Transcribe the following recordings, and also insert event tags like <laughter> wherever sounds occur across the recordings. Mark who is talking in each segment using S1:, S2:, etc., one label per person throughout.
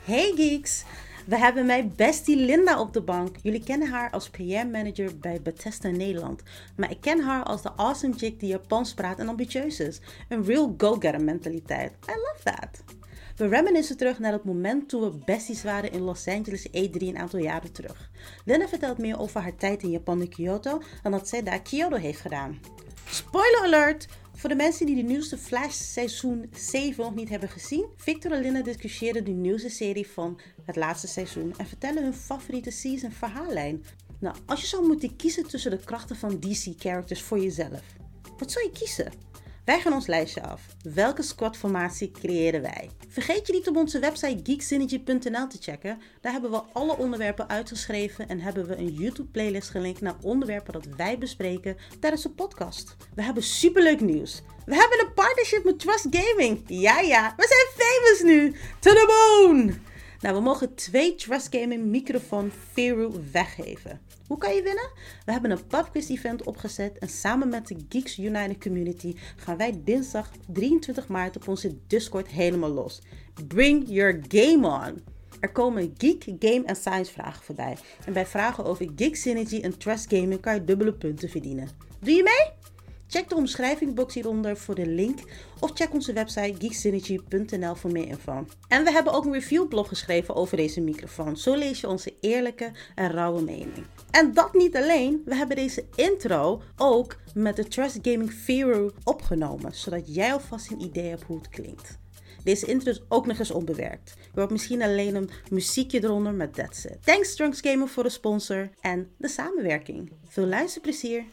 S1: Hey geeks! We hebben mijn bestie Linda op de bank. Jullie kennen haar als PR-manager bij Bethesda Nederland. Maar ik ken haar als de awesome chick die Japans praat en ambitieus is. Een real go-getter mentaliteit. I love that! We reminiscen terug naar het moment toen we besties waren in Los Angeles E3 een aantal jaren terug. Linda vertelt meer over haar tijd in Japan en Kyoto dan dat zij daar Kyoto heeft gedaan. Spoiler alert! Voor de mensen die de nieuwste Flash seizoen 7 nog niet hebben gezien, Victor en Linda discussiëren de nieuwste serie van het laatste seizoen en vertellen hun favoriete season verhaallijn. Nou, als je zou moeten kiezen tussen de krachten van DC-characters voor jezelf, wat zou je kiezen? Wij gaan ons lijstje af. Welke squadformatie creëren wij? Vergeet je niet om onze website geeksynergy.nl te checken. Daar hebben we alle onderwerpen uitgeschreven en hebben we een YouTube-playlist gelinkt naar onderwerpen dat wij bespreken tijdens de podcast. We hebben superleuk nieuws. We hebben een partnership met Trust Gaming. Ja, ja, we zijn famous nu. To the moon! Nou, we mogen twee Trust Gaming microfoon Veru weggeven. Hoe kan je winnen? We hebben een pubquiz event opgezet en samen met de Geeks United community gaan wij dinsdag 23 maart op onze Discord helemaal los. Bring your game on! Er komen geek, game en science vragen voorbij. En bij vragen over geek synergy en trust gaming kan je dubbele punten verdienen. Doe je mee? Check de omschrijvingbox hieronder voor de link of check onze website geeksynergy.nl voor meer info. En we hebben ook een reviewblog geschreven over deze microfoon. Zo lees je onze eerlijke en rauwe mening. En dat niet alleen, we hebben deze intro ook met de Trust Gaming Fero opgenomen, zodat jij alvast een idee hebt hoe het klinkt. Deze intro is ook nog eens onbewerkt. Je hoort misschien alleen een muziekje eronder, maar that's it. Thanks Trunks Gamer voor de sponsor en de samenwerking. Veel luisterplezier.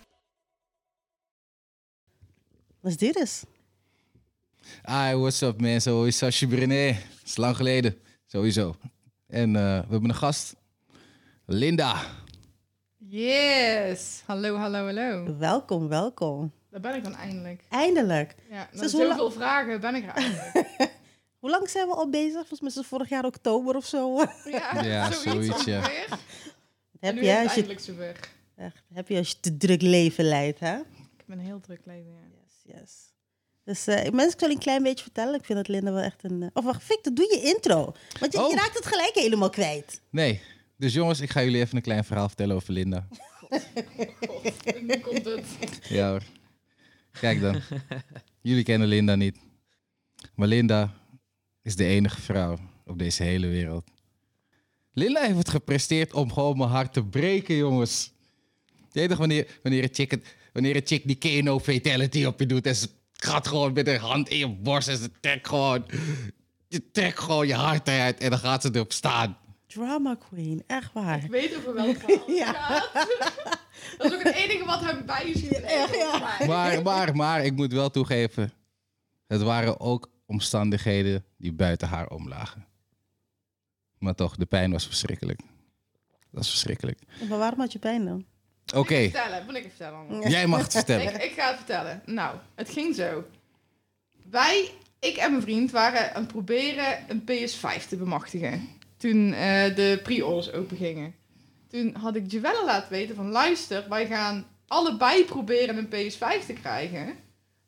S1: Let's do this.
S2: Hi, what's up mensen? Hoi, Sasje Brené. Het is lang geleden, sowieso. En eh, we hebben een gast, Linda.
S3: Yes! Hallo, hallo, hallo.
S1: Welkom, welkom.
S3: Daar ben ik dan eindelijk.
S1: Eindelijk.
S3: Ja, nou,
S1: Dus
S3: na
S1: hoe la-
S3: zoveel vragen ben ik er eindelijk.
S1: Hoe lang zijn we al bezig? Volgens mij is het vorig jaar oktober of zo. <laughs>
S3: <laughs> Ja,
S2: Ja, zoiets, ja.
S3: ongeveer. En
S1: heb,
S3: nu
S1: je,
S3: is het
S1: als je,
S3: eindelijk zover.
S1: echt, heb je als je te druk leven leidt, hè?
S3: Ik ben een heel druk leven, ja.
S1: Yes, yes. Dus eh, mensen, ik zal je een klein beetje vertellen. Ik vind dat Linda wel echt een... eh, Of wacht, Victor, doe je intro. Want je, je
S2: Oh.
S1: raakt het gelijk helemaal kwijt.
S2: Nee, dus jongens, ik ga jullie even een klein verhaal vertellen over Linda.
S3: God, nu komt het.
S2: Ja hoor. Kijk dan. Jullie kennen Linda niet. Maar Linda is de enige vrouw op deze hele wereld. Linda heeft het gepresteerd om gewoon mijn hart te breken, jongens. Je weet toch wanneer, wanneer, een, chick het- wanneer een chick die Keno Fatality op je doet... en ze gaat gewoon met haar hand in je borst en ze trekt gewoon... Je trekt gewoon je hart eruit en dan gaat ze erop staan.
S1: Drama queen, echt waar.
S3: Ik weet over <laughs> welk verhaal het
S1: Ja.
S3: gaat. Dat is ook het enige wat hem bijschiet. Ja,
S2: Maar, maar, maar, ik moet wel toegeven... het waren ook omstandigheden die buiten haar omlagen. Maar toch, de pijn was verschrikkelijk. Dat is verschrikkelijk.
S1: Maar waarom had je pijn dan?
S2: Oké,
S3: Ik vertellen, moet ik het vertellen allemaal.
S2: jij mag het vertellen.
S3: Ik, ik ga het vertellen. Nou, het ging zo. Wij, ik en mijn vriend, waren aan het proberen een PS5 te bemachtigen. Toen eh, de pre-orders opengingen. Toen had ik Jewelle laten weten van... Luister, wij gaan allebei proberen een PS5 te krijgen.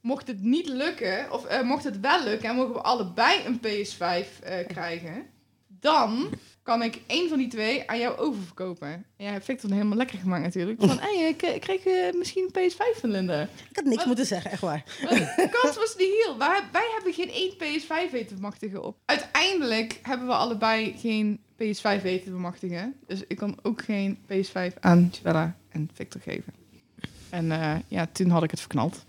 S3: Mocht het niet lukken, of eh, mocht het wel lukken... en mogen we allebei een PS5 eh, krijgen... dan kan ik één van die twee aan jou oververkopen. En jij hebt Victor dan helemaal lekker gemaakt natuurlijk. Van, hé, hey, ik, eh, ik kreeg eh, misschien een PS5 van Linda.
S1: <laughs> Ik had niks
S3: Wat?
S1: moeten zeggen, echt waar.
S3: Maar De kans was niet heel. Wij, wij hebben geen één PS5 weten te bemachtigen op. Uiteindelijk hebben we allebei geen PS5 weten te bemachtigen. Dus ik kan ook geen PS5 aan Jella en Victor geven. En eh, ja, toen had ik het verknald.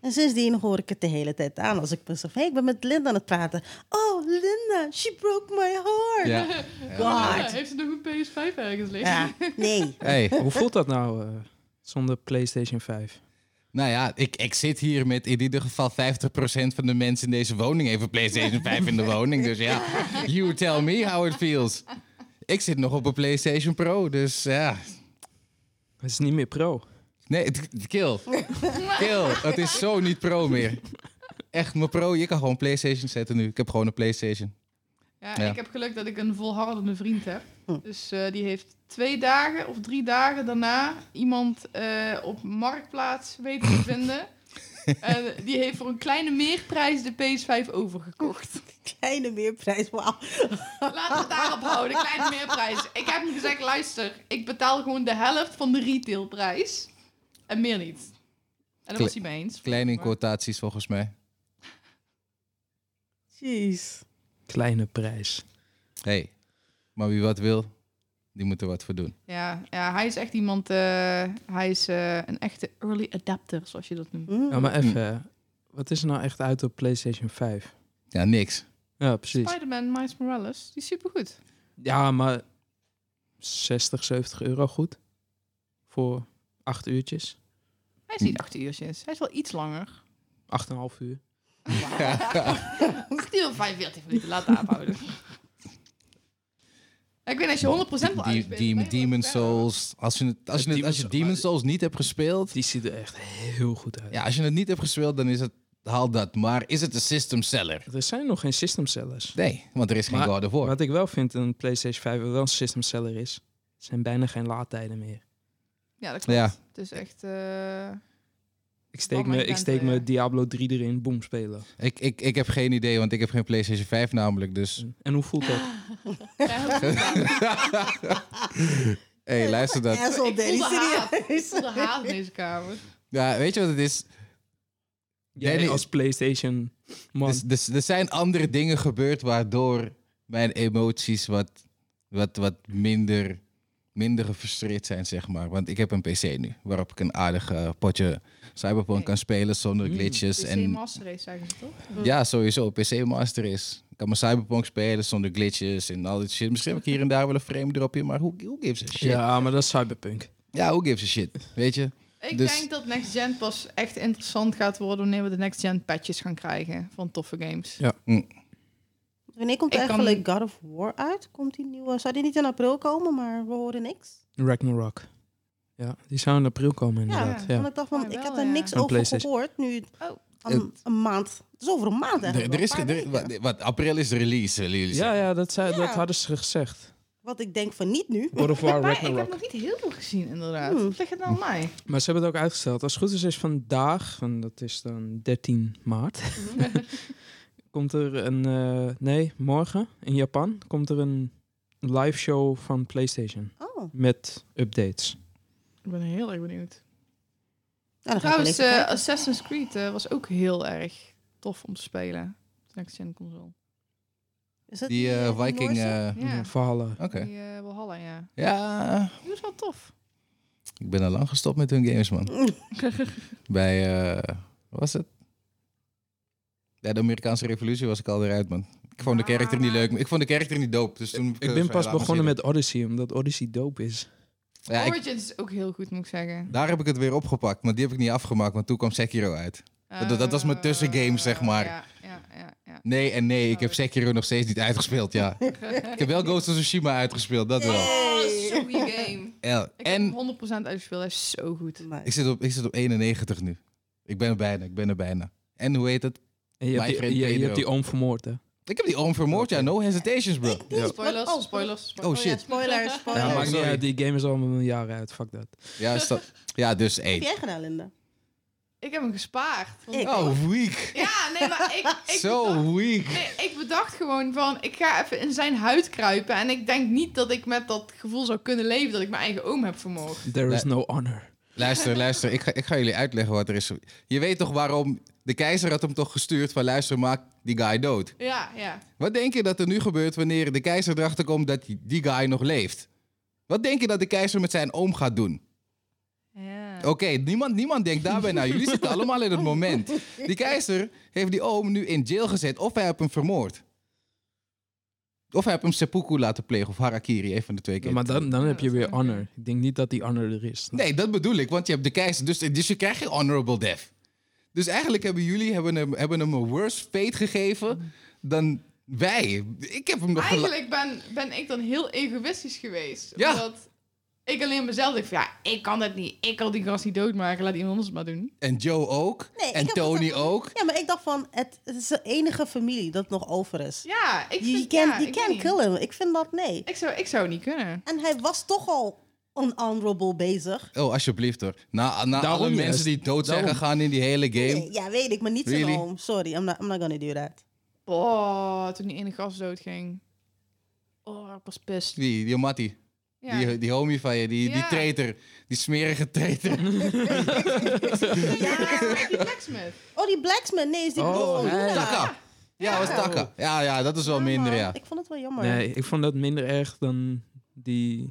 S1: En sindsdien hoor ik het de hele tijd aan als ik mezelf... Hé, hey, ik ben met Linda aan het praten. Oh, Linda, she broke my heart.
S2: Ja.
S1: God.
S3: heeft ze nog een PS5 ergens liggen?
S1: Ja, nee.
S2: Hey,
S4: Hoe voelt dat nou eh, zonder PlayStation 5?
S2: nou ja, ik, ik zit hier met in ieder geval 50% van de mensen in deze woning heeft een PlayStation 5 in de woning. Dus ja, you tell me how it feels. Ik zit nog op een PlayStation Pro, dus ja.
S4: Het is niet meer pro.
S2: Nee, het- kill.
S3: <laughs>
S2: Kill. Het is zo niet pro meer. Echt, mijn pro, je kan gewoon PlayStation zetten nu. Ik heb gewoon een PlayStation.
S3: Ja,
S2: Ja.
S3: ik heb geluk dat ik een volhardende vriend heb. Dus eh, die heeft twee dagen of drie dagen daarna iemand eh, op Marktplaats weten te vinden. En die heeft voor een kleine meerprijs de PS5 overgekocht.
S5: <laughs> Kleine meerprijs, wauw.
S3: Laten we het daarop houden, kleine meerprijs. Ik heb hem gezegd, luister, ik betaal gewoon de helft van de retailprijs. En meer niet. En dat was hij mee eens.
S2: Klein in quotaties volgens mij.
S5: Jeez.
S4: Kleine prijs.
S2: hey, maar wie wat wil, die moet er wat voor doen.
S3: Ja, ja, hij is echt iemand, eh, hij is eh, een echte early adapter, zoals je dat noemt.
S5: Mm.
S4: Ja, maar even, eh, wat is er nou echt uit op PlayStation 5?
S2: Ja, niks.
S4: Ja, precies.
S3: Spider-Man Miles Morales, die is supergoed.
S4: Ja, maar 60, 70 euro goed. Voor acht uurtjes.
S3: Hij is niet acht uurtjes, hij is wel iets
S2: <laughs>
S3: langer.
S4: 8,5 uur.
S3: Acht uur en 45 minuten, laat het afhouden. <laughs> Ik weet als je 100% wil
S2: Die,
S3: uitspelen, ben
S2: die,
S3: je wel
S2: Demon
S3: ver.
S2: Souls. Als je, het- als je, het- als je Demon Souls niet hebt gespeeld.
S4: Die ziet er echt heel goed uit.
S2: Ja, als je het niet hebt gespeeld, dan is het. Haal dat. Maar is het een system seller?
S4: Er zijn nog geen system sellers.
S2: Nee, want er is geen
S4: Maar-
S2: God of War.
S4: Wat ik wel vind een PlayStation 5 wel een system seller is, zijn bijna geen laadtijden meer.
S3: Ja, dat klopt.
S2: Ja.
S3: Het is echt... <laughs> eh,
S4: Ik steek,
S3: Wat mij
S4: me, ik
S3: kent,
S4: steek
S3: eh,
S4: me Diablo 3 erin, boom, spelen.
S2: Ik, ik, ik heb geen idee, want ik heb geen PlayStation 5 namelijk.
S4: <laughs>
S2: Dus.
S4: En hoe voelt dat?
S3: ja, heel goed.
S2: Hé, hey, luister dat.
S5: Asshole
S3: Ik voelde
S5: Danny,
S3: haat.
S5: serieus.
S3: voelde haat in deze kamer.
S2: Dus Ja, weet je wat het is?
S4: Jij
S2: Danny-
S4: als PlayStation man.
S2: Dus, dus er zijn andere dingen gebeurd waardoor mijn emoties wat, wat, wat minder, minder gefrustreerd zijn, zeg maar. Want ik heb een PC nu, waarop ik een aardige potje Cyberpunk kan spelen zonder glitches.
S3: PC
S2: en
S3: Master Race zeggen ze toch?
S2: ja, sowieso, PC Master is. Ik kan mijn Cyberpunk spelen zonder glitches en al dat shit. Misschien heb ik hier en daar wel een frame dropje, maar who, who gives a shit? Ja.
S4: ja, maar dat is cyberpunk.
S2: who gives a shit? Weet je?
S3: Ik
S2: Dus-
S3: denk dat Next Gen pas echt interessant gaat worden wanneer we de Next Gen patches gaan krijgen van toffe games.
S5: Wanneer komt
S3: Ik kan-
S5: eigenlijk God of War uit? Komt die nieuwe? Zou die niet in april komen, maar we horen niks?
S4: Ragnarok. Ja, die zou in april komen
S5: Ja,
S4: inderdaad. Ja,
S5: want ik dacht van,
S3: Ja,
S5: ik
S3: wel,
S5: heb daar
S3: ja.
S5: niks
S4: Een
S5: over
S4: PlayStation.
S5: gehoord. Nu
S3: Oh.
S5: een, een maand. Het is over een maand
S2: Er,
S5: eigenlijk.
S2: er is,
S5: wel, een
S2: ge-
S5: paar
S2: er-
S5: weken.
S2: wat, wat, april is release, willen jullie
S4: ja,
S2: zeggen.
S4: ja, dat, zei,
S5: Ja.
S4: dat hadden ze gezegd.
S5: Wat ik denk van niet nu.
S4: <laughs> God of War,
S3: Maar ik heb
S4: Ragnarok.
S3: nog niet heel veel gezien inderdaad.
S5: Hmm.
S3: Wat ligt het nou aan mij?
S4: Maar ze hebben het ook uitgesteld. Als het goed is, is vandaag, en dat is dan 13
S3: <laughs>
S4: maart, komt er een, eh, nee, morgen in Japan, komt er een live show van PlayStation
S5: Oh, nou,
S4: met updates.
S3: Ik ben heel erg benieuwd.
S5: dan ga ik wel
S3: Trouwens,
S5: even
S3: eh,
S5: kijken.
S3: Assassin's Creed eh, was ook heel erg tof om te spelen. op de Next Gen console.
S5: Is dat
S2: Die eh,
S5: eh,
S2: Viking...
S5: Noorse?
S2: eh,
S3: Ja,
S4: Verhalen.
S2: Oké.
S3: die eh, Valhalla, ja.
S2: Ja,
S3: Die was wel tof.
S2: Ik ben al lang gestopt met hun games, man.
S5: Mm. <laughs>
S2: Bij, eh, wat was het? Bij de Amerikaanse revolutie was ik al eruit, man. Ik vond de karakter niet leuk. Ik vond de karakter niet dope. Dus toen heb
S4: Ik
S2: eh,
S4: ben
S2: vrij
S4: pas
S2: laat
S4: begonnen
S2: maar
S4: met Odyssey, omdat Odyssey dope is.
S2: zitten. Ja, ik-
S3: Origins is ook heel goed, moet ik zeggen.
S2: daar heb ik het weer opgepakt, maar die heb ik niet afgemaakt, want toen kwam Sekiro uit. dat- dat was mijn
S3: Eh,
S2: tussengame, zeg maar.
S3: Ja, ja, ja.
S5: <laughs>
S3: ja.
S2: Nee en nee, ik heb
S3: Oh.
S2: Sekiro nog steeds niet uitgespeeld, ja. ik heb wel Ghost of Tsushima uitgespeeld, dat wel.
S5: Hey.
S3: Oh, sweet game.
S2: Ja,
S3: Ik
S2: En
S3: heb hem 100% uitgespeeld, hij is zo goed.
S2: ik zit, op, ik zit op 91 nu. Ik ben er bijna, ik ben er bijna. En hoe heet het?
S4: En je,
S2: My
S4: hebt
S2: friend
S4: die, je, je
S2: Pedro.
S4: hebt die oom vermoord, hè?
S2: Ik heb die oom vermoord, ja. No hesitations, bro. Ja,
S3: Spoilers,
S5: Oh,
S3: spoilers,
S2: Oh,
S3: spoilers.
S5: Oh ja,
S2: shit.
S5: spoilers, spoilers.
S2: Ja,
S4: maakt niet
S2: sorry.
S4: uit, die game is al een miljarden uit, fuck dat.
S2: ja, is dat- ja dus één.
S5: Heb jij gedaan, Linda?
S3: Ik heb hem gespaard. Want-
S5: Ik.
S2: Oh, weak.
S3: Ja, nee, maar ik, ik, bedacht,
S2: <laughs> Zo
S3: <laughs>
S2: weak.
S3: nee, ik bedacht gewoon van, ik ga even in zijn huid kruipen. En ik denk niet dat ik met dat gevoel zou kunnen leven dat ik mijn eigen oom heb vermoord.
S4: There is no honor.
S2: Luister, luister. Ik ga, ik ga jullie uitleggen wat er is. Je weet toch waarom de keizer had hem toch gestuurd van luister, maak die guy dood.
S3: Ja, ja.
S2: Wat denk je dat er nu gebeurt wanneer de keizer erachter komt dat die- die guy nog leeft? Wat denk je dat de keizer met zijn oom gaat doen?
S3: ja.
S2: Oké, niemand, niemand denkt daarbij na. Jullie zitten allemaal
S3: <laughs>
S2: in het moment. Die keizer heeft die oom nu in jail gezet of hij heeft hem vermoord. Of hij heeft hem seppuku laten plegen of harakiri, een van de twee keer.
S4: Ja, maar dan, dan heb je weer honor. Ik denk niet dat die honor er is.
S2: Nee, dat bedoel ik, want je hebt de keizer, dus, dus je krijgt geen honorable death. Dus eigenlijk hebben jullie hebben hem, hebben hem een worse fate gegeven dan wij. Ik heb hem nog gela-
S3: Eigenlijk ben, ben ik dan heel egoïstisch geweest.
S2: Ja.
S3: Omdat ik alleen mezelf dacht van, ja, ik kan dat niet. Ik kan die gast niet doodmaken, laat iemand anders het maar doen.
S2: En Joe ook.
S5: Nee, ik
S2: en
S5: heb
S2: Tony
S5: het
S2: ook.
S5: Ja, maar ik dacht van, het, het is de enige familie dat nog over is.
S3: Ja, ik
S5: Je
S3: vind...
S5: kan
S3: ja,
S5: je
S3: ik
S5: kan
S3: weet niet.
S5: killen. Ik vind dat nee.
S3: Ik zou, ik zou niet kunnen.
S5: En hij was toch al
S1: unhonorable bezig.
S2: Oh, alsjeblieft hoor. Na, na
S4: Daarom
S2: alle
S4: juist.
S2: mensen die dood zijn
S4: Daarom.
S2: gegaan in die hele game.
S1: Nee, ja, weet ik, maar niet zo
S2: Really?
S1: home. Sorry, I'm not, I'm not gonna do that.
S3: Oh, toen die ene gast doodging. Oh, ik was pissed.
S2: Die, die Mattie.
S3: Ja.
S2: Die, die homie van je. Die, die
S3: Ja.
S2: traitor. Die smerige traitor.
S3: ja, die blacksmith.
S1: Oh, die blacksmith, nee, is die
S4: Oh,
S1: broer van
S4: nee.
S1: Luna.
S2: Taka. Ja, was Taka. Ja, ja, dat is wel
S1: Jammer.
S2: minder, ja.
S1: Ik vond het wel jammer.
S4: Nee, ik vond dat minder erg dan die... hoe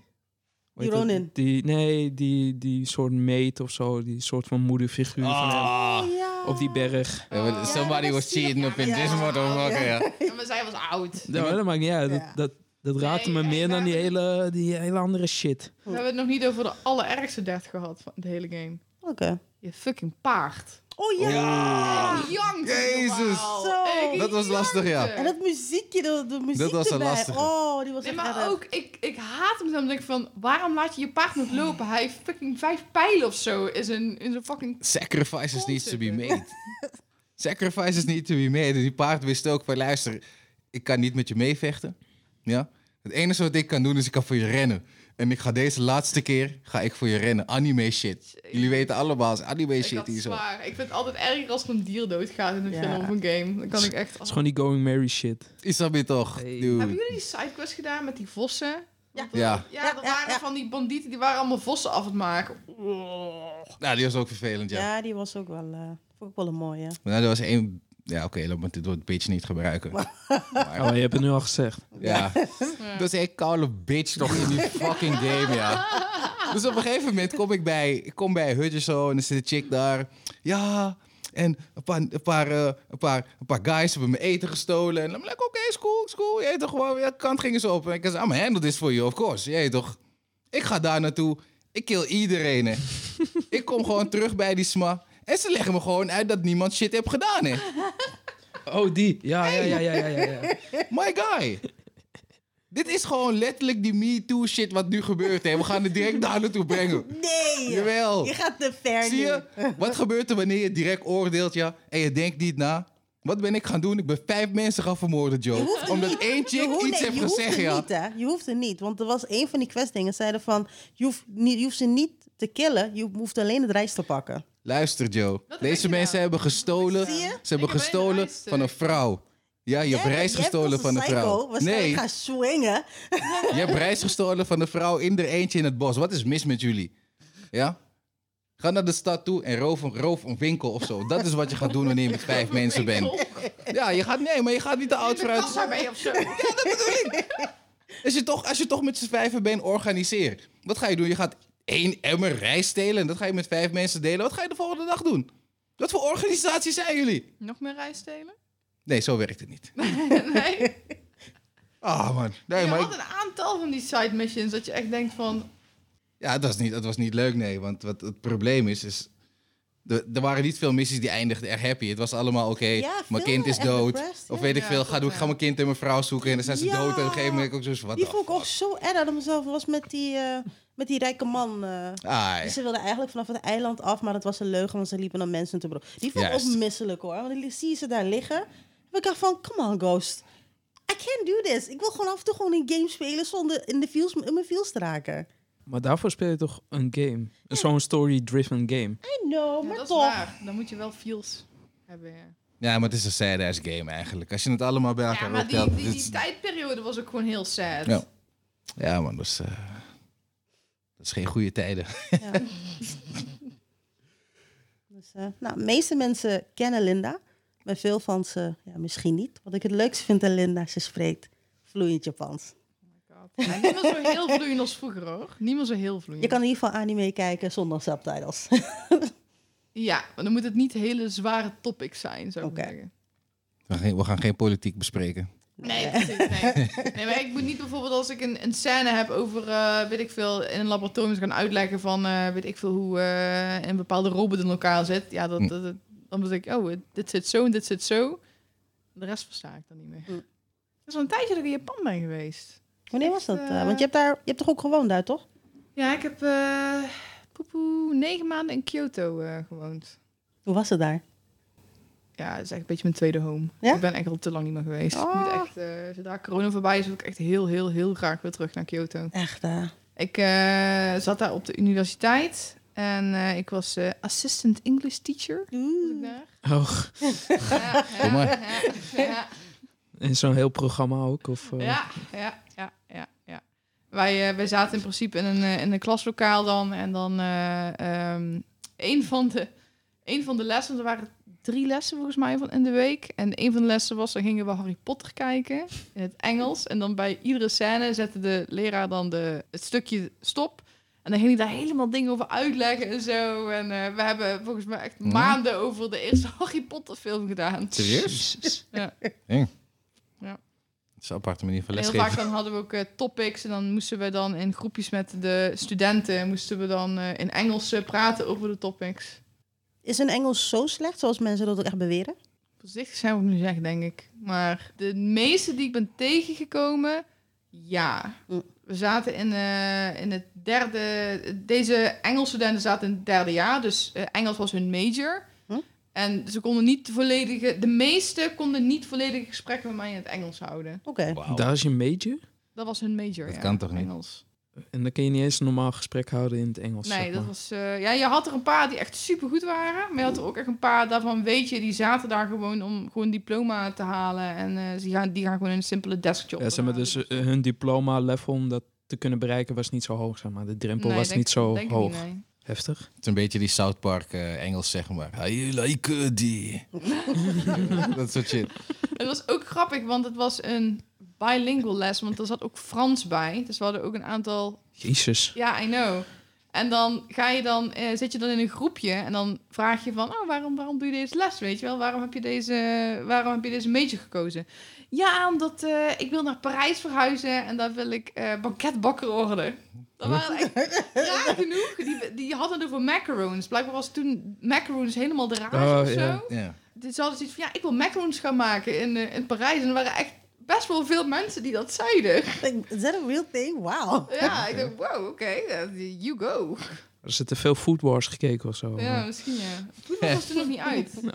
S1: Die
S4: heet dat?
S1: Ronin.
S4: Die, nee, die, die soort meet of zo. Die soort van moederfiguur van hem.
S2: Ah.
S1: Ja.
S4: Op die berg.
S2: Ja, maar Somebody
S1: dat
S2: was
S1: is zielig.
S2: cheating up in
S1: Ja.
S2: this motherfucker, ja.
S3: Ja, maar zij was
S2: <laughs>
S3: oud.
S4: Ja, maar dat maakt niet uit.
S1: Ja.
S4: Dat, dat, dat raakte
S3: Nee,
S4: me meer
S3: kijk,
S4: dan die
S3: daar-
S4: hele, die hele andere shit.
S3: We hebben het nog niet over de allerergste death gehad van de hele game.
S1: Oké.
S3: Je fucking paard.
S1: Oh ja.
S2: Ja.
S3: Ik jankte,
S2: Ah. Jezus.
S3: wauw.
S1: Zo.
S3: Ik
S2: Dat was lastig, ja.
S3: jankte.
S1: En dat muziekje, de, de muziek
S2: Dat was een
S1: erbij.
S2: lastige.
S1: Oh, die was
S3: Nee,
S1: echt
S3: maar
S1: erg.
S3: ook, ik, ik haat hem zo. omdat ik van, waarom laat je je paard nog lopen? Hij heeft fucking vijf pijlen of zo in zijn, in zijn fucking...
S2: Sacrifices need to be
S3: Ontzettend. <laughs>
S2: made. Sacrifices need to be made. En die paard wist ook van, luister, ik kan niet met je meevechten. Ja? Het enige wat ik kan doen is ik kan voor je rennen. En ik ga deze laatste keer, ga ik voor je rennen. Anime shit. Jullie weten allemaal, is anime
S3: Ik
S2: shit
S3: had
S2: hier zo.
S3: zwaar. Ik vind het altijd erger als er een dier doodgaat in een
S1: Ja.
S3: film of een game. Dan kan ik echt...
S4: Het is gewoon die Going Mary shit.
S2: Isabi toch,
S4: Hey.
S3: Hebben
S2: dude.
S3: jullie die sidequest gedaan met die vossen? Want dat-
S2: Ja.
S3: Ja,
S1: Ja,
S3: dat
S1: ja,
S3: waren
S1: ja.
S3: van die bandieten, die waren allemaal vossen af het maken. Oh.
S2: Nou, die was ook vervelend, ja.
S1: ja. die was ook wel, eh vond ik wel een mooie.
S2: Nou, er was één... Ja, oké, laat maar dit woord bitch niet gebruiken. Maar-
S4: Oh, je hebt het nu al gezegd.
S2: Ja. <laughs> Dat is echt koude bitch toch in die fucking game, ja. Dus op een gegeven moment kom ik bij, ik kom bij een hutje zo en dan zit een chick daar. Ja, en een paar, een paar, eh, een paar, een paar guys hebben mijn eten gestolen. En dan ben ik, oké, is cool, is cool. Je weet toch gewoon, ja, kant gingen ze op. En ik zei, I'm gonna handle this for you, of course. Je weet toch. Ik ga daar naartoe. Ik kill iedereen, hè. ik kom gewoon terug bij die sma. En ze leggen me gewoon uit dat niemand shit heb gedaan, hè.
S4: Oh, die. Ja, ja, ja, ja, ja. ja, ja.
S2: My guy. Dit is gewoon letterlijk die MeToo shit wat nu gebeurt. Hè. We gaan het direct daar naartoe brengen.
S1: Nee!
S2: Jawel.
S1: Je gaat te ver
S2: Zie
S1: nu.
S2: je? Wat gebeurt er wanneer je direct oordeelt ja, en je denkt niet na? Wat ben ik gaan doen? Ik ben vijf mensen gaan vermoorden, Joe. Omdat één
S1: Je
S2: chick
S1: hoeft-
S2: iets
S1: nee,
S2: heeft
S1: je hoeft
S2: gezegd,
S1: het
S2: ja.
S1: Niet, hè? Je hoeft het niet, want er was een van die questdingen. Zeiden van, je hoeft, niet, je hoeft ze niet te killen, je hoeft alleen het rijst te pakken.
S2: Luister, Joe.
S3: heb ik
S2: Deze
S3: gedaan.
S2: mensen hebben gestolen.
S1: Zie je?
S2: Ze hebben
S3: Ik heb bijna
S2: gestolen
S3: een
S2: van een vrouw. Ja, je hebt
S1: Jij-
S2: reis
S1: jij
S2: gestolen
S1: hebt als
S2: van een
S1: psycho
S2: vrouw.
S1: waarschijnlijk
S2: Nee,
S1: gaan swingen.
S2: je hebt reis gestolen van een vrouw in er eentje in het bos. Wat is mis met jullie? Ja? Ga naar de stad toe en roof een, roof een winkel of zo. Dat is wat je gaat doen wanneer je met vijf mensen bent. Ja, je gaat, nee, maar je gaat niet te oud
S3: Uit
S2: vooruit.
S3: kassa mee of zo.
S2: Als je toch, als je toch met z'n vijven bent, organiseer. Wat ga je doen? Je gaat één emmer rijst stelen en dat ga je met vijf mensen delen. Wat ga je de volgende dag doen? Wat voor organisatie zijn jullie?
S3: <laughs> Nog meer rijst stelen?
S2: Nee, zo werkt het niet.
S3: <laughs> nee.
S2: Ah, man. Nee,
S3: je
S2: maar
S3: had
S2: ik-
S3: een aantal van die side missions dat je echt denkt van...
S2: ja, dat was, niet, dat was niet leuk, nee. Want wat het probleem is, is... Er er waren niet veel missies die eindigden echt happy. Het was allemaal oké.
S1: Ja, veel
S2: mijn kind is
S1: echt
S2: dood.
S1: depressed,
S2: Of
S1: ja.
S2: weet ik
S3: Ja,
S2: veel. Ga,
S3: klopt,
S2: doen, ik ga
S3: ja.
S2: mijn kind en mijn vrouw zoeken. En dan zijn ze
S1: Ja.
S2: dood. En op een gegeven moment heb ik ook zo... Wat
S1: Die vond ik ook zo erg aan mezelf. was met die, eh, met die rijke man. eh.
S2: Ah, ja.
S1: Ze wilden eigenlijk vanaf het eiland af, maar dat was een leugen, want ze liepen dan mensen te brood. Die vond ik
S2: Juist.
S1: ook misselijk hoor, want dan zie je ze daar liggen. Ik dacht van, come on ghost, I can't do this. Ik wil gewoon af en toe gewoon een game spelen zonder in, de feels, in mijn feels te raken.
S4: Maar daarvoor speel je toch een game? Zo'n story-driven game.
S1: I know,
S3: Ja,
S1: maar
S3: dat is
S1: toch.
S3: waar. Dan moet je wel feels hebben, ja.
S2: Ja, maar het is een sad-ass game eigenlijk. Als je het allemaal bij elkaar
S3: Ja, maar die,
S2: optelt,
S3: die,
S2: dit
S3: die
S2: is-
S3: tijdperiode was ook gewoon heel sad.
S2: Ja. Ja, man, dat is, eh, dat is geen goede tijden. <laughs>
S1: Ja. dus, eh, nou, de meeste mensen kennen Linda, maar veel van ze ja, misschien niet. Wat ik het leukst vind aan Linda, ze spreekt vloeiend Japans.
S3: Mm. Ja, niet meer zo heel vloeiend als vroeger, hoor. Niet meer zo heel vloeiend.
S1: Je kan in ieder geval anime kijken zonder subtitles.
S3: Ja, maar dan moet het niet hele zware topics zijn, zou ik
S1: Oké.
S3: zeggen.
S2: We gaan, geen- we gaan geen politiek bespreken.
S1: <laughs>
S3: Nee, precies, nee. nee, maar ik moet niet bijvoorbeeld als ik een, een scène heb over, eh, weet ik veel, in een laboratorium eens gaan uitleggen van, eh, weet ik veel, hoe eh, een bepaalde robot in elkaar zit. Ja, dat,
S2: Hm.
S3: dat, dat- dan moet ik, oh, dit zit zo en dit zit zo. De rest versta ik dan niet meer.
S1: Hm.
S3: Dat is al een tijdje dat ik in Japan ben geweest.
S1: Wanneer was dat?
S3: Echt,
S1: eh,
S3: eh,
S1: want je hebt, daar, je hebt toch ook gewoond daar, toch?
S3: Ja, ik heb eh poepoe, negen maanden in Kyoto eh, gewoond.
S1: Hoe was het daar?
S3: Ja, dat is echt een beetje mijn tweede home.
S1: Ja?
S3: Ik ben echt al te lang niet meer geweest. Ik
S1: Oh.
S3: moet echt, eh, zodra corona voorbij is, wil ik echt heel, heel, heel graag weer terug naar Kyoto.
S1: Echt, eh,
S3: Ik eh, zat daar op de universiteit en eh, ik was eh, assistant English teacher. Was
S1: Hmm.
S3: ik daar.
S4: Oh,
S3: Ja, ja,
S2: Kom
S1: Eh,
S2: maar.
S1: <laughs>
S3: ja, ja.
S4: en zo'n heel programma ook? Of, eh,
S3: Ja, ja, ja, ja, ja. Wij, eh, wij zaten in principe in een, eh, in een klaslokaal dan. En dan eh, ehm, een, van de, een van de lessen, want er waren drie lessen volgens mij van in de week. En een van de lessen was, dan gingen we Harry Potter kijken in het Engels. En dan bij iedere scène zette de leraar dan de, het stukje stop. En dan ging hij daar helemaal dingen over uitleggen en zo. En eh, we hebben volgens mij echt
S2: Ja.
S3: maanden over de eerste <laughs> Harry Potter film gedaan.
S1: <laughs>
S2: Serieus?
S3: Ja.
S2: Eng.
S3: Ja.
S2: Dat is een aparte manier van
S3: En heel
S2: lesgeven.
S3: vaak dan hadden we ook eh, topics en dan moesten we dan in groepjes met de studenten moesten we dan eh, in Engels eh, praten over de topics.
S5: Is hun Engels zo slecht, zoals mensen dat ook echt beweren?
S3: Voorzichtig zijn wat ik nu zeg, denk ik. Maar de meeste die ik ben tegengekomen, ja.
S5: Mm.
S3: We zaten in, eh, in het derde... Deze Engelse studenten zaten in het derde jaar, dus eh, Engels was hun major.
S5: Hm?
S3: En ze konden niet de volledige... De meeste konden niet volledige gesprekken met mij in het Engels houden.
S5: Oké.
S1: <laughs>
S2: Wauw.
S4: Daar is je major?
S3: Dat was hun major,
S2: Dat
S3: ja,
S2: kan toch niet?
S3: Engels.
S4: En dan kun je niet eens een normaal gesprek houden in het Engels.
S3: Nee,
S4: zeg
S3: dat
S4: maar.
S3: was. eh, ja, je had er een paar die echt supergoed waren. Maar je had er ook echt een paar daarvan, weet je, die zaten daar gewoon om gewoon diploma te halen. En eh, ze gaan, die gaan gewoon een simpele deskjob.
S4: Ja, zeg maar,
S3: eraan.
S4: dus eh, hun diploma-level om dat te kunnen bereiken was niet zo hoog, zeg maar. De drempel
S3: Nee,
S4: was
S3: denk-
S4: niet zo
S3: denk ik
S4: hoog.
S3: niet, nee.
S4: Heftig.
S2: Het is een beetje die South Park eh, Engels, zeg maar. I like eh,
S4: <laughs>
S2: die. dat soort shit.
S3: Het was ook grappig, want het was een bilingual les, want er zat ook Frans bij. Dus we hadden ook een aantal
S4: Jezus.
S3: Ja, I know. En dan ga je dan, eh, zit je dan in een groepje en dan vraag je van, oh, waarom, waarom doe je deze les, weet je wel? Waarom heb je deze, waarom heb je deze major gekozen? Ja, omdat eh, ik wil naar Parijs verhuizen en daar wil ik eh, banketbakker worden. Dat waren echt
S4: <laughs>
S3: raar genoeg. Die, die hadden het over macarons. Blijkbaar was toen macarons helemaal de rage
S4: Oh,
S3: of zo.
S4: ja.
S2: Ja.
S3: Dus ze hadden zoiets van, ja, ik wil macarons gaan maken in, eh, in Parijs. En er waren echt best wel veel mensen die dat
S4: <laughs>
S3: zeiden.
S5: Like, Is that a real thing? Wow.
S3: Ja, ik dacht, wow, oké, eh, you go.
S4: Er zitten veel Food Wars gekeken of zo.
S3: Ja, misschien ja. Voetbal was toen nog niet uit.
S4: Oh.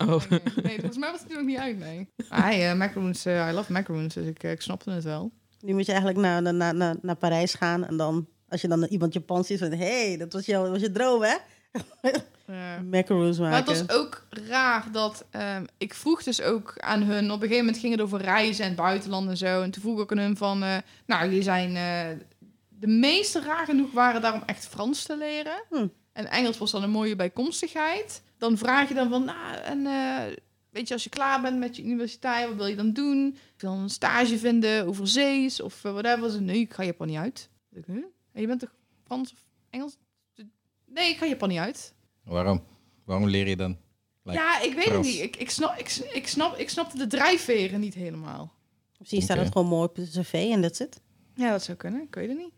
S3: Nee, volgens mij was het toen nog niet uit, nee. I, eh, macaroons, eh, I love macaroons, dus ik, eh, ik snapte het wel.
S5: Nu moet je eigenlijk naar, naar- naar, naar, naar Parijs gaan en dan, als je dan iemand Japans ziet, van hé, hey, dat was, jou, was je droom, hè?
S3: Ja.
S5: Macaroons
S3: Maar het
S5: maken.
S3: was ook raar dat... ehm, ik vroeg dus ook aan hun... Op een gegeven moment ging het over reizen en buitenland en zo. En toen vroeg ik ook aan hun van... eh, nou, jullie zijn... eh, de meeste raar genoeg waren daar om echt Frans te leren.
S5: Hm.
S3: En Engels was dan een mooie bijkomstigheid. Dan vraag je dan van... Nou, en, eh, weet je, als je klaar bent met je universiteit... Wat wil je dan doen? Ik wil een stage vinden over zees of eh, whatever. Ze, nee, ik ga Japan niet uit. Ik, huh? En je bent toch Frans of Engels? Nee, ik ga Japan niet uit.
S2: Waarom? Waarom leer je dan? Like,
S3: Ja, ik weet het
S2: Frans.
S3: niet. Ik, ik, snap, ik, sn- ik, snap, ik snapte de drijfveren niet helemaal.
S5: Misschien staat
S2: Oké.
S5: het gewoon mooi op het cv en dat zit.
S3: Ja, dat zou kunnen. Ik weet het niet.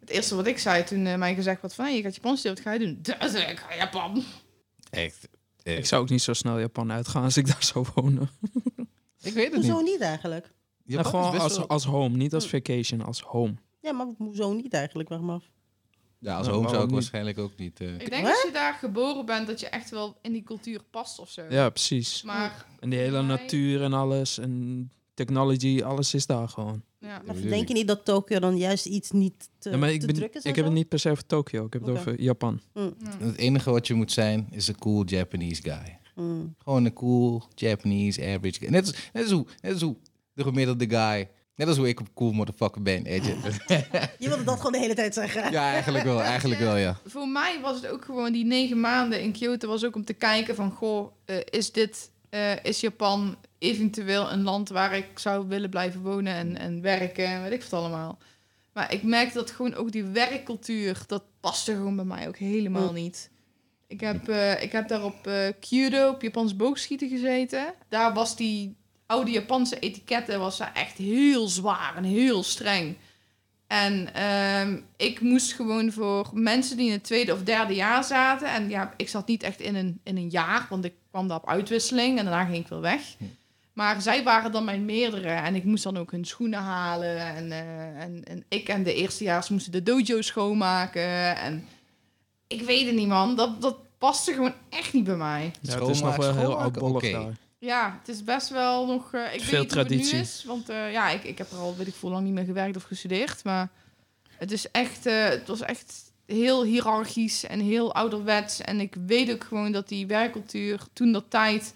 S3: Het eerste wat ik zei toen eh, mij gezegd werd van... hey, je gaat Japan studeren, wat ga je doen? Dus ik ga Japan.
S2: Echt.
S4: Ik zou ook niet zo snel Japan uitgaan als ik daar zou wonen.
S2: Ik weet het
S5: Hoezo
S2: niet.
S5: niet eigenlijk?
S4: Ja,
S2: Japan is
S4: Nou, gewoon
S2: best
S4: als,
S2: wel-
S4: als home, niet
S3: Hm.
S4: als vacation, als home.
S5: Ja, maar hoezo niet eigenlijk? Wacht maar af.
S2: Ja, als
S4: Nou,
S2: oom zou
S4: waarom
S2: ik
S4: niet?
S2: waarschijnlijk ook niet. eh,
S3: Ik denk
S5: Hè?
S3: als je daar geboren bent, dat je echt wel in die cultuur past of zo.
S4: Ja, precies.
S3: Maar
S4: En die hele
S3: Nee.
S4: natuur en alles en technology, alles is daar gewoon.
S3: ja.
S5: Maar
S2: bedoel
S5: denk
S2: ik.
S5: je niet dat Tokio dan juist iets niet te,
S4: Ja, maar ik,
S5: te
S4: ben-
S5: druk is?
S4: ik heb het niet per se over Tokio, ik heb
S5: Oké.
S4: het over Japan.
S2: Het enige wat je moet zijn is een cool Japanese guy.
S5: Hmm.
S2: Gewoon een cool Japanese average guy. Net als, net als, hoe, net als hoe de gemiddelde guy. Net als hoe ik een cool motherfucker ben,
S4: <laughs>
S2: Edge.
S5: Je wilde dat gewoon de hele tijd zeggen.
S2: ja, eigenlijk wel. Eigenlijk wel, ja.
S3: Voor mij was het ook gewoon die negen maanden in Kyoto... was ook om te kijken van... Goh, eh, is dit... eh, is Japan eventueel een land waar ik zou willen blijven wonen en, en werken en weet ik wat allemaal. Maar ik merkte dat gewoon ook die werkcultuur, dat paste gewoon bij mij ook helemaal niet. Ik heb, eh, ik heb daar op eh, Kyudo, op Japans boogschieten gezeten. Daar was die oude Japanse etiketten was daar echt heel zwaar en heel streng. En ehm, ik moest gewoon voor mensen die in het tweede of derde jaar zaten. En ja, ik zat niet echt in een, in een jaar, want ik kwam daar op uitwisseling en daarna ging ik wel weg. Maar zij waren dan mijn meerdere. En ik moest dan ook hun schoenen halen. En, eh, en, en ik en de eerstejaars moesten de dojo schoonmaken. En ik weet het niet, man. Dat, dat paste gewoon echt niet bij mij.
S4: Ja, het is nog wel heel oudbollig
S2: Oké.
S4: daar. <laughs>
S3: Ja, het is best wel nog... eh, ik weet
S4: Veel
S3: niet hoe het nu
S4: traditie.
S3: is. Want eh, ja, ik, ik heb er al weet ik veel lang niet meer gewerkt of gestudeerd. Maar Het, is echt, eh, het was echt heel hiërarchisch en heel ouderwets. En ik weet ook gewoon dat die werkcultuur toen dat tijd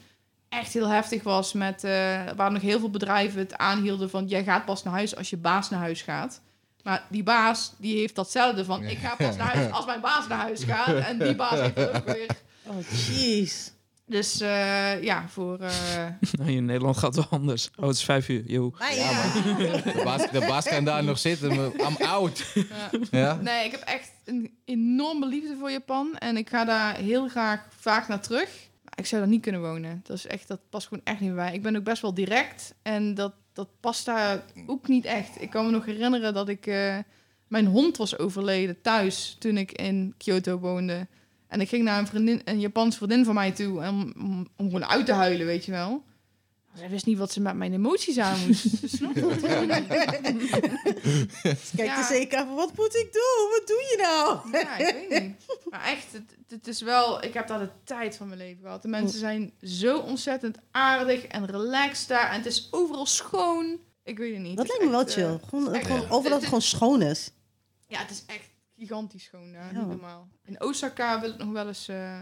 S3: echt heel heftig was. Met, eh, waar nog heel veel bedrijven het aanhielden van... jij gaat pas naar huis als je baas naar huis gaat. Maar die baas die heeft datzelfde van... ik ga pas naar huis als mijn baas naar huis gaat. En die baas heeft dat ook weer.
S5: <laughs> Oh, jeez.
S3: Dus eh, ja, voor...
S4: <laughs>
S3: eh,
S4: Nou, in Nederland gaat het wel anders. Oh, het is vijf uur. Yo.
S5: Maar
S2: Ja,
S5: ja.
S2: De baas, de baas kan daar nog zitten. maar I'm
S4: <laughs>
S2: out.
S3: ja.
S2: Ja?
S3: Nee, ik heb echt een enorme liefde voor Japan. En ik ga daar heel graag vaak naar terug. Maar ik zou daar niet kunnen wonen. Dat, is echt, dat past gewoon echt niet bij mij. Ik ben ook best wel direct. En dat, dat past daar ook niet echt. Ik kan me nog herinneren dat ik... eh, mijn hond was overleden thuis toen ik in Kyoto woonde. En ik ging naar een, vriendin, een Japans vriendin van mij toe om, om, om gewoon uit te huilen, weet je wel. Zij wist niet wat ze met mijn emoties aan moest. Ze snapte het gewoon niet.
S5: Kijk
S3: Ja.
S5: er dus zeker van, wat moet ik doen? Wat doe je nou?
S3: Oh Ja, ik weet niet. Maar echt, het, het is wel... Ik heb daar de tijd van mijn leven gehad. De mensen zijn zo ontzettend aardig en relaxed daar. En het is overal schoon. Ik weet het niet.
S5: Dat
S3: Het
S5: lijkt
S3: is
S5: me wel
S3: echt, eh,
S5: chill. Gewoon, dat
S3: echt-
S5: gewoon
S3: Ja.
S5: overal dat het gewoon schoon is.
S3: ja, het is echt gigantisch schoon daar.
S5: Ja.
S3: Niet normaal. In Osaka wil het nog wel eens eh,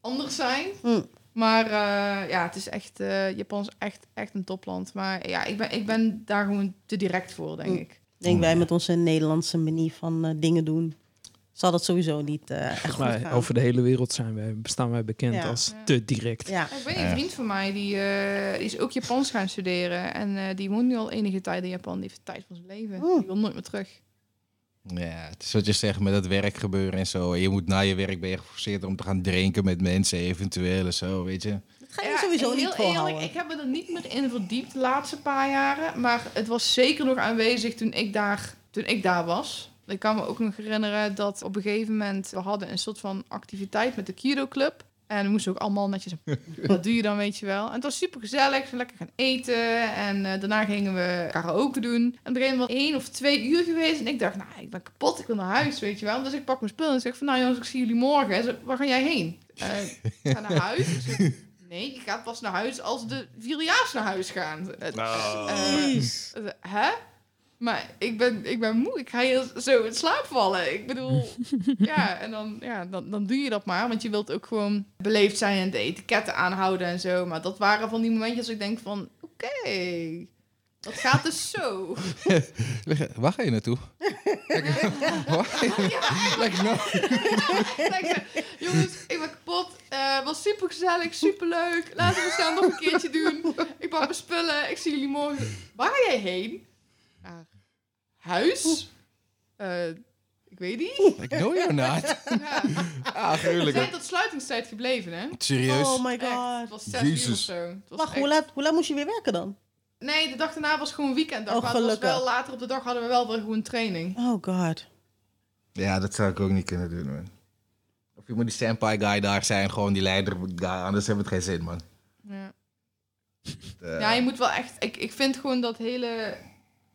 S3: anders zijn.
S5: Mm.
S3: Maar eh, ja, het is echt... eh, Japan is echt, echt een topland. Maar ja, ik ben, ik ben daar gewoon te direct voor, denk
S5: Mm.
S3: ik.
S5: Denk
S4: Oh,
S5: wij met onze Nederlandse manier van eh, dingen doen. Zal dat sowieso niet eh echt goed
S4: Maar
S5: gaan.
S4: over de hele wereld zijn wij, staan wij bekend
S5: Ja.
S4: als
S3: Ja.
S4: te direct.
S5: Ja.
S3: Ja, Ik weet niet, een vriend van mij die, eh, die is ook Japans gaan studeren. En eh, die woont nu al enige tijd in Japan. Die heeft de tijd van zijn leven.
S5: Oh.
S3: Die wil nooit meer terug.
S2: Ja, het is wat je zegt met het werk gebeuren en zo. Je moet na je werk ben je geforceerd om te gaan drinken met mensen eventueel en zo, weet je.
S5: Dat ga je sowieso
S3: heel
S5: niet volhouden.
S3: ik heb me er niet meer in verdiept de laatste paar jaren. Maar het was zeker nog aanwezig toen ik daar, toen ik daar was. Ik kan me ook nog herinneren dat op een gegeven moment... We hadden een soort van activiteit met de Kido Club. En we moesten ook allemaal netjes... Wat doe je dan, weet je wel? En het was super gezellig. We lekker gaan eten. En eh, daarna gingen we karaoke doen. En op een gegeven moment was het één of twee uur geweest. En ik dacht, nou, ik ben kapot. Ik wil naar huis, weet je wel. Dus ik pak mijn spullen en zeg van... Nou jongens, ik zie jullie morgen. En ze, waar ga jij heen? Eh, ik ga naar huis. Ik zeg, Nee, je gaat pas naar huis als de vierjaars naar huis gaan. Eh,
S1: Nou.
S3: eh,
S5: Jeez.
S3: eh, hè? Maar ik ben, ik ben moe, ik ga hier zo in slaap vallen. Ik bedoel, ja, en dan, ja, dan, dan doe je dat maar. Want je wilt ook gewoon beleefd zijn en de etiketten aanhouden en zo. Maar dat waren van die momentjes dat ik denk van, oké, dat gaat dus zo.
S2: Waar ga je
S3: <laughs>
S2: naartoe? Waar ga je- Like, no.
S3: <laughs> Lekker. Jongens, ik ben kapot. Eh was super gezellig, super leuk. Laten we het samen nog een keertje doen. Ik pak mijn spullen. Ik zie jullie morgen. Waar ga jij heen? Naar huis? Eh, ik weet niet.
S2: Like, no, you're not.
S3: Ja.
S2: Ah,
S3: We
S2: gruwelijk.
S3: zijn tot sluitingstijd gebleven, hè?
S2: Serieus?
S5: Oh my
S3: Echt,
S5: god.
S3: het was zes
S2: Jezus.
S3: uur of zo. Het was
S5: Wacht,
S3: echt-
S5: hoe laat, hoe laat moest je weer werken dan?
S3: Nee, de dag daarna was gewoon weekenddag.
S5: Oh,
S3: maar het was
S5: gelukkig.
S3: wel later op de dag hadden we wel weer gewoon training.
S5: Oh god.
S2: Ja, dat zou ik ook niet kunnen doen, man. Of je moet die senpai guy daar zijn, gewoon die leider guy, anders hebben we het geen zin, man.
S3: Ja.
S2: Eh,
S3: Ja, je moet wel echt. Ik, ik vind gewoon dat hele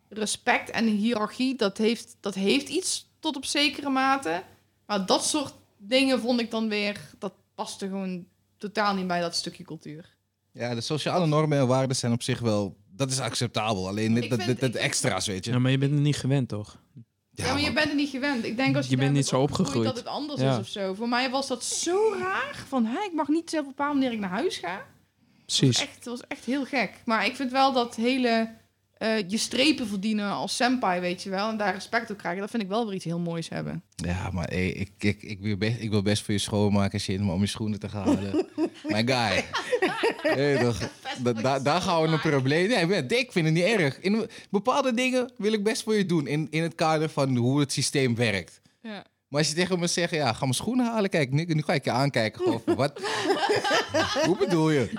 S3: respect en hiërarchie, dat heeft, dat heeft iets tot op zekere mate. Maar dat soort dingen vond ik dan weer. Dat paste gewoon totaal niet bij dat stukje cultuur.
S2: ja, de sociale normen en waarden zijn op zich wel... Dat is acceptabel, alleen dit,
S3: Ik
S2: dat,
S3: vind-
S2: dit-
S3: ik
S2: dat extra's, weet je.
S4: Ja, maar je bent het niet gewend, toch?
S3: Ja, maar je bent er niet gewend. Ik denk als je,
S4: Je bent
S3: daar
S4: niet zo opgegroeid.
S3: dat het anders
S4: Ja.
S3: is of zo. Voor mij was dat zo raar. Van, hè, ik mag niet zelf bepalen wanneer ik naar huis ga.
S4: Precies.
S3: Echt, dat was echt heel gek. Maar ik vind wel dat hele eh, je strepen verdienen als senpai, weet je wel. En daar respect op krijgen. Dat vind ik wel weer iets heel moois hebben.
S2: Ja, maar hey, ik, ik, ik, wil best, ik wil best voor je schoonmaken shit, maar om je schoenen te gaan halen. My guy. Hey, toch, da, da- daar gaan we een probleem. Nee, maar ik vind het niet erg. In bepaalde dingen wil ik best voor je doen. In, in het kader van hoe het systeem werkt.
S3: Ja.
S2: Maar als je tegen me zegt, ja, ga mijn schoenen halen. Kijk, nu, nu ga ik je aankijken. Gewoon, van, wat? hoe bedoel je?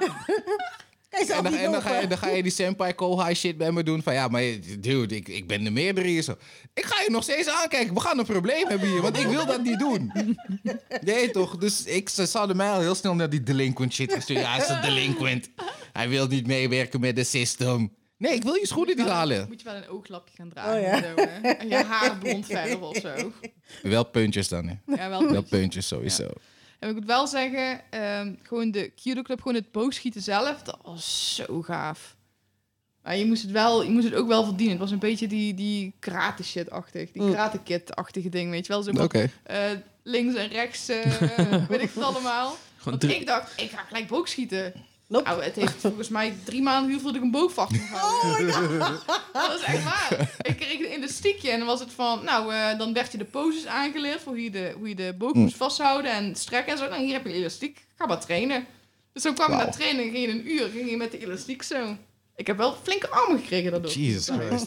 S5: Kan je zelf
S2: En dan,
S5: niet
S2: en dan, ga, je,
S5: lopen?
S2: dan ga je die senpai kohai shit bij me doen. Van ja, maar dude, ik, ik ben de meerdere hier zo. Ik ga je nog steeds aankijken. We gaan een probleem hebben hier. Want ik wil dat niet doen. Nee toch? Dus ik, ze zouden mij al heel snel naar die delinquent shit gestuurd. Ja, hij is een delinquent. Hij wil niet meewerken met de system. Nee, ik wil je schoenen niet halen.
S3: Moet je wel een ooglapje gaan dragen.
S5: Oh, ja.
S3: en zo, hè? En je haar blond verven of
S5: <laughs>
S3: zo.
S2: Wel puntjes dan, hè?
S3: Ja, wel.
S2: Wel puntjes sowieso.
S3: En ik moet wel zeggen, ehm, gewoon de Kyudo Club, gewoon het boogschieten zelf, dat was zo gaaf. Maar Maar je moest het, wel, je moest het ook wel verdienen. Het was een beetje die, die karate shit-achtig. Die
S2: Mm.
S3: karate kid-achtige ding, weet je wel. Zo
S2: Oké.
S3: van, eh, links en rechts, eh, weet ik het allemaal.
S4: Gewoon
S3: Want
S4: drie-
S3: ik dacht, ik ga gelijk boogschieten.
S5: Nope.
S3: Nou, het heeft volgens mij drie maanden geduurd voordat ik een boog vastgehouden. <laughs> Dat is echt waar. Ik kreeg een elastiekje en dan was het van... Nou, eh, dan werd je de poses aangeleerd voor hoe je de, hoe je de boog
S2: Mm.
S3: moest vasthouden en strekken en zo. Nou, hier heb je elastiek. Ga maar trainen. Dus zo kwam ik
S2: Wauw.
S3: naar trainen en ging je een uur ging je met de elastiek zo. Ik heb wel flinke armen gekregen daardoor.
S2: Jesus Christ.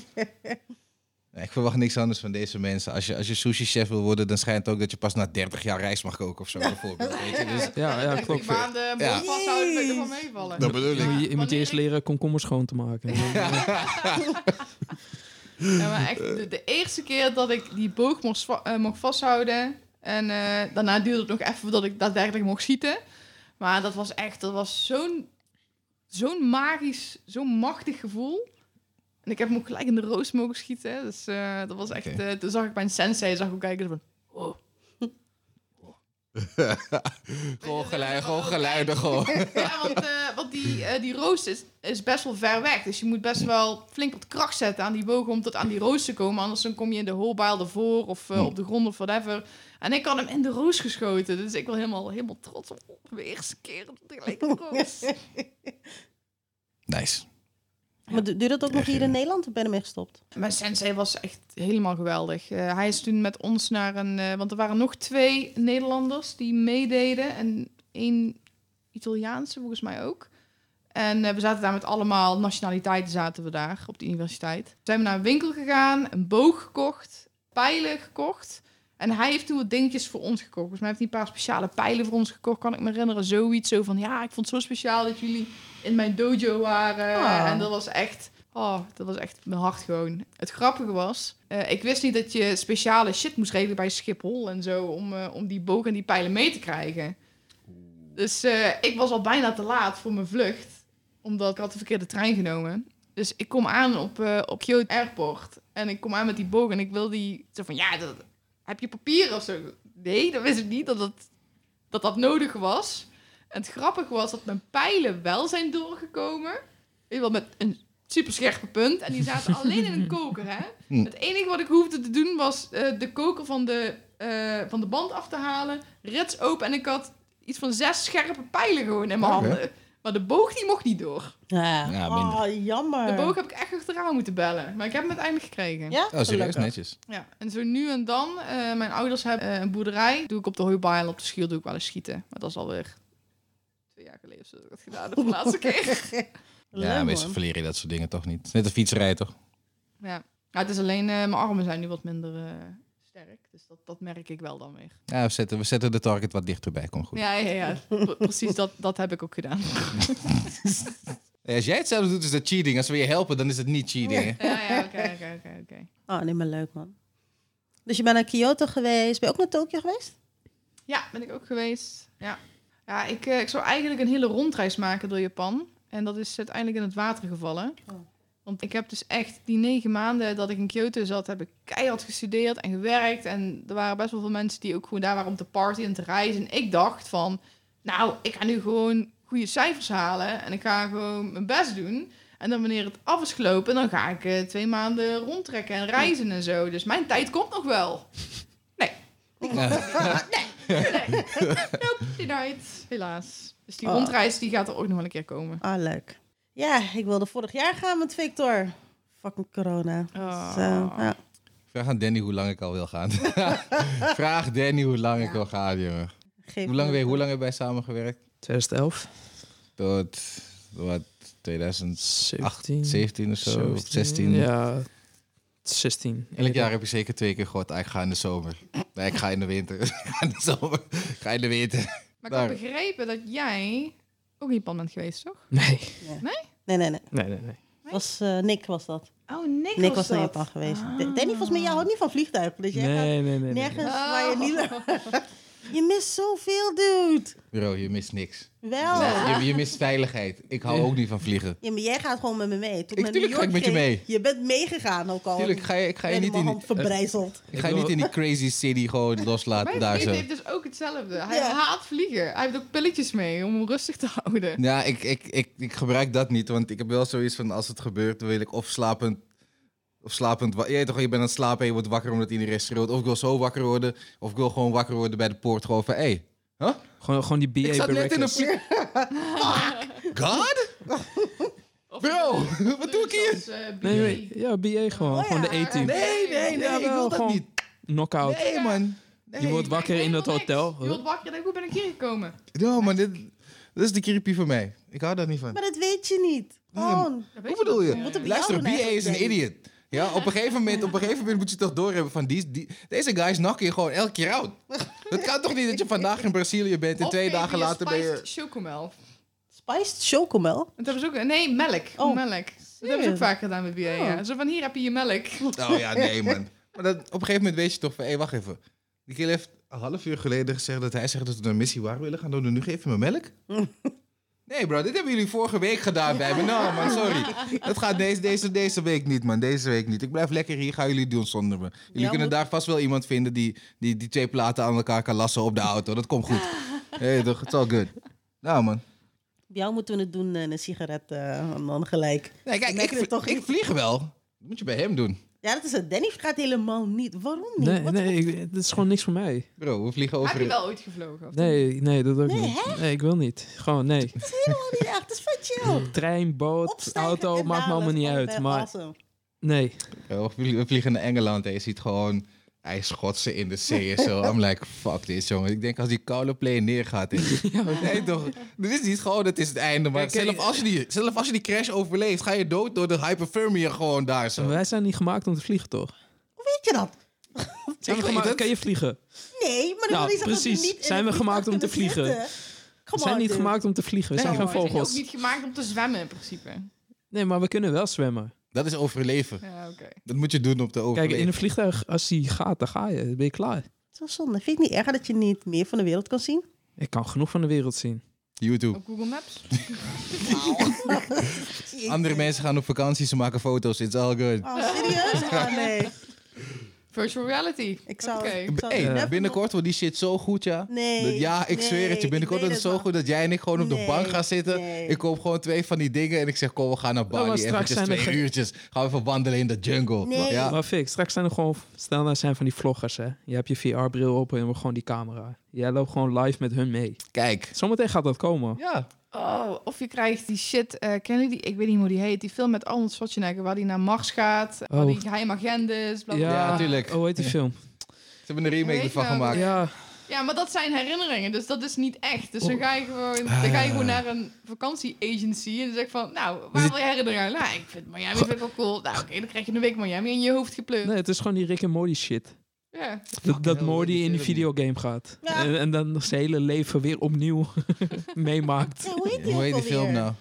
S2: Nee, ik verwacht niks anders van deze mensen. Als je, als je sushi-chef wil worden, dan schijnt ook dat je pas na 30 jaar rijst mag koken of zo. Bijvoorbeeld, weet je? Dus,
S4: Ja,
S3: <laughs>
S4: ja,
S3: Ik drie
S4: klopt. Dan
S3: maanden een
S2: Ja.
S3: boog vasthouden, ben ik ervan
S5: Jeez.
S3: meevallen.
S2: Dat bedoel ik.
S4: moet je, je moet je
S3: wanneer
S4: eerst
S3: ik-
S4: leren komkommers schoon te
S5: <laughs>
S4: maken.
S3: Ja, maar echt, de, de eerste keer dat ik die boog mocht, zwa- eh, mocht vasthouden. En eh, daarna duurde het nog even voordat ik daadwerkelijk mocht schieten. Maar dat was echt, dat was zo'n zo'n magisch, zo'n machtig gevoel. En ik heb hem ook gelijk in de roos mogen schieten. Dus eh, dat was echt,
S2: Oké.
S3: eh, toen zag ik mijn sensei, zag ik ook kijken. zo van, oh.
S2: gewoon geluiden, gewoon geluiden, gewoon.
S3: Ja, want, eh, want die, eh, die roos is, is best wel ver weg. Dus je moet best wel flink wat kracht zetten aan die bogen om tot aan die roos te komen. Anders dan kom je in de hoorbaal ervoor of eh, op de grond of whatever. En ik had hem in de roos geschoten. Dus ik was helemaal, helemaal trots op de eerste keer dat ik
S5: <laughs>
S1: <laughs>
S3: gelijk een roos.
S2: Nice.
S5: Maar du- duurt dat ook nog hier in Nederland? Ik ben ermee gestopt.
S3: Mijn sensei was echt helemaal geweldig. Eh, hij is toen met ons naar een... eh, want er waren nog twee Nederlanders die meededen. En één Italiaanse volgens mij ook. En eh, we zaten daar met allemaal nationaliteiten zaten we daar op de universiteit. Zijn we naar een winkel gegaan, een boog gekocht, pijlen gekocht. En hij heeft toen wat dingetjes voor ons gekocht. Volgens mij heeft hij een paar speciale pijlen voor ons gekocht, kan ik me herinneren. Zoiets zo van, ja, ik vond het zo speciaal dat jullie in mijn dojo waren.
S5: Ah.
S3: En dat was echt... Oh, dat was echt mijn hart gewoon. Het grappige was, eh, ik wist niet dat je speciale shit moest regelen bij Schiphol en zo om, eh, om die boog en die pijlen mee te krijgen. Dus eh, ik was al bijna te laat voor mijn vlucht, omdat ik had de verkeerde trein genomen. Dus ik kom aan op, eh, op Kyoto Airport en ik kom aan met die boog en ik wil die... Zo van, ja, dat, heb je papier of zo? Nee, dat wist ik niet, dat dat, dat, dat nodig was. En het grappige was dat mijn pijlen wel zijn doorgekomen. Weet je wel, met een super scherpe punt. En die zaten alleen
S2: <laughs>
S3: in een koker, hè?
S2: Hm.
S3: Het enige wat ik hoefde te doen was eh, de koker van de, eh, van de band af te halen, rits open en ik had iets van zes scherpe pijlen gewoon in mijn
S2: Oké.
S3: handen. Maar de boog die mocht niet door.
S5: Ja,
S2: Ja,
S5: Ah, jammer.
S1: Oh.
S3: De boog heb ik echt achteraan moeten bellen. Maar ik heb hem uiteindelijk gekregen.
S5: Ja,
S2: Oh, serieus?
S5: gelukkig.
S2: Netjes.
S3: Ja, en zo nu en dan, eh, mijn ouders hebben eh, een boerderij. Doe ik op de hooibaai en op de schiel doe ik wel eens schieten. Maar dat is alweer twee jaar geleden of zo dat ik dat gedaan heb, de laatste keer.
S2: Ja,
S5: Leuk,
S2: meestal
S5: man.
S2: verleren je dat soort dingen toch niet. Net een fietsrij, toch?
S3: Ja. ja, het is alleen, eh, mijn armen zijn nu wat minder eh, sterk. Dus dat, dat merk ik wel dan weer.
S2: Ja, we zetten, we zetten de target wat dichterbij. Kom goed.
S3: Ja, ja, ja. Pre- precies dat, dat heb ik ook gedaan.
S2: Hey, Als jij het zelf doet, is dat cheating. Als we je helpen, dan is het niet cheating. hè?
S3: Ja, ja, oké, oké, oké, oké.
S5: Oh, nee, maar leuk, man. Dus je bent naar Kyoto geweest. Ben je ook naar Tokio geweest?
S3: Ja, ben ik ook geweest. Ja, ja ik, eh, ik zou eigenlijk een hele rondreis maken door Japan. En dat is uiteindelijk in het water gevallen.
S5: Oh.
S3: Want ik heb dus echt die negen maanden dat ik in Kyoto zat, heb ik keihard gestudeerd en gewerkt. En er waren best wel veel mensen die ook gewoon daar waren om te partyen en te reizen. En ik dacht van, nou, ik ga nu gewoon goede cijfers halen. En ik ga gewoon mijn best doen. En dan wanneer het af is gelopen, dan ga ik eh, twee maanden rondtrekken en reizen en zo. Dus mijn tijd komt nog wel.
S5: <laughs>
S2: Ja.
S3: Nee. nope, denied. Helaas. Dus die
S5: Ah.
S3: rondreis die gaat er ook nog wel een keer komen.
S5: Ah, leuk. Ja, ik wilde vorig jaar gaan met Victor. Fucking corona.
S3: Ah.
S5: Dus, eh, ja.
S2: Vraag aan Danny hoe lang ik al wil gaan. <laughs> Vraag Danny hoe lang ik wil gaan, jongen.
S5: Geef
S2: Hoe lang,
S5: me-
S2: weer, hoe lang heb jij samengewerkt?
S4: 2011,
S2: Tot wat, 2017
S4: 17,
S2: of zo? Of 16?
S4: 17, Ja, 16.
S2: Elk jaar heb je zeker twee keer gehoord, ah, ik ga in de zomer. Nee, ik ga in de winter. <laughs> ik ga in de zomer. Ik ga in de winter.
S3: Maar ik
S2: Daar.
S3: heb begrepen dat jij ook in Japan bent geweest, toch?
S4: Nee, <laughs>
S5: Nee, nee, nee.
S4: nee, nee. nee.
S5: Was, eh, Nick was dat.
S3: Oh, Nick,
S5: Nick was naar Japan geweest.
S3: Ah.
S5: De- Danny, volgens mij, jij houdt niet van vliegtuigen. Dus jij gaat
S4: Nee, nee, nee, nee. nee.
S5: nergens
S3: Oh.
S5: waar je niet... Je mist zoveel, dude.
S2: Bro, je mist niks.
S5: Wel.
S2: Je, je <laughs> mist veiligheid. Ik hou ook niet van vliegen.
S5: Ja, maar jij gaat gewoon met me mee. Toen
S2: Ik-
S5: naar
S2: tuurlijk
S5: New
S2: ga ik
S5: York
S2: met je
S5: ging, Je bent meegegaan ook al.
S2: Tuurlijk, ga je, ik ga je niet in die,
S5: hand verbrijzeld.
S2: <laughs> ik ga je niet in die crazy city gewoon loslaten
S3: Mijn
S2: daar
S3: vriend
S2: zo.
S3: heeft dus ook hetzelfde. Hij
S5: Ja.
S3: haat vliegen. Hij heeft ook pilletjes mee om hem rustig te houden.
S2: Ja, ik, ik, ik, ik gebruik dat niet, want ik heb wel zoiets van als het gebeurt, dan wil ik of slapend. Of slapend. wa- Je, weet toch, je bent aan het slapen en je wordt wakker omdat iedereen schreeuwt. Of ik wil zo wakker worden, of ik wil gewoon wakker worden bij de poort. Gewoon van hé. Hey,
S4: Gewoon, gewoon die BA
S2: ik zat net in een. Ah!
S4: Barrackers.
S2: <laughs> Fuck, God?
S3: Of-
S2: Bro, <laughs> wat doe ik hier?
S3: Zoals, eh,
S4: Nee,
S3: BB.
S4: nee, ja, BA gewoon.
S5: Oh,
S4: Gewoon
S5: ja.
S4: de E-team.
S2: Nee, nee, nee, ik wil
S4: Jawel,
S2: dat
S4: gewoon-
S2: niet.
S4: Knockout.
S2: Nee, man. Nee.
S4: Je wordt wakker in dat
S3: Helemaal niks.
S4: hotel.
S3: Je wordt wakker en denkt, hoe ben ik hier gekomen?
S2: No, man, dit, dit is de creepy van mij. Ik hou daar niet van.
S5: Maar dat weet je niet. Oh,
S2: Nee,
S5: Gewoon.
S3: Dat weet
S2: Hoe bedoel je?
S3: niet.
S5: Moet op-
S2: Luister,
S5: jou
S2: BA
S5: doen
S2: is een
S5: eigenlijk,
S2: idiot. Ja, op een gegeven moment, op een gegeven moment moet je toch doorhebben van die, die, deze guys knocken je gewoon elke keer out. Het kan toch niet dat je vandaag in Brazilië bent en
S3: Of
S2: twee
S3: geef
S2: dagen
S3: je
S2: later ben je...
S3: spiced chocomel.
S5: Spiced chocomel.
S3: Dat hebben ze ook... Nee, melk.
S5: Oh.
S3: Melk. Dat hebben ze ook vaak gedaan met BA, ja. Zo van, hier heb je je melk.
S2: Oh ja, nee man. Maar dat, op een gegeven moment weet je toch van, hé, wacht even. Die kill heeft een half uur geleden gezegd dat hij zegt dat we een missie waar willen gaan doen en nu geef je me
S5: <laughs>
S2: melk? Nee bro, dit hebben jullie vorige week gedaan bij me. Nou man, sorry. Dat gaat deze, deze, deze week niet man, deze week niet. Ik blijf lekker hier, gaan jullie doen zonder me. Jullie
S5: Ja,
S2: kunnen
S5: moet-
S2: daar vast wel iemand vinden die, die die twee platen aan elkaar kan lassen op de auto. Dat komt
S5: <laughs>
S2: goed. Hé toch, it's all good. Nou man.
S5: Bij jou moeten we het doen, eh, een sigaret eh, en dan gelijk.
S2: Nee, kijk,
S5: Merk
S2: ik,
S5: je het
S2: vlie-
S5: toch
S2: ik
S5: niet?
S2: vlieg wel. Dat moet je bij hem doen.
S5: Ja, dat is het. Danny gaat helemaal niet. Waarom niet?
S4: Nee,
S5: Wat-
S4: nee, ik- dat is gewoon niks voor mij.
S2: Bro, we vliegen over...
S3: Heb je wel ooit gevlogen? of
S4: Nee, nee, dat ook
S5: Nee,
S4: niet. Nee, ik wil niet. Gewoon, nee.
S5: Het is helemaal niet echt. Het is vet chill.
S4: Trein, boot,
S5: Opstijgen
S4: auto,
S5: en
S4: maakt me
S5: dalen,
S4: allemaal niet
S5: gewoon, eh,
S4: uit. Maar
S5: awesome.
S4: nee,
S2: Ja, we vlie- we vliegen naar Engeland en je ziet gewoon ijsschotsen in de zee
S5: <laughs>
S2: en zo. I'm like, fuck dit, jongen. Ik denk als die koude play neergaat...
S5: <laughs>
S2: is- Nee, toch? Dit is niet gewoon, dat is het einde. Maar
S4: Kijk,
S2: zelf,
S4: kijk,
S2: als je die, zelf als je die crash overleeft, ga je dood door de hypothermia gewoon daar zo.
S4: wij zijn niet gemaakt om te vliegen, toch?
S5: Weet je dat?
S4: Zijn we
S2: weet
S4: gemaakt,
S2: het.
S4: kan je vliegen?
S5: Nee, maar dat
S4: Nou,
S5: wil niet zeggen dat we
S4: precies.
S5: niet in het
S4: Zijn we
S5: vliegtuig
S4: gemaakt om te
S5: kunnen
S4: vliegen?
S5: zitten.
S4: We
S5: Come
S4: zijn
S5: on,
S4: niet
S5: dude.
S4: gemaakt om te vliegen, we zijn
S2: Nee,
S4: geen
S3: Oh, je bent ook
S4: vogels.
S3: niet gemaakt om te zwemmen in principe.
S4: Nee, maar we kunnen wel zwemmen.
S2: Dat is overleven.
S3: Ja, oké.
S2: Dat moet je doen op de
S4: Kijk,
S2: overleven.
S4: in een vliegtuig, als die gaat, dan ga je. Dan ben je klaar.
S5: Zo zonde. Vind ik niet erg dat je niet meer van de wereld kan zien?
S4: Ik kan genoeg van de wereld zien.
S2: YouTube.
S3: Op Google Maps?
S2: Andere mensen gaan op vakantie, ze maken foto's. It's all good.
S5: Oh, serieus?
S1: Ah,
S5: Oh, nee.
S3: Virtual reality.
S5: Ik zou...
S3: Oké.
S5: ik zou
S2: Hey,
S5: never-
S2: binnenkort wordt die shit zo goed, ja.
S5: Nee.
S2: Dat- ja, ik
S5: nee,
S2: zweer het je. Binnenkort
S5: ik
S2: is
S5: weet
S2: het zo
S5: wel.
S2: goed dat jij en ik gewoon op de
S5: Nee,
S2: bank gaan zitten.
S5: nee.
S2: Ik koop gewoon twee van die dingen en ik zeg, kom, we gaan naar
S4: Oh, maar
S2: Bali.
S4: straks
S2: Eventjes
S4: zijn er
S2: twee
S4: geen-
S2: uurtjes. Gaan we even wandelen in de jungle.
S5: Nee.
S2: Ja.
S4: Maar fik, straks zijn er gewoon, stel nou zijn van die vloggers, hè. Je hebt je VR-bril op en gewoon die camera. Jij loopt gewoon live met hun mee.
S2: Kijk.
S4: Zometeen gaat dat komen.
S2: Ja.
S3: Oh, of je krijgt die shit. eh kennen jullie die? Ik weet niet hoe die heet. Die film met Arnold Schwarzenegger. Waar die naar Mars gaat. Waar
S4: Oh.
S3: die geheim agent is. Bla bla.
S2: Ja,
S3: bla.
S2: tuurlijk.
S4: Oh, heet die film?
S2: Ze hebben een remake
S3: Weet
S2: ervan
S3: je-
S2: gemaakt.
S4: Ja,
S3: Ja, maar dat zijn herinneringen. Dus dat is niet echt. Dus dan
S4: Oh.
S3: ga je gewoon,
S2: Ah,
S3: dan ga je gewoon naar een vakantieagency. En zeg van, nou, waar wil je herinneringen? Nou, ik vind Miami vind ik wel cool. Nou, oké, dan krijg je een week Miami in je hoofd gepleurd.
S4: nee, het is gewoon die Rick en Morty shit.
S3: Ja.
S4: Dat, dat
S2: hell,
S4: Morty
S2: ik weet
S4: in die
S2: het niet.
S4: videogame gaat.
S5: Ja.
S4: En, en dan zijn hele leven weer opnieuw <laughs> meemaakt.
S5: Ja, hoe heet die,
S2: Hoe
S5: ook
S2: heet die
S5: alweer?
S2: film nou?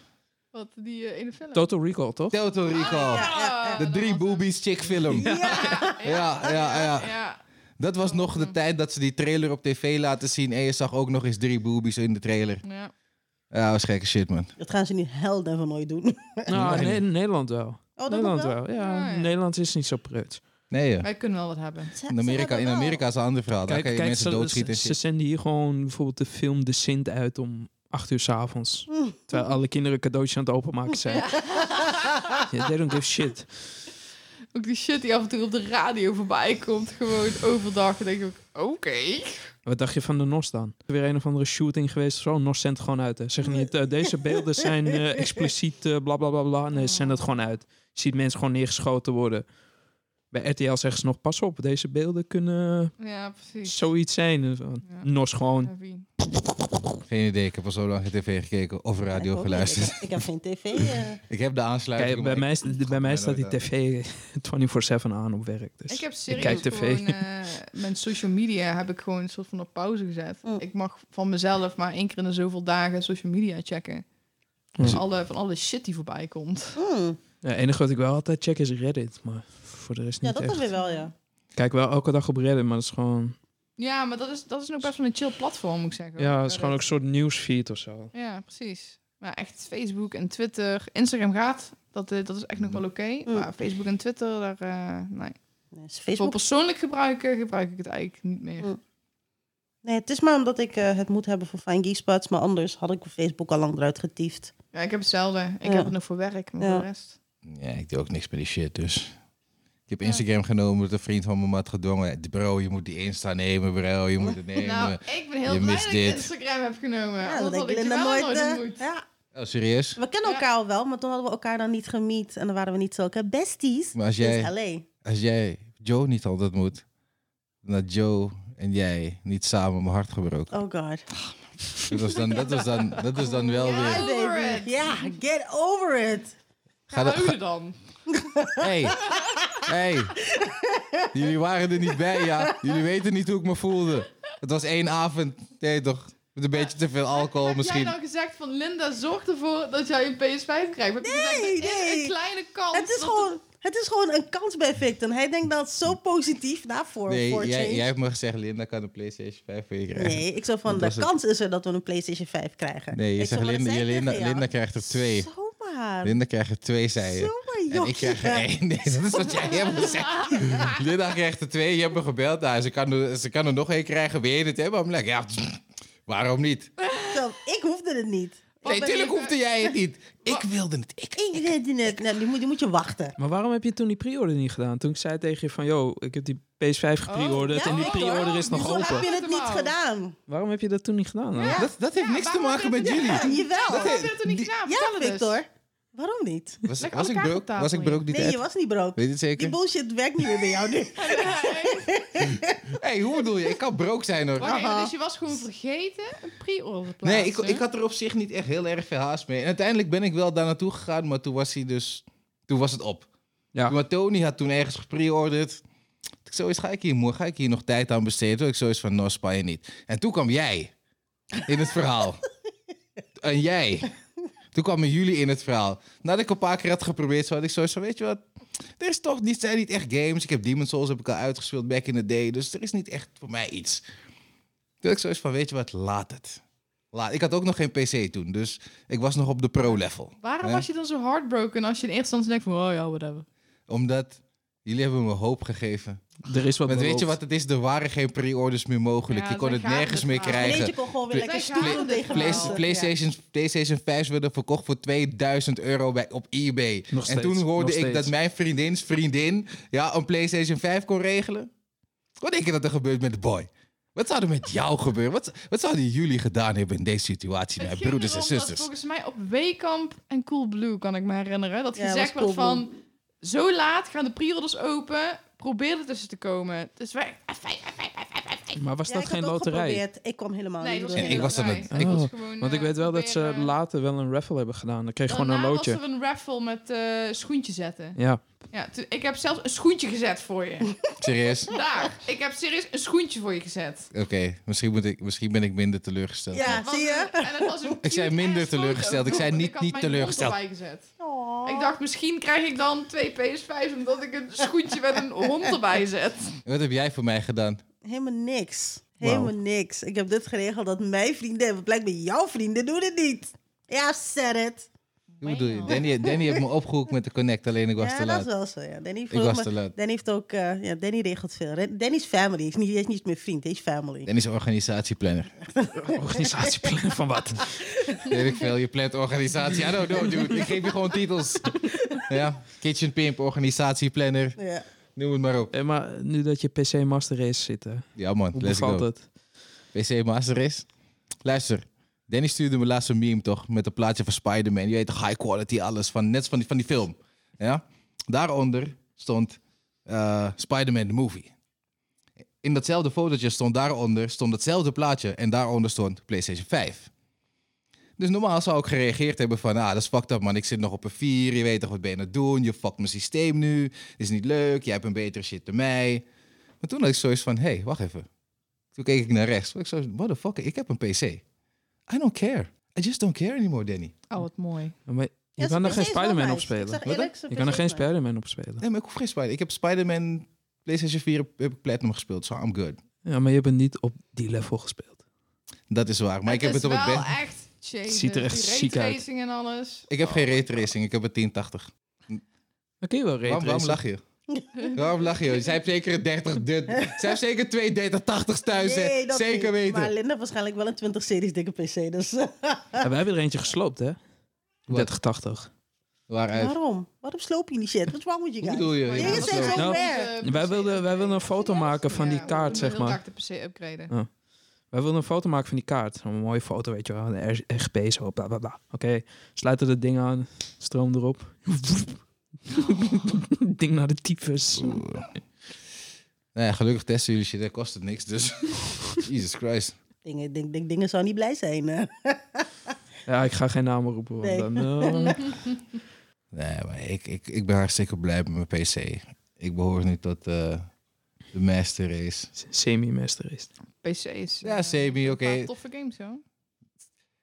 S3: Wat die eh, ene film. Ah,
S4: Total Recall, toch?
S2: Total Recall.
S5: Ah, ja.
S2: De drie boobies chick film. Ja.
S3: Ja,
S2: Ja, ja,
S3: ja.
S2: Dat was nog de tijd dat ze die trailer op tv laten zien. En je zag ook nog eens drie boobies in de trailer.
S3: ja.
S2: Ja, dat was gekke shit, man.
S5: Dat gaan ze niet helden van nooit
S1: Oh,
S5: doen.
S4: Nou,
S2: Nee.
S4: nee, Nederland wel.
S5: Oh, dat
S4: Nederland
S5: nog wel? Ah,
S4: wel, ja.
S3: Ja, ja.
S4: Nederland is niet zo preuts.
S2: Nee, ja.
S3: Wij kunnen wel wat hebben.
S5: Ze- ze
S2: In Amerika,
S5: hebben
S2: in
S5: wel.
S2: Amerika is een ander verhaal. Daar kan je mensen
S4: ze,
S2: doodschieten en
S4: ze
S2: shit.
S4: zenden hier gewoon bijvoorbeeld de film De Sint uit om acht uur s'avonds.
S5: Mm.
S4: Terwijl alle kinderen cadeautjes aan het openmaken
S5: <laughs>
S4: zijn. Yeah, they don't give shit.
S3: Ook die shit die af en toe op de radio voorbij komt. Gewoon overdag. Dan denk ik, oké.
S4: Wat dacht je van de NOS dan? Er is weer een of andere shooting geweest. Zo, NOS zendt gewoon uit. Hè. Zeg niet, eh, deze beelden zijn eh, expliciet eh, bla bla bla bla. Nee, ze zenden het gewoon uit. Je ziet mensen gewoon neergeschoten worden. Bij RTL zeggen ze nog, pas op, deze beelden kunnen
S3: Ja, precies.
S4: zoiets zijn. En zo.
S3: Ja.
S4: NOS gewoon.
S3: Heavy.
S2: Geen idee, ik heb al zo lang geen tv gekeken of
S5: Ik
S2: radio
S5: ook
S2: geluisterd. <laughs>
S5: niet. Ik heb, ik heb geen tv. eh.
S2: Ik heb de aansluiting.
S4: Kijk, bij
S2: maar
S4: mij,
S2: ik-
S4: is- bij mij staat die
S2: nooit aan.
S4: tv <laughs> 24-7 aan op werk. Dus.
S3: Ik heb
S4: Ik
S3: serieus
S4: kijk tv.
S3: gewoon eh, mijn social media heb ik gewoon een soort van op pauze gezet.
S5: Mm.
S3: Ik mag van mezelf maar één keer in de zoveel dagen social media checken.
S4: Ja.
S3: Van alle, van alle shit die voorbij komt.
S1: Hmm.
S5: Mm.
S4: Ja, het enige wat ik wel altijd check is Reddit. Maar voor de rest
S5: Ja,
S4: niet
S5: dat
S4: echt.
S5: dan weer wel, ja.
S4: Ik Kijk wel elke dag op Reddit, maar dat is gewoon...
S3: Ja, maar dat is, dat is nog best wel een chill platform, moet ik zeggen.
S4: Ja, het is gewoon ook een soort nieuwsfeed of zo.
S3: Ja, precies. Maar echt Facebook en Twitter, Instagram gaat, dat, eh, dat is echt nog wel oké.
S5: Mm.
S3: Maar Facebook en Twitter, daar, eh, nee.
S5: Nee, is
S3: Voor
S5: Facebook.
S3: persoonlijk gebruiken gebruik ik het eigenlijk niet meer.
S5: Mm.
S1: Nee, het is maar omdat ik eh, het moet hebben voor Fine Geek Spots. Maar anders had ik Facebook al lang eruit getiefd.
S3: Ja, ik heb hetzelfde. Ik
S1: Ja.
S3: heb het nog voor werk, maar
S1: Ja.
S3: voor de rest.
S2: Ja, ik doe ook niks met die shit, dus... Ik heb Instagram genomen, omdat een vriend van me me had gedwongen. Bro, je moet die Insta nemen, bro, je moet het nemen.
S3: <laughs> Nou, ik ben heel
S2: je
S3: blij
S2: mist
S3: dat ik
S2: dit.
S3: Instagram heb genomen.
S1: Ja,
S3: anders had ik je
S1: Linda
S3: wel nooit
S1: eh,
S3: ontmoet.
S1: ja.
S2: Oh, serieus?
S1: We kennen
S3: Ja.
S1: elkaar al wel, maar toen hadden we elkaar dan niet gemiet. En dan waren we niet zulke besties.
S2: Maar als
S1: Dus
S2: jij,
S1: LA.
S2: als jij Joe niet altijd moet, dan had Joe en jij niet samen mijn hart gebroken.
S1: Oh god.
S2: Dat, was dan, dat, was dan, dat is dan wel
S3: Ja.
S2: weer...
S1: Hi,
S3: Over
S1: baby.
S3: it.
S1: Ja, get over it.
S2: Ga de-
S3: Ga <laughs>
S2: Oh, ga-
S3: huilen dan.
S2: Hey. Hey. Jullie waren er niet bij, ja. Jullie weten niet hoe ik me voelde. Het was één avond, nee toch? Met een beetje te veel
S3: <laughs>
S2: alcohol
S3: Heb
S2: misschien.
S3: jij nou gezegd van Linda, zorg ervoor dat jij een PS5 krijgt? Maar
S1: Nee,
S3: nee, er is
S1: nee.
S3: een kleine kans.
S1: Het Oh, is,
S3: dat
S1: gewoon, het is gewoon een kans bij Victor. Hij denkt dat zo positief na voor voor
S2: Nee, jij,
S1: change.
S2: jij hebt me gezegd, Linda kan een PlayStation 5 voor je krijgen.
S1: Nee, ik zou van,
S2: Dat
S1: de
S2: was het.
S1: kans is er dat we een PlayStation 5 krijgen.
S2: Nee, je
S1: Ik
S2: zegt
S1: zou van,
S2: Linda,
S1: dat
S2: je
S1: zei ik
S2: Linda,
S1: tegen jou.
S2: Linda krijgt er twee.
S1: Zomaar.
S2: Linda krijgt er twee, zei je.
S1: Zomaar,
S2: En ik
S1: jochie.
S2: krijg er één. <laughs> Nee, dat is wat jij hebt gezegd.
S1: <laughs>
S2: Linda krijgt er twee. Je hebt me gebeld. Nou, ze, kan er, ze kan er nog één krijgen. Wil je dit hebben? I'm like, ja, pff, waarom niet?
S1: Zo, ik hoefde het niet.
S2: Nee, tuurlijk hoefde jij het niet. Ik wilde het. Ik,
S1: Ik weet het niet. Nou, die, moet, die moet je wachten.
S4: Maar waarom heb je toen die pre-order niet gedaan? Toen ik zei tegen je van, yo, ik heb die PS5 gepreorderd
S1: Oh, ja,
S4: en die
S1: ik
S4: pre-order
S3: ook.
S4: is nog
S1: Zo
S3: Hopen.
S1: heb
S4: open.
S1: je het niet gedaan.
S4: Waarom heb je dat toen niet gedaan? dan?
S2: Dat, dat heeft niks te maken met jullie.
S1: Jawel.
S3: Waarom heb je dat toen niet gedaan?
S1: Ja,
S3: Vertel Nou, het dus. <laughs>
S1: Victor. Waarom niet?
S2: Was,
S3: Lekker
S2: was,
S3: aan
S2: ik
S3: elkaar
S2: broek,
S3: getafeld,
S2: was ik broek niet
S1: Nee, je
S2: echt?
S1: was niet brood.
S2: Weet je het
S1: Die
S2: zeker?
S1: bullshit werkt niet meer bij jou nu.
S2: Hé, hey, hoe bedoel je? Ik kan broek zijn hoor.
S3: Wacht even,
S1: Aha.
S3: dus je was gewoon vergeten een pre-order te plaatsen?
S2: Nee, ik, ik had er op zich niet echt heel erg veel haast mee. En uiteindelijk ben ik wel daar naartoe gegaan, maar toen was hij dus... Toen was het op.
S4: Ja.
S2: Maar Tony had toen ergens gepreorderd. Ik zo eens, ga ik hier, mo- ga ik hier nog tijd aan besteden? Toen ik zo eens van, no, spa je niet. En toen kwam jij in het verhaal. en jij. Toen kwamen jullie in het verhaal. Nadat ik een paar keer had geprobeerd, zo had ik zoiets van, weet je wat? Er is toch niet, zijn niet echt games. Ik heb Demon's Souls heb ik al uitgespeeld back in the day. Dus er is niet echt voor mij iets. Toen had ik zoiets van, weet je wat? Laat het. Laat. Ik had ook nog geen PC toen, dus ik was nog op de pro-level.
S3: Waarom
S2: hè?
S3: was je dan zo heartbroken als je in eerste instantie denkt van, oh ja, whatever.
S2: Omdat jullie hebben me hoop gegeven.
S4: Er is wat
S2: Want weet je
S4: beloofd.
S2: wat het is? Er waren geen pre-orders meer mogelijk.
S3: Ja,
S2: je kon
S3: zij
S2: het
S3: gaven
S2: nergens
S3: het
S2: meer
S3: aan.
S1: Eentje
S2: <laughs> krijgen.
S1: kon gewoon weer
S2: Play-
S1: lekker stoer doen
S3: Play-
S1: tegen
S3: Play-
S1: mensen.
S3: Ja.
S2: PlayStation, PlayStation 5 werden verkocht voor 2000 euro bij, op eBay.
S4: Nog
S2: en toen
S4: steeds,
S2: hoorde
S4: nog
S2: ik dat
S4: steeds.
S2: mijn vriendins vriendin ja, een PlayStation 5 kon regelen. Wat denk je dat er gebeurt met de boy? Wat zou er met jou gebeuren? Wat, wat zouden jullie gedaan hebben in deze situatie, mijn
S3: Het ging
S2: broeders en
S3: erom dat
S2: zusters?
S3: Volgens mij op Weekamp en Coolblue kan ik me herinneren. Dat
S1: Ja,
S3: gezegd
S1: dat was
S3: wordt van, zo laat gaan de pre-orders open, probeer er tussen te komen. Dus wij,
S4: Maar was
S1: Ja,
S4: dat
S1: ik had
S4: geen
S1: ook
S4: loterij?
S1: geprobeerd. Ik kwam helemaal
S3: Nee,
S1: niet
S3: dat was
S1: door.
S2: En ik was er
S3: loterij.
S2: met-
S3: Het
S4: ik
S3: was
S4: was-
S3: gewoon,
S4: Oh. Want ik
S3: eh,
S4: weet wel dat ze
S3: proberen-
S4: later wel een raffle hebben gedaan. Dan kreeg je gewoon een
S3: Daarna
S1: nou,
S4: loodje.
S3: was er een raffle met eh, schoentje zetten.
S4: Ja,
S3: Ja, toen- ik heb zelfs een schoentje gezet voor
S1: <laughs>
S3: je.
S2: Serieus?
S3: Daar. Ik heb serieus een schoentje voor je gezet.
S2: Oké, misschien, moet ik- misschien ben ik minder teleurgesteld.
S1: Ja,
S3: Was
S1: zie je?
S3: een- en het was een
S2: <laughs> Ik zei
S3: cute-ass
S2: minder
S3: foto
S2: teleurgesteld. Ik
S3: ook,
S2: zei
S3: want
S2: niet-
S3: had
S2: niet
S3: mijn mond
S2: teleurgesteld.
S3: erbij gezet.
S1: Oh.
S3: Ik dacht, misschien krijg ik dan twee PS5 omdat ik een schoentje met een hond erbij zet.
S2: Wat heb jij voor mij gedaan?
S1: Helemaal niks.
S4: Wauw.
S1: Helemaal niks. Ik heb dit geregeld dat mijn vrienden, want blijkbaar jouw vrienden doen het niet. Ja, said it.
S2: Hoe bedoel je? Danny, Danny heeft me opgehoekt met de connect, alleen ik was
S1: ja,
S2: te
S1: dat
S2: laat.
S1: is wel zo. Ja. Danny,
S2: Ik
S1: vroeg
S2: was
S1: me-
S2: te laat.
S1: Danny heeft ook, eh, ja, Danny regelt veel. Re- Danny is family. Hij is niet, hij is niet meer vriend, hij is family.
S2: Danny is een organisatieplanner.
S4: organisatieplan van
S1: <laughs>
S4: wat?
S2: Weet ik veel, je plant organisatie. I don't know, dude. Ik geef je gewoon titels.
S1: <laughs>
S2: Ja, kitchen pimp, organisatieplanner,
S1: Ja.
S2: noem het maar op.
S4: Eh, maar nu dat je PC Master Race zit, hè,
S2: Ja man,
S4: hoe
S2: let's go.
S4: bevalt het?
S2: PC Master Race. Luister, Danny stuurde me laatst een meme toch, met een plaatje van Spider-Man. Je weet toch, high quality alles, van, net als van die, van die film. Ja? Daaronder stond eh, Spider-Man the movie. In datzelfde fotootje stond daaronder, stond hetzelfde plaatje en daaronder stond PlayStation 5. Dus normaal zou ik gereageerd hebben van, ah, dat is fucked up man, ik zit nog op een 4, je weet toch, wat ben je aan het doen, je fuckt mijn systeem nu, is niet leuk, jij hebt een betere shit dan mij. Maar toen had ik zoiets van, hé, hey, wacht even. Toen keek ik naar rechts. Ik zo, what the fuck, ik heb een PC. I don't care. I just don't care anymore, Danny.
S3: Oh, wat mooi.
S4: Maar je
S1: Ja,
S4: kan er
S1: zijn
S4: geen
S1: PC is wel
S4: Spider-Man
S1: nice. Ik
S4: op
S1: zag
S4: spelen.
S2: Wat dan?
S1: eerlijk, zijn
S4: Je kan er
S1: PC
S4: geen
S1: is nice.
S4: Spider-Man op spelen.
S2: Nee, maar ik hoef geen Spider. Ik heb Spider-Man PlayStation 4 op- heb ik Platinum gespeeld, so I'm good.
S4: Ja, maar je hebt het niet op die level gespeeld.
S2: Dat is waar, maar ik heb
S3: is
S2: het op het
S3: wel
S2: best.
S3: echt shaded.
S4: Ziet er echt
S3: Die
S4: ziek uit.
S3: raytracing en alles.
S2: Ik heb geen raytracing, ik heb een 1080.
S4: Dan kun je
S2: Waarom,
S4: wel
S2: waarom
S4: raytracen.
S2: lach je? Waarom lach je? joh? Zij heeft zeker een 30 dut. Zij heeft zeker twee 30 80's thuis. hè?
S1: dat
S2: zeker
S1: niet.
S2: weten.
S1: Maar Linda heeft waarschijnlijk wel een 20 series dikke PC. Dus eh,
S4: Ja, we hebben er eentje gesloopt, hè? 3080.
S2: Waaruit?
S1: waarom? Waarom sloop je die shit? What's wrong with you guys?
S2: Hoe bedoel je?
S1: Dingen
S2: Ja,
S1: zijn
S2: zo.
S1: zo
S4: Nou,
S3: eh,
S1: ver.
S4: Wij wilden, wij wilden een foto maken van die kaart, zeg maar.
S3: Ik de PC upgraden.
S4: Wij wilden een foto maken van die kaart. Zo'n mooie foto, weet je wel. Een R- RGB zo, bla bla bla. Oké, sluiten dat ding aan. Stroom erop. <laughs> ding naar de tyfus.
S2: Nou ja, gelukkig testen jullie shit. Dat kost het niks, dus... <laughs> Jesus Christ.
S1: Dingen, ding, ding, dingen zou niet blij zijn. eh.
S4: Ja, ik ga geen namen roepen. Want
S1: Nee.
S4: dan, eh, <laughs>
S2: Nee, maar ik, ik, ik ben hartstikke blij met mijn PC. Ik behoor nu tot eh, de master race.
S4: Semi-master is. het.
S3: PC is...
S2: Ja,
S3: eh,
S2: semi,
S3: een
S2: oké.
S3: paar Toffe games, hoor.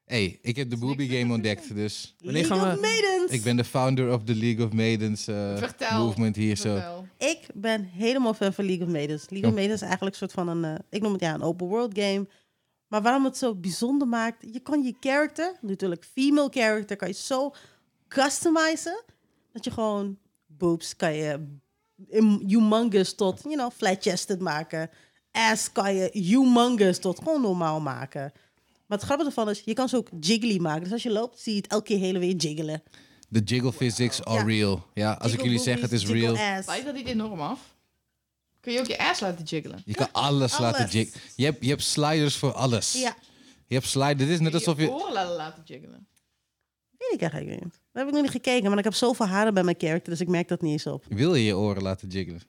S2: hey, ik heb de Booby Game ontdekt, dus...
S4: Wanneer
S1: League
S4: gaan
S1: of Maidens.
S2: Ik ben de founder of the League of Maidens eh,
S3: Vertel.
S2: movement hier zo.
S3: Wel.
S1: Ik ben helemaal fan van League of Maidens. League of
S2: Oh.
S1: Maidens is eigenlijk een soort van een, eh, ik noem het ja, een open world game. Maar waarom het zo bijzonder maakt, je kan je character, natuurlijk female character, kan je zo customizen dat je gewoon boobs kan je im- humongous tot, you know, flat-chested maken. Ass kan je humongous tot gewoon normaal maken. Maar het grappige ervan is, je kan ze ook jiggly maken. Dus als je loopt, zie je het elke keer hele weer jiggelen.
S2: De jiggle physics are
S1: Ja.
S2: real. Ja, als ik
S1: Jiggle
S2: jullie zeg, het
S1: boobies,
S2: is
S1: jiggle
S2: real.
S1: ass.
S3: Lijkt dat niet enorm af? Kun je ook je ass laten jiggelen?
S2: Je kan alles, laten
S1: alles.
S2: jiggelen. Je hebt, je hebt sliders voor alles.
S1: Ja,
S2: Je hebt sliders. Dit is net
S3: Kun
S2: alsof je...
S3: oren laten- laten jiggelen?
S1: Weet ik eigenlijk niet. Daar heb ik nog niet gekeken, maar ik heb zoveel haren bij mijn character, dus ik merk dat niet eens op.
S2: Wil je je oren laten jiggelen?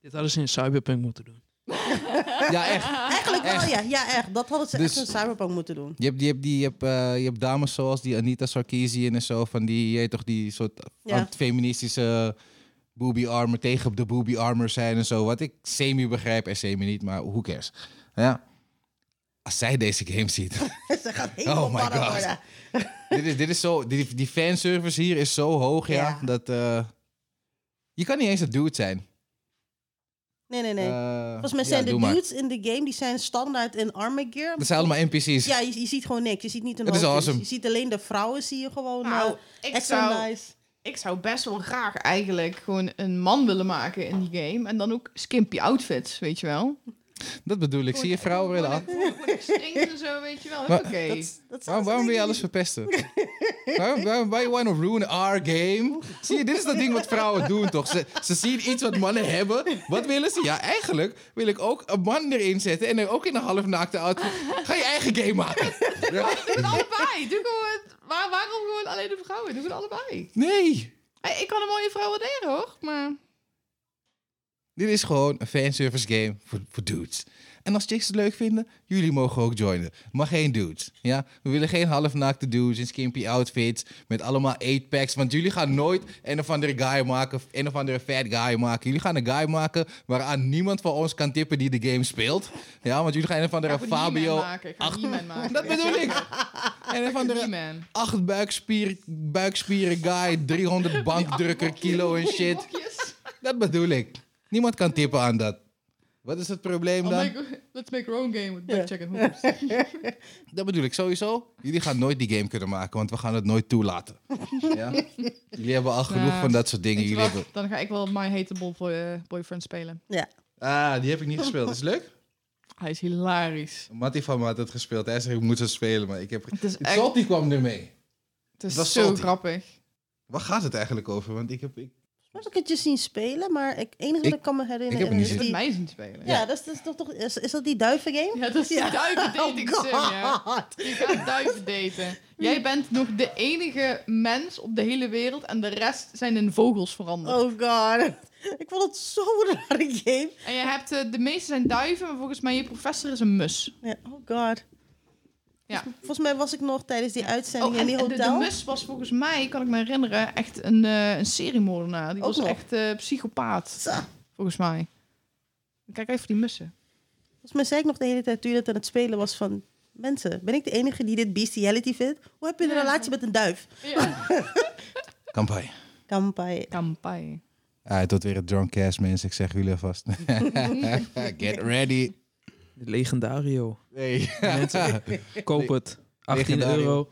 S4: Dit hadden ze in Cyberpunk moeten doen.
S2: Ja, echt.
S1: Eigenlijk wel, ja. Ja, echt. Dat hadden ze
S2: Dus-
S1: echt in Cyberpunk moeten doen. <laughs>
S2: Je hebt, je, hebt die, je, hebt, eh, je hebt dames zoals die Anita Sarkeesian en zo. Van die, je weet toch, die soort
S1: Ja.
S2: ant- feministische booby armor tegen op de booby armor zijn en zo. Wat ik semi begrijp en semi niet, maar who cares. Ja. Als zij deze game ziet. <laughs>
S1: ze gaat helemaal
S2: Oh my
S1: barren
S2: God.
S1: worden.
S2: dit is, dit is zo, die, die fanservice hier is zo hoog, ja.
S1: Ja.
S2: Dat, eh, je kan niet eens een dude zijn.
S1: Nee, nee, nee.
S2: Eh,
S1: Volgens mij
S2: ja,
S1: zijn
S2: doe
S1: de
S2: maar.
S1: dudes in de game, die zijn standaard in armor gear.
S2: Dat zijn allemaal NPC's.
S1: Ja, je, je ziet gewoon niks. Je ziet niet een
S2: Dat is
S1: hoofd.
S2: awesome.
S1: Je ziet alleen de vrouwen, zie je gewoon.
S3: Nou,
S1: eh,
S3: ik
S1: echt
S3: zou...
S1: zo nice.
S3: Ik zou best wel graag eigenlijk gewoon een man willen maken in die game. En dan ook skimpy outfits, weet je wel.
S2: Dat bedoel ik. Zie je vrouwen willen aan.
S3: Gewoon- gewoon- gewoon strings en zo, weet je wel.
S2: Maar-
S3: Oké.
S1: Dat zou
S2: Waarom, waarom wil je alles verpesten? waarom, waarom why you want to ruin our game? Zie je, dit is dat ding wat vrouwen doen, toch? Ze, ze zien iets wat mannen hebben. Wat willen ze? Ja, eigenlijk wil ik ook een man erin zetten en er ook in een halfnaakte outfit. Ga je eigen game maken. Ja.
S3: Doe het allebei. Doe gewoon... Waar, waarom gewoon alleen de vrouwen? Doe het allebei.
S2: Nee.
S3: Hey, ik kan een mooie vrouw waarderen, hoor. Maar...
S2: Dit is gewoon een fanservice game voor, voor dudes. En als chicks het leuk vinden, jullie mogen ook joinen. Maar geen dudes. Ja? We willen geen halfnaakte dudes in skimpy outfits met allemaal 8-packs. Want jullie gaan nooit een of andere guy maken, een of andere fat guy maken. Jullie gaan een guy maken waaraan niemand van ons kan tippen die de game speelt. Ja, want jullie gaan een of andere
S3: Ik ga gewoon He-Man
S2: Fabio...
S3: maken. Ik ga He-Man maken.
S2: Dat bedoel ik! En een of andere
S3: He-Man.
S2: acht buikspier, buikspieren guy, 300 bankdrukker kilo en shit.
S3: Blokjes.
S2: Dat bedoel ik. Niemand kan tippen aan dat. Wat is het probleem
S3: Oh
S2: dan?
S3: my God, Let's make our own game with
S1: Ja.
S3: yeah. check and hoops.
S2: Dat bedoel ik sowieso. Jullie gaan nooit die game kunnen maken, want we gaan het nooit toelaten. <laughs> Ja? Jullie hebben al genoeg
S3: Nou,
S2: van dat soort dingen.
S3: Weet je
S2: Jullie
S3: wat?
S2: hebben...
S3: Dan ga ik wel My Hateable Boy- eh, Boyfriend spelen.
S1: Ja.
S2: Ah, die heb ik niet gespeeld. Is het leuk?
S3: Hij is hilarisch.
S2: Mattie van me had het gespeeld. Hij zei, ik moet ze spelen, maar ik heb...
S3: Het is echt...
S2: Salty kwam ermee.
S3: Het is
S2: dat is
S3: zo
S2: salty.
S3: grappig.
S2: Waar gaat het eigenlijk over? Want ik heb... Ik...
S1: Heb ik het je zien spelen, maar ik, het enige
S2: Ik-
S1: dat ik kan me
S2: ik
S1: herinneren
S2: heb het niet
S1: is
S3: Met
S1: die...
S3: mij zien spelen.
S1: Ja, dat is, dat is toch... toch is, is dat die duiven game?
S3: Ja, dat is
S1: Ja. Oh,
S3: die duiven dating sim, ja.
S1: <laughs> God.
S3: Je gaat duiven daten. Jij bent nog de enige mens op de hele wereld en de rest zijn in vogels veranderd.
S1: Oh god. Ik vond het zo'n rare game.
S3: En je hebt, eh, de meeste zijn duiven, maar volgens mij je professor is een mus.
S1: Ja, oh god.
S3: Ja.
S1: Volgens mij was ik nog tijdens die uitzending in
S3: Oh, en
S1: die
S3: de, de
S1: hotel.
S3: mus was volgens mij, kan ik me herinneren, echt een, eh een seriemoordenaar. Die
S1: Ook
S3: was
S1: nog.
S3: echt eh, psychopaat,
S1: Oh, Zo.
S3: volgens mij. Kijk even die mussen.
S1: Volgens mij zei ik nog de hele tijd toen je dat aan het spelen was van... Mensen, ben ik de enige die dit bestiality vindt? Hoe heb je een
S3: Ja.
S1: relatie met een duif?
S3: Ja.
S2: Kampai.
S1: Kampai.
S3: Kampai.
S2: Ah, het wordt weer een drunk ass, mensen. Ik zeg jullie alvast. <laughs> Get ready.
S4: De Legendario.
S2: Nee.
S1: <laughs>
S4: Mensen. Koop het. 18
S2: Legendario.
S4: euro.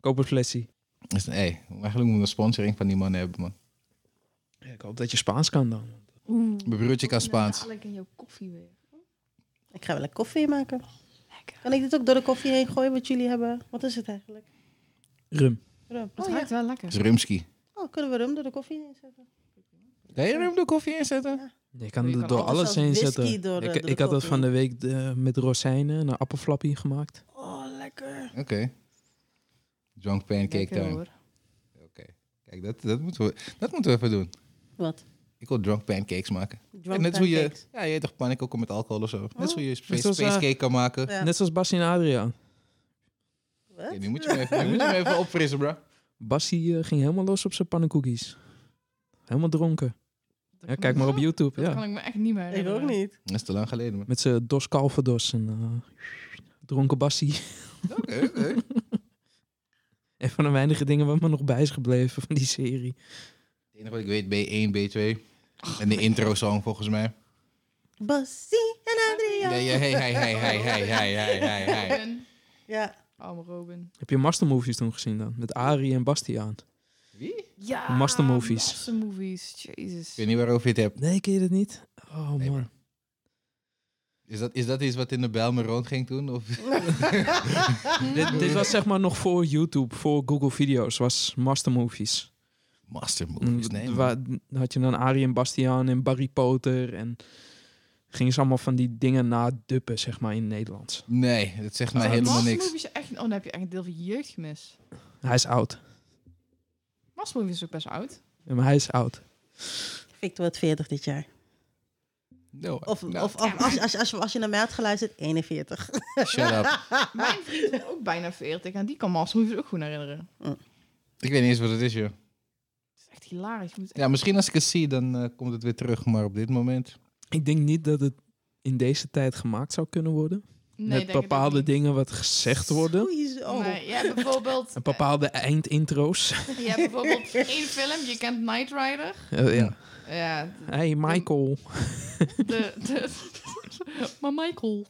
S4: Koop een flesje.
S2: Dus, hey, eigenlijk moeten we een sponsoring van die man hebben, man.
S4: Ja, ik hoop dat je Spaans kan dan.
S2: Mijn broertje kan Spaans.
S6: Ik in jouw koffie weer.
S1: Ik ga wel een koffie maken.
S6: Lekker.
S1: Kan ik dit ook door de koffie heen gooien wat jullie hebben? Wat is het eigenlijk?
S4: Rum.
S1: Rum.
S6: Het
S1: Oh, ja.
S6: ruikt wel
S2: Dat
S6: lekker.
S2: is rumski.
S1: oh, kunnen we rum door de koffie heen zetten?
S2: Kan je rum de koffie inzetten?
S4: Je kan
S3: Je
S4: er
S3: kan
S4: door
S3: altijd
S4: alles
S1: zelfs
S4: heen
S1: whisky
S4: zetten.
S1: door de-
S4: ik
S1: door de
S4: ik had dat
S1: koffie.
S4: van de week eh, met rozijnen en een appelflappie gemaakt.
S1: Oh, lekker.
S2: Oké. Drunk pancake
S6: Lekker
S2: time.
S6: hoor.
S2: Oké. Kijk, dat, dat, moeten we, dat moeten we even doen.
S1: Wat?
S2: Ik wil drunk pancakes maken.
S1: Drunk
S2: Net hoe je,
S1: pancakes.
S2: ja, je eet toch pannenkoeken met alcohol of zo. Net
S1: Oh.
S2: zoals je
S4: Net
S2: space,
S4: zoals,
S2: space
S4: eh,
S2: cake kan maken.
S1: Ja.
S4: Net zoals Bassie en Adriaan.
S1: Wat?
S2: Oké, nu moet je hem even, nu moet je hem even opfrissen, bro.
S4: Bassie eh, ging helemaal los op zijn pannenkoekjes. Helemaal dronken.
S3: Dat
S4: Ja,
S3: kan
S4: kijk
S3: ik
S4: maar
S3: me
S4: op
S3: zo-
S4: YouTube.
S3: <laughs> Dat
S4: Ja.
S3: kan ik me echt niet meer
S1: Ik
S3: herinneren.
S1: ook niet.
S2: Dat is te lang geleden, man.
S4: Met zijn Dos Calvados en eh, dronken <laughs> Bassie.
S2: Oké, oké.
S4: En van de weinige dingen wat me nog bij is gebleven van die serie.
S2: Het enige wat ik weet, B1, B2. En de intro-song volgens mij.
S1: Bassie en Adriaan.
S2: Ja, ja, hey, hey, hey, hey, hey, hey, hey, hey, hey.
S3: Robin.
S1: Ja.
S3: Arme Robin.
S4: Heb je Master Movies toen gezien dan? Met Ari en Bastiaan.
S2: Wie?
S3: Ja,
S4: Master Movies.
S3: Master Movies, jezus.
S2: Ik weet niet waarover je het hebt.
S4: Nee, ken je dat niet? Oh
S2: Nee,
S4: man.
S2: Is dat, is dat iets wat in de Bijlmer rond ging toen? Of?
S4: Dit, dit was zeg maar nog voor YouTube, voor Google Video's, was Master Movies.
S2: Master movies,
S4: Mm,
S2: nee. man.
S4: Waar had je dan Ari en Bastiaan en Barry Potter en gingen ze allemaal van die dingen naduppen, zeg maar, in het Nederlands.
S2: Nee, dat zegt mij
S4: Ah,
S2: helemaal
S3: Master
S2: niks.
S3: Movies echt... Oh, dan heb je echt een deel van je jeugd gemist.
S4: Hij is oud.
S3: Master Movies is ook best oud.
S4: Ja, maar hij is oud.
S1: Victor wordt 40 dit jaar.
S2: No,
S1: Of,
S2: nou,
S1: of, of als, als, als, als je naar mij had geluisterd, 41.
S2: <laughs> Shut up.
S3: Mijn vriend is ook bijna 40 en die kan Master Movies ook goed herinneren.
S2: Ik weet niet eens wat het is, joh.
S3: Het is echt hilarisch. Je moet echt...
S2: Ja, misschien als ik het zie, dan eh, komt het weer terug. Maar op dit moment...
S4: Ik denk niet dat het in deze tijd gemaakt zou kunnen worden.
S3: denk
S4: Met
S3: het ook
S4: bepaalde
S3: niet.
S4: dingen wat gezegd worden.
S2: Oh.
S1: Sowieso.
S3: Nee, je hebt bijvoorbeeld...
S4: En bepaalde eindintro's. <laughs>
S3: Je hebt bijvoorbeeld één film, je kent Knight Rider.
S4: Eh, ja.
S3: Ja,
S4: Hey Michael.
S3: de... de- maar Michael.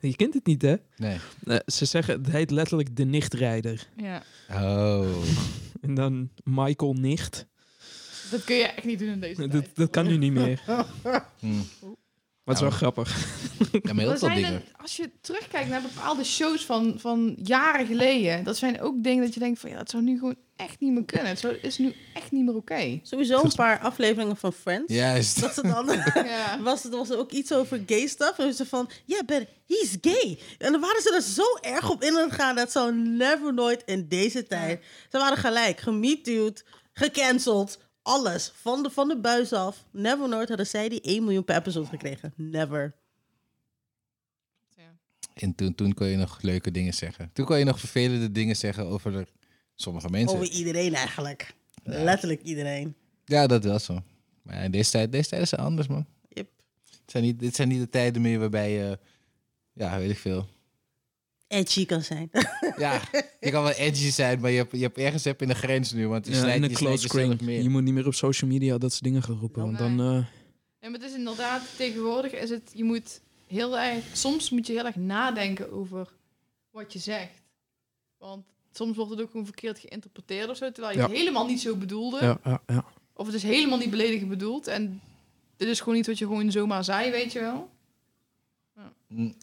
S4: Je kent het niet, hè?
S2: Nee.
S4: Eh, ze zeggen, het heet letterlijk de nichtrijder.
S3: Ja,
S2: Oh.
S4: En dan Michael nicht.
S3: dat kun je echt niet doen in deze tijd.
S4: Dat, dat kan nu niet
S3: <laughs>
S4: meer.
S2: Hm.
S4: Wat is wel
S2: Nou.
S4: grappig.
S2: Ja,
S3: <laughs>
S2: maar heel
S3: Er
S2: veel
S3: zijn
S2: dingen.
S3: een- als je terugkijkt naar bepaalde shows van, van jaren geleden, dat zijn ook dingen dat je denkt van ja, dat zou nu gewoon echt niet meer kunnen. Het zou- is nu echt niet meer oké.
S1: Sowieso een paar afleveringen van Friends.
S2: Juist.
S1: Dat ze dan...
S3: Ja.
S1: <laughs> Was het was er ook iets over gay stuff? En ze van, ja, Ben, he's gay. En dan waren ze er zo erg op in gegaan. Dat zou never nooit in deze tijd. Ze waren gelijk, gemietduwd, gecanceld. Alles. Van de, van de buis af. Never nooit hadden zij die 1 miljoen per episode gekregen. Never.
S2: En toen, toen kon je nog leuke dingen zeggen. Toen kon je nog vervelende dingen zeggen over de- sommige mensen.
S3: Oh,
S1: Over iedereen eigenlijk. Letterlijk iedereen.
S2: Ja, dat was zo. Maar in deze tijd, deze tijden zijn anders, man.
S1: Yep.
S2: Het zijn niet, dit zijn niet de tijden meer waarbij je... Ja, weet ik veel.
S1: Edgy kan zijn.
S2: Ja, je kan wel edgy zijn, maar je hebt, je hebt ergens heb in de grens nu. Want je
S4: Ja,
S2: snijdt
S4: in een
S2: je snijdt
S4: close
S2: jezelf
S4: screen. Je
S2: meer.
S4: moet niet meer op social media dat soort dingen gaan roepen. Want dan... eh,
S3: En het is inderdaad, tegenwoordig is het, je moet heel erg, soms moet je heel erg nadenken over wat je zegt. Want soms wordt het ook gewoon verkeerd geïnterpreteerd of zo, terwijl je
S4: Ja.
S3: het helemaal niet zo bedoelde.
S4: eh, ja, ja, ja.
S3: Of het is helemaal niet beledigend bedoeld en dit is gewoon niet wat je gewoon zomaar zei, weet je wel.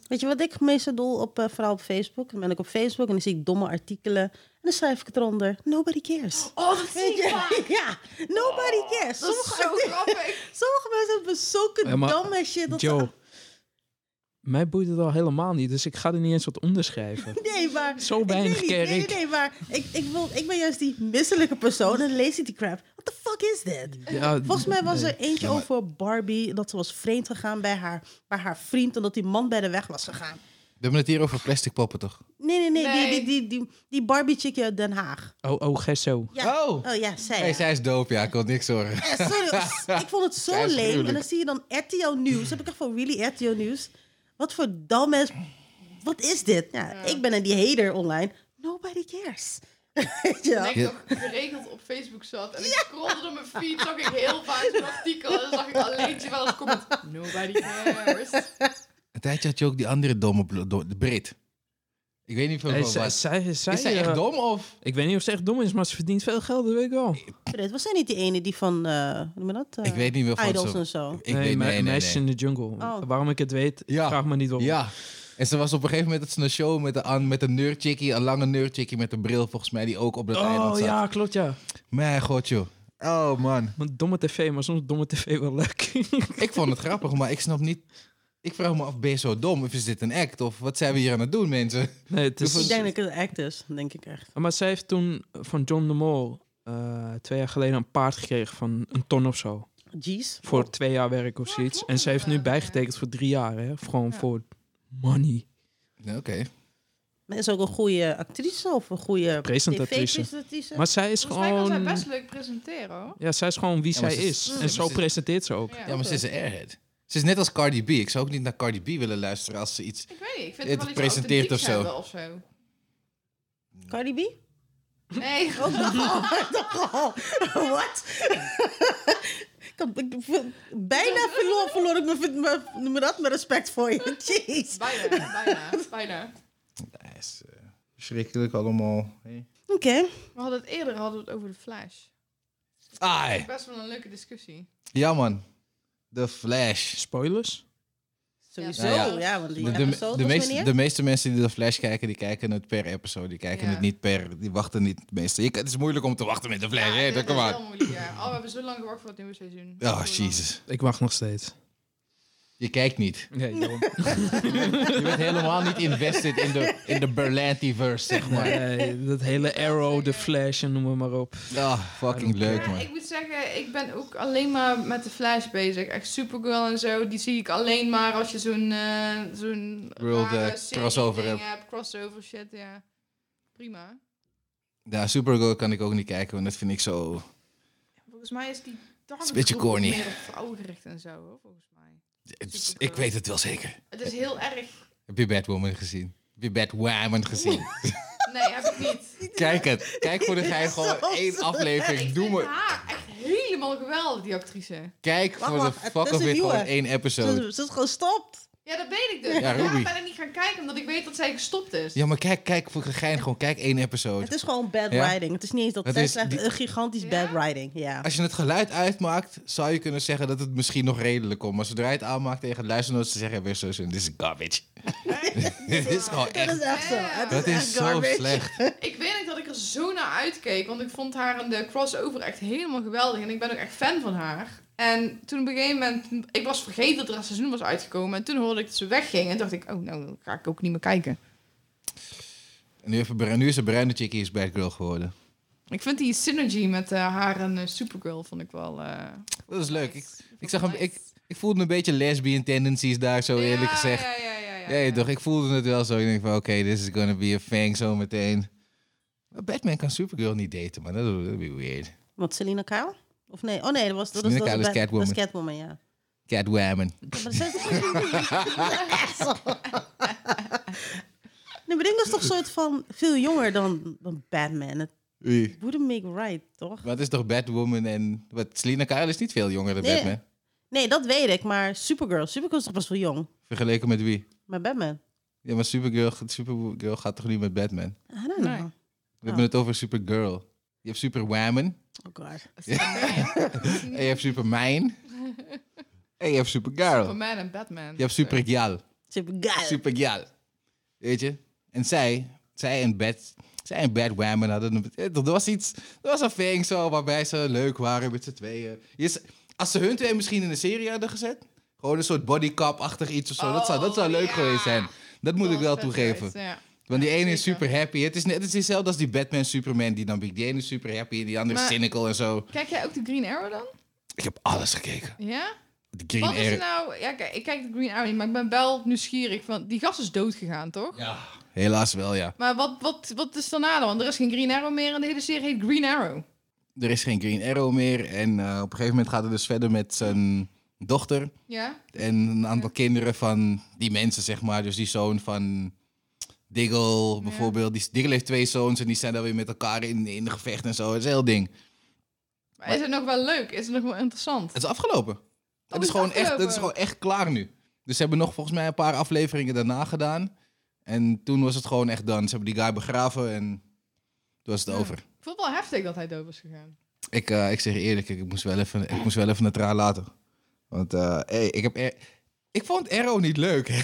S1: Weet je wat ik meestal doe, op, eh, vooral op Facebook? Dan ben ik op Facebook en dan zie ik domme artikelen. En dan schrijf ik het eronder. Nobody cares.
S3: Oh, dat
S1: Weet je? <laughs> Ja, nobody cares.
S3: Oh, Dat is
S1: Sommige,
S3: zo grappig.
S1: sommige mensen hebben zulke
S4: Ja, maar-
S1: domme shit. Dat ze-
S4: Joe. Mij boeit het al helemaal niet. Dus ik ga er niet eens wat onderschrijven.
S1: <laughs> nee, maar...
S4: Zo weinig
S1: ik weet niet,
S4: care
S1: nee, nee,
S4: ik.
S1: nee, maar ik, ik, wil, ik ben juist die misselijke persoon en lees ik die crap. What the fuck is dit?
S4: <laughs> Ja,
S1: Volgens mij was
S4: nee.
S1: er eentje
S2: Ja, maar-
S1: over Barbie, dat ze was vreemd gegaan bij haar, bij haar vriend, omdat die man bij de weg was gegaan.
S2: We hebben het hier over plastic poppen, toch?
S1: Nee, nee, nee,
S3: Nee.
S1: Die, die, die, die, die Barbie-chickie uit Den Haag.
S4: Oh, oh, Gesso.
S1: Ja.
S2: Oh!
S1: Oh ja, zij.
S2: Hey, zij is dope, ja. Ik kon niks zorgen.
S1: Eh,
S2: <laughs>
S1: sorry, ik vond het zo
S2: Zij is
S1: leem.
S2: gruwelijk.
S1: En dan zie je dan RTL Nieuws. heb ik echt van, really, RTL Nieuws? Wat voor dumbass... Wat is dit? Ja, Ik ben een die hater online. Nobody cares. <laughs> Weet je wel?
S3: En ik nog geregeld op Facebook zat en ik scrollde door mijn feed, zag ik heel vaak zo'n artikel en dan zag ik alleentje wel eens comment. Nobody cares.
S2: <laughs> Een tijdje had je ook die andere domme blo- do- de Brit. Ik weet niet veel
S4: Hey,
S2: van
S4: zij,
S2: wat.
S4: zij, zij,
S2: Is zij
S4: eh,
S2: echt dom of?
S4: Ik weet niet of ze echt dom is, maar ze verdient veel geld, dat weet ik wel.
S1: Fred, was zij niet die ene die van, eh hoe noem je dat? eh,
S2: Ik weet niet meer van
S1: Idols en
S2: zo.
S1: zo.
S2: Ik weet
S4: me-
S2: nee, nee,
S4: Meisjes
S2: nee.
S4: in de jungle.
S1: Oh.
S4: Waarom ik het weet,
S2: Ja.
S4: vraag me niet op.
S2: Ja. En ze was op een gegeven moment dat ze een show met een, an- met een nerdchickie, een lange nerdchickie met een bril volgens mij, die ook op dat
S4: Oh
S2: eiland zat.
S4: ja, klopt ja.
S2: Mijn god joh. Oh man.
S4: Want domme tv, maar soms domme tv wel leuk. <laughs>
S2: Ik vond het grappig, maar ik snap niet. Ik vraag me af, ben je zo dom? Of is dit een act? Of wat zijn we hier aan het doen, mensen? <laughs>
S4: nee, het
S1: Ik
S4: is...
S1: denk dat het een act is, denk ik echt.
S4: Maar zij heeft toen van John de Mol eh, twee jaar geleden een paard gekregen van een ton of zo.
S1: Jeez.
S4: Voor twee jaar werk of zoiets.
S3: klopt
S4: En ze heeft nu
S3: inderdaad, ja.
S4: bijgetekend voor drie jaar, hè. Gewoon
S3: Ja.
S4: voor money.
S2: Nou, Oké.
S1: Maar is ook een goede actrice of een goede
S4: Presentatrice.
S1: TV-presentatrice?
S4: Maar zij is
S3: Volgens mij kan zij
S4: gewoon...
S3: best leuk presenteren hoor.
S4: Ja, zij is gewoon wie
S2: Ja, maar
S4: zij
S2: ze-
S4: is.
S2: ze-
S4: En zo
S2: ze-
S4: presenteert ze ook.
S3: Ja.
S2: Ja, maar ze is een airhead. Ze is net als Cardi B. Ik zou ook niet naar Cardi B willen luisteren als ze iets...
S3: Ik weet niet, ik vind
S2: Het
S3: het wel iets
S2: presenteert
S3: authentieks
S2: of zo.
S3: hebben of zo.
S1: Cardi B?
S3: Nee, <laughs>
S1: Oh, wat? Ik had- ik- Bijna verloor, verloor ik mijn, mijn, noem je dat, mijn respect voor je. Jeez.
S3: bijna, bijna, bijna.
S2: Ja, is eh, schrikkelijk allemaal. Hey.
S1: Oké.
S3: We hadden het eerder hadden we het over de Flash.
S2: Ai.
S3: Best wel een leuke discussie.
S2: Ja, man. The Flash.
S4: Spoilers?
S1: Sowieso,
S2: Ja,
S1: ja,
S3: ja.
S1: want die
S2: De, de,
S1: episode
S2: de,
S1: was
S2: meeste,
S1: wanneer?
S2: de meeste mensen die The Flash kijken, die kijken het per episode. Die kijken
S3: Ja.
S2: het niet per... Die wachten niet het meeste. Je- het is moeilijk om te wachten met The Flash. hè?
S3: dat
S2: Dat
S3: is
S2: kan
S3: heel
S2: maar.
S3: moeilijk, ja. Oh, we hebben zo lang gewacht voor het nieuwe seizoen.
S2: Oh, jezus.
S4: Ik wacht nog steeds.
S2: Je kijkt niet.
S4: Nee,
S3: <laughs>
S4: daarom.
S2: Je bent helemaal niet invested in de, in de Berlantiverse, zeg maar.
S4: Nee, eh, dat hele Arrow, The Flash en noem het maar op.
S2: Ah, fucking leuk,
S3: Ja,
S2: man.
S3: ik moet zeggen, ik ben ook alleen maar met de Flash bezig. Echt Supergirl en zo, die zie ik alleen maar als je zo'n eh zo'n
S2: World,
S3: rare
S2: eh,
S3: serie
S2: crossover
S3: ding
S2: hebt.
S3: hebt. Crossover shit, ja. Prima.
S2: Ja, Supergirl kan ik ook niet kijken, want dat vind ik zo...
S3: Volgens mij is die
S2: is een beetje
S3: targetgroep
S2: corny.
S3: meer op vrouwen gericht en zo, hoor, volgens mij.
S2: Het is- Ik weet het wel zeker.
S3: Het is
S2: <laughs>
S3: heel erg...
S2: Heb je Batwoman gezien? Heb je Batwoman gezien?
S3: Nee, heb ik niet.
S2: Kijk
S1: <laughs>
S2: het. Kijk voor de gein gewoon
S1: Zo
S2: één
S1: slecht.
S2: aflevering. Doe
S3: vind
S2: me.
S3: haar echt helemaal geweldig, die actrice.
S2: Kijk
S1: Wacht,
S2: voor de
S1: wacht, het
S2: fuck
S1: is
S2: of
S1: een
S2: it gewoon
S1: nieuwe.
S2: één episode.
S1: Ze, ze is gestopt.
S3: Ja, dat weet ik dus.
S2: Ja,
S3: Ja,
S2: Ruby.
S3: ik ben er niet gaan kijken, omdat ik weet dat zij gestopt is.
S2: Ja, maar kijk, kijk voor de gein gewoon. Kijk één
S1: Het
S2: episode.
S1: is gewoon bad
S2: Ja?
S1: writing. Het is niet eens dat
S2: Het
S1: zij
S2: is
S1: slecht,
S2: die-
S1: een gigantisch
S3: Ja?
S1: bad writing. Ja.
S2: Als je het geluid uitmaakt, zou je kunnen zeggen dat het misschien nog redelijk komt. Maar zodra je het aanmaakt tegen de luisternoot, ze zeggen weer zo zin. Dit is
S1: <laughs>
S2: garbage. <laughs> Dit is gewoon
S1: Dat is
S2: echt...
S1: echt zo.
S3: Ja.
S1: Het
S2: Dat
S1: echt
S2: is zo
S1: garbage.
S2: slecht.
S3: Ik weet niet dat ik er zo naar uitkeek, want ik vond haar in de crossover echt helemaal geweldig. En ik ben ook echt fan van haar. En toen op een gegeven moment, ik was vergeten dat er een seizoen was uitgekomen. En toen hoorde ik dat ze wegging. En dacht ik, oh nou, dan ga ik ook niet meer kijken.
S2: En nu, even, Bra- nu is de bruine chickie is Batgirl geworden.
S3: Ik vind die synergy met eh, haar en eh, Supergirl, vond ik wel... eh,
S2: Dat is leuk. Ik,
S3: nice. vond
S2: ik, zag hem,
S3: nice.
S2: ik, ik voelde een beetje lesbian tendencies daar, zo eerlijk
S3: Ja,
S2: gezegd.
S3: Ja, ja, ja. ja,
S2: Ja,
S3: ja.
S2: toch? Ik voelde het wel zo. Ik denk van, oké, this is gonna be a thing zo meteen. Maar Batman kan Supergirl niet daten, man. Dat would be weird.
S1: Wat, Selina Kyle? Of nee? Oh nee, dat was, dat was,
S2: Selena
S1: dat
S2: Kyle is
S1: bad-
S2: Catwoman.
S1: Dat is Catwoman, ja.
S2: Catwoman.
S1: Ja, maar dat is- <laughs> nee, maar ik was toch een soort van veel jonger dan, dan Batman. Het
S2: Wie?
S1: wouldn't make right, toch?
S2: Wat is toch Batwoman en... Wat, Selina Kyle is niet veel jonger dan
S1: Nee.
S2: Batman.
S1: Nee, dat weet ik, maar Supergirl. Supergirl is toch best wel jong.
S2: Vergeleken met wie?
S1: Maar Batman?
S2: Ja, maar Supergirl, Supergirl gaat toch niet met Batman?
S1: I don't know.
S3: Nee.
S2: We
S3: Oh.
S2: hebben het over Supergirl. Je hebt Superwoman.
S1: Oh god.
S2: <laughs> En je hebt
S3: <laughs>
S2: Superman. En je hebt Supergirl.
S3: Superman en Batman.
S2: Je hebt Supergirl.
S1: Supergirl.
S2: Supergirl. Weet je? En zij, zij en Bad, zij en Bad Woman hadden... een- eh, Er was iets, er was een thing zo waarbij ze leuk waren met z'n tweeën. Je z- als ze hun twee misschien in een serie hadden gezet, gewoon een soort bodycap-achtig iets of zo, dat zou, dat zou
S3: Oh,
S2: leuk
S3: ja.
S2: geweest zijn. Dat moet ik wel toegeven.
S3: Ja.
S2: Want die ene is
S3: zeker.
S2: super happy. Het is net het is hetzelfde als die Batman Superman dynamiek. Die ene is super happy en die andere is
S3: Maar-
S2: cynical en zo.
S3: Kijk jij ook de Green Arrow dan?
S2: Ik heb alles gekeken.
S3: Ja?
S2: De Green
S3: Wat is er
S2: Arrow.
S3: nou... Ja, kijk, ik kijk de Green Arrow niet, maar ik ben wel nieuwsgierig. Van, die gast is doodgegaan, toch?
S2: Ja, helaas wel ja.
S3: Maar wat, wat, wat is daarna dan? Want er is geen Green Arrow meer en de hele serie heet Green Arrow.
S2: er is geen Green Arrow meer. En eh, op een gegeven moment gaat het dus verder met zijn dochter
S3: Ja?
S2: en een aantal kinderen van die mensen, zeg maar. Dus die zoon van Diggle bijvoorbeeld. Die, Diggle heeft twee zoons en die zijn dan weer met elkaar in, in de gevecht en zo. Het is een heel ding.
S3: Maar is het nog wel leuk? Is het nog wel interessant?
S2: Het is afgelopen. het,
S3: Oh, het
S2: is
S3: is
S2: gewoon Echt,
S3: afgelopen.
S2: het is gewoon echt klaar nu. Dus ze hebben nog volgens mij een paar afleveringen daarna gedaan. En toen was het gewoon echt dan. Ze hebben die guy begraven en toen was het
S3: Ja.
S2: over.
S3: Ik vond het wel heftig dat hij dood was gegaan.
S2: Ik, eh, ik zeg je eerlijk, ik moest wel even, ik moest wel even een traan laten. Want eh, hey, ik, heb er- ik vond Arrow niet leuk. <laughs>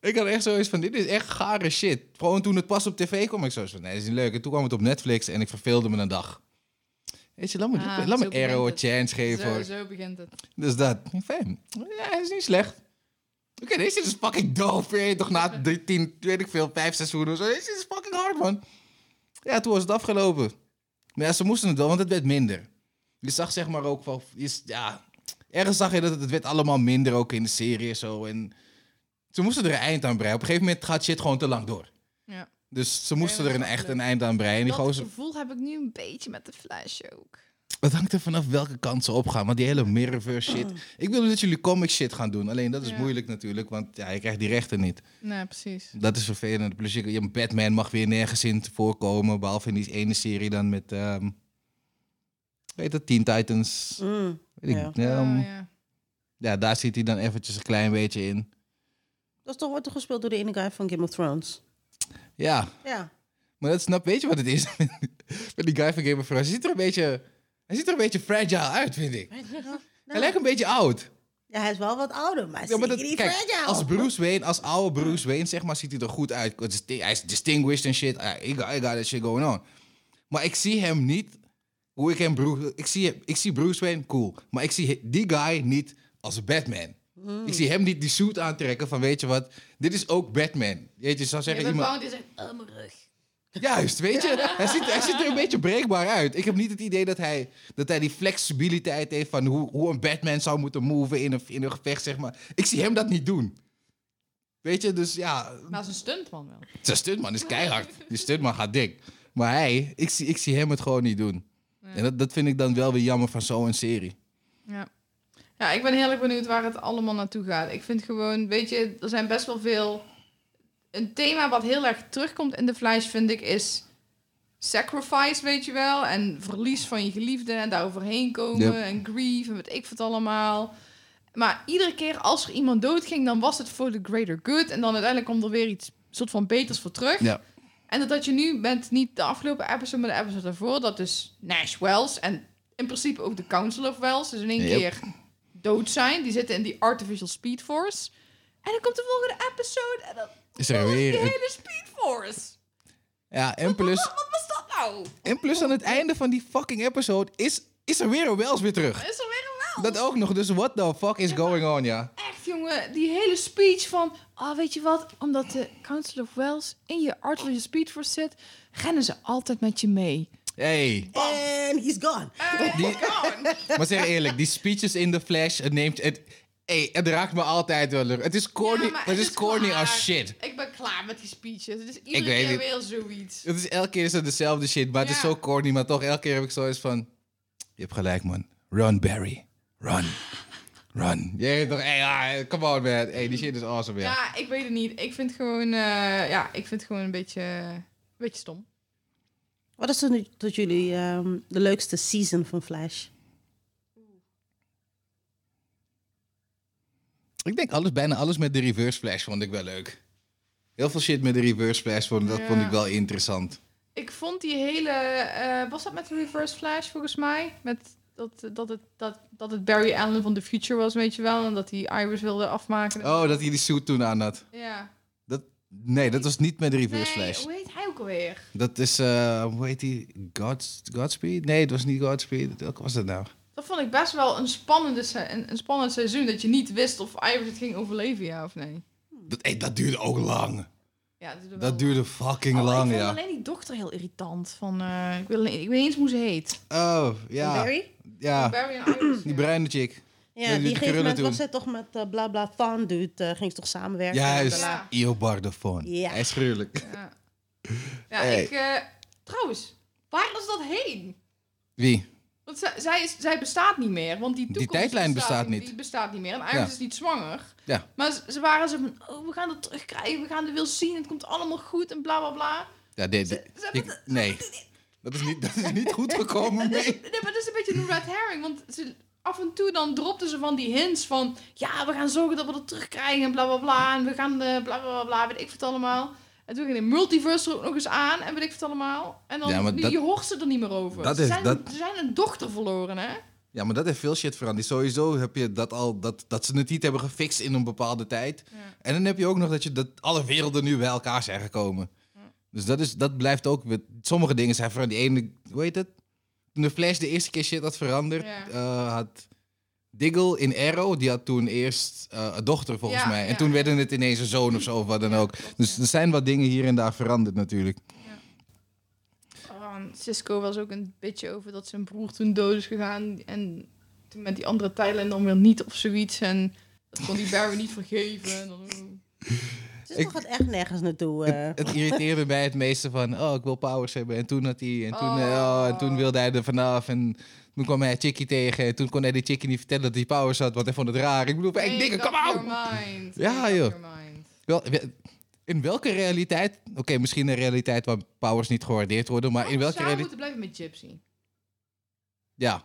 S2: ik had echt zoiets van, dit is echt gare shit. Gewoon toen het pas op tv kwam, ik zoiets van, nee, dit is niet leuk. En toen kwam het op Netflix en ik verveelde me een dag. Weet je, laat me, dit-
S3: Ah,
S2: laat
S3: zo
S2: me Arrow een
S3: begint
S2: chance geven.
S3: Zo, zo begint het.
S2: Dus dat. Fijn. Ja, hij is niet slecht. Oké, deze is dus fucking dope. Weet je toch na 13, weet ik veel, vijf seizoenen of zo. Deze is fucking hard, man. Ja, toen was het afgelopen. Maar ja, ze moesten het wel, want het werd minder. Je zag zeg maar ook van... je s- ja, ergens zag je dat het, het werd allemaal minder ook in de serie en zo. En ze moesten er een eind aan breien. Op een gegeven moment gaat shit gewoon te lang door.
S3: Ja.
S2: Dus ze moesten
S3: Nee,
S2: er
S3: dat
S2: een,
S3: is
S2: echt
S3: leuk.
S2: een eind aan breien. En die
S3: dat
S2: gozer...
S3: gevoel heb ik nu een beetje met de Flash ook.
S2: Het hangt er vanaf welke kant ze opgaan. Want die hele mirrorverse shit. Ik wilde dat jullie comic shit gaan doen. Alleen dat is
S3: Ja.
S2: moeilijk natuurlijk. Want ja, je krijgt die rechten niet.
S3: Nee, precies.
S2: Dat is vervelend. Plus je, je- Batman mag weer nergens in voorkomen. Behalve in die ene serie dan met... ehm weet dat? Teen Titans.
S1: Mm.
S2: Weet ik,
S1: Ja.
S2: ehm,
S3: Ah,
S2: ja.
S3: ja.
S2: daar zit hij dan eventjes een klein beetje in.
S1: Dat is toch, wordt toch gespeeld door de ene guy van Game of Thrones?
S2: Ja,
S1: Ja.
S2: maar dat snap... Weet je wat het is? <laughs> met die guy van Game of Thrones. Hij ziet er een beetje... Hij ziet er een beetje fragile uit, vind ik. Hij lijkt een beetje oud.
S1: Ja, hij is wel wat ouder, maar,
S2: Ja, maar
S1: zeker
S2: dat,
S1: niet
S2: kijk,
S1: fragile.
S2: als Bruce Wayne, als oude Bruce Wayne, zeg maar, ziet hij er goed uit. Het is- Hij is distinguished en shit. I I got, I got that shit going on. Maar ik zie hem niet, hoe ik hem Bruce... Ik zie, hem- ik zie Bruce Wayne, cool. Maar ik zie die guy niet als Batman. Ik zie hem niet die suit aantrekken van, weet je wat, dit is ook Batman. Weet je, zou zeggen
S3: Ik ben
S2: iemand...
S3: bang, die zegt, oh, mijn rug.
S2: Juist, weet je? Hij ziet, hij ziet er een beetje breekbaar uit. Ik heb niet het idee dat hij, dat hij die flexibiliteit heeft van hoe, hoe een Batman zou moeten moven in een, in een gevecht, zeg maar. Ik zie hem dat niet doen. Weet je, dus ja,
S3: Maar als een stuntman wel.
S2: zijn stuntman is keihard. Die stuntman gaat dik. Maar hij, ik zie, ik zie hem het gewoon niet doen. En dat, dat vind ik dan wel weer jammer van zo'n serie.
S3: Ja. ja, ik ben heel erg benieuwd waar het allemaal naartoe gaat. Ik vind gewoon, weet je, er zijn best wel veel... Een thema wat heel erg terugkomt in de Flash, vind ik, is sacrifice, weet je wel. En verlies van je geliefde en daaroverheen komen.
S2: Ja.
S3: En grief en weet ik wat allemaal. Maar iedere keer als er iemand doodging, dan was het voor de greater good. En dan uiteindelijk komt er weer iets soort van beters voor terug.
S2: Ja.
S3: En dat had je nu met niet de afgelopen episode, maar de episode daarvoor, dat dus Nash Wells en in principe ook de Council of Wells, dus in één
S2: Yep.
S3: keer dood zijn. Die zitten in die Artificial Speed Force. En dan komt de volgende episode en dan Oh,
S2: Is er weer
S3: die
S2: een-
S3: hele Speed Force.
S2: Ja, en
S3: Wat,
S2: plus,
S3: wat was dat nou?
S2: en plus aan het einde van die fucking episode is, is er weer een Wells weer terug.
S3: Is er weer een Wells?
S2: Dat ook nog, dus what the fuck is going on, ja?
S3: Echt jongen, die hele speech van, ah weet je wat, omdat de Council of Wells in je Artificial Speed Force zit, rennen ze altijd met je mee. Oh
S2: Hey.
S1: And he's gone.
S2: Die- maar zeg eerlijk, die speeches in de Flash, het neemt... Het, hey, het raakt me altijd wel. Het is corny,
S3: Ja, maar
S2: het is corny
S3: klaar.
S2: als shit.
S3: Ik ben klaar met die speeches. Het is
S2: Ik
S3: iedere
S2: weet
S3: keer
S2: het.
S3: weer zoiets.
S2: Het is elke keer is het dezelfde shit, maar het is
S3: Ja.
S2: zo corny. Maar toch, elke keer heb ik zoiets van... Je hebt gelijk, man. Run, Barry. Run. Run. Je weet toch, hey, ah, come on, man. Hey, die shit is awesome, ja.
S3: Ja, ik weet het niet. Ik vind gewoon, eh, ja, ik vind het gewoon een beetje, een beetje stom.
S1: Wat is tot nu tot jullie ehm, de leukste season van Flash?
S2: Ik denk alles, bijna alles met de reverse flash vond ik wel leuk. Heel veel shit met de reverse flash, vond, dat
S3: Ja.
S2: vond ik wel interessant.
S3: Ik vond die hele, eh, was dat met de Reverse Flash volgens mij? Met dat, dat, het, dat, dat het Barry Allen van The Future was, weet je wel. En dat hij Iris wilde afmaken.
S2: Oh, dat hij die suit toen aan had.
S3: Ja.
S2: Dat, nee, dat was niet met de
S3: Nee,
S2: reverse flash.
S3: hoe heet hij ook alweer?
S2: Dat is, eh, hoe heet die? God, Godspeed? Nee, het was niet Godspeed. Welke was dat nou?
S3: Dat vond ik best wel een, spannende, se- een, een spannend seizoen. Dat je niet wist of Iris het ging overleven, ja of nee.
S2: Dat, hey, dat duurde ook lang.
S3: Ja, dat duurde wel-
S2: Dat duurde fucking
S3: Oh,
S2: lang,
S3: ik vond
S2: ja.
S3: alleen die dochter heel irritant. Van, eh, ik, wil, ik weet niet eens hoe ze heet.
S2: Oh, ja.
S1: Barry?
S2: Ja,
S3: Barry en Iris.
S2: Ah. die bruine chick.
S1: Ja,
S2: die
S1: die
S2: met
S1: gegeven
S2: krullen
S1: moment
S2: toen.
S1: was zij toch met eh, bla bla Thon dude, eh, ging ze toch samenwerken?
S2: Juist.
S3: Ja.
S2: Iobar de Fawn.
S1: Ja.
S2: Hij is gruwelijk.
S3: Ja, ja
S2: Hey.
S3: ik... eh, trouwens, waar is dat heen?
S2: Wie?
S3: Want zij, zij, is, zij bestaat niet meer. Want die, toekomst
S2: tijdlijn bestaat niet.
S3: Die bestaat niet meer. En Iris
S2: Ja.
S3: is niet zwanger.
S2: Ja.
S3: Maar ze, ze waren zo van... Oh, we gaan dat terugkrijgen. We gaan het wel zien. Het komt allemaal goed. En bla, bla, bla.
S2: Ja, dit,
S3: Ze- ze
S2: ik-
S3: hebben het- <laughs>
S2: nee. Dat is, niet, dat is niet goed gekomen, nee.
S3: Nee, maar dat is een beetje een red herring. Want ze, af en toe dan dropten ze van die hints van... Ja, we gaan zorgen dat we dat terugkrijgen en bla bla bla. En we gaan eh, bla bla bla, bla, weet ik veel het allemaal. En toen ging de multiverse er ook nog eens aan en weet ik veel het allemaal. En dan,
S2: Ja, maar
S3: nu-
S2: dat-
S3: je hoort ze er niet meer over.
S2: dat
S3: ze,
S2: is-
S3: zijn,
S2: dat-
S3: ze zijn een dochter verloren, hè?
S2: Ja, maar dat heeft veel shit veranderd. Sowieso heb je dat al, dat, dat ze het niet hebben gefixt in een bepaalde tijd. En dan heb je ook nog dat, je, dat alle werelden nu bij elkaar zijn gekomen. Dus dat, is, dat blijft ook. met- Sommige dingen zijn van die ene. Hoe heet het? Toen de Flash de eerste keer shit had veranderd,
S3: Ja.
S2: eh, had Diggle in Arrow, die had toen eerst eh, een dochter volgens
S3: Ja,
S2: mij. En
S3: ja,
S2: toen
S3: ja.
S2: werden het ineens een zoon of zo of wat dan
S3: Ja,
S2: ook.
S3: klopt,
S2: Dus
S3: ja.
S2: er zijn wat dingen hier en daar veranderd natuurlijk.
S3: Oh, en Cisco was ook een beetje over dat zijn broer toen dood is gegaan. En toen met die andere Thailand dan weer niet of zoiets. En dat kon die Barry niet <laughs> vergeven. En dan-
S1: Het is
S2: Ik-
S1: nog het echt nergens naartoe. eh.
S2: Het, het irriteerde mij het meeste van, oh, ik wil powers hebben. En toen had hij, en toen, eh,
S3: Oh.
S2: oh, en toen wilde hij er vanaf. En toen kwam hij Chickie tegen. En toen kon hij die Chickie niet vertellen dat hij powers had, want hij vond het raar. Ik bedoel, ik
S3: Make
S2: denk,
S3: up
S2: kom
S3: your
S2: op!
S3: mind.
S2: Ja,
S3: Make up
S2: joh.
S3: your mind.
S2: Wel, we- In welke realiteit, oké, misschien een realiteit waar powers niet gewaardeerd worden, maar in
S3: Had
S2: welke
S3: samen
S2: realiteit...
S3: moeten blijven met Gypsy.
S2: Ja.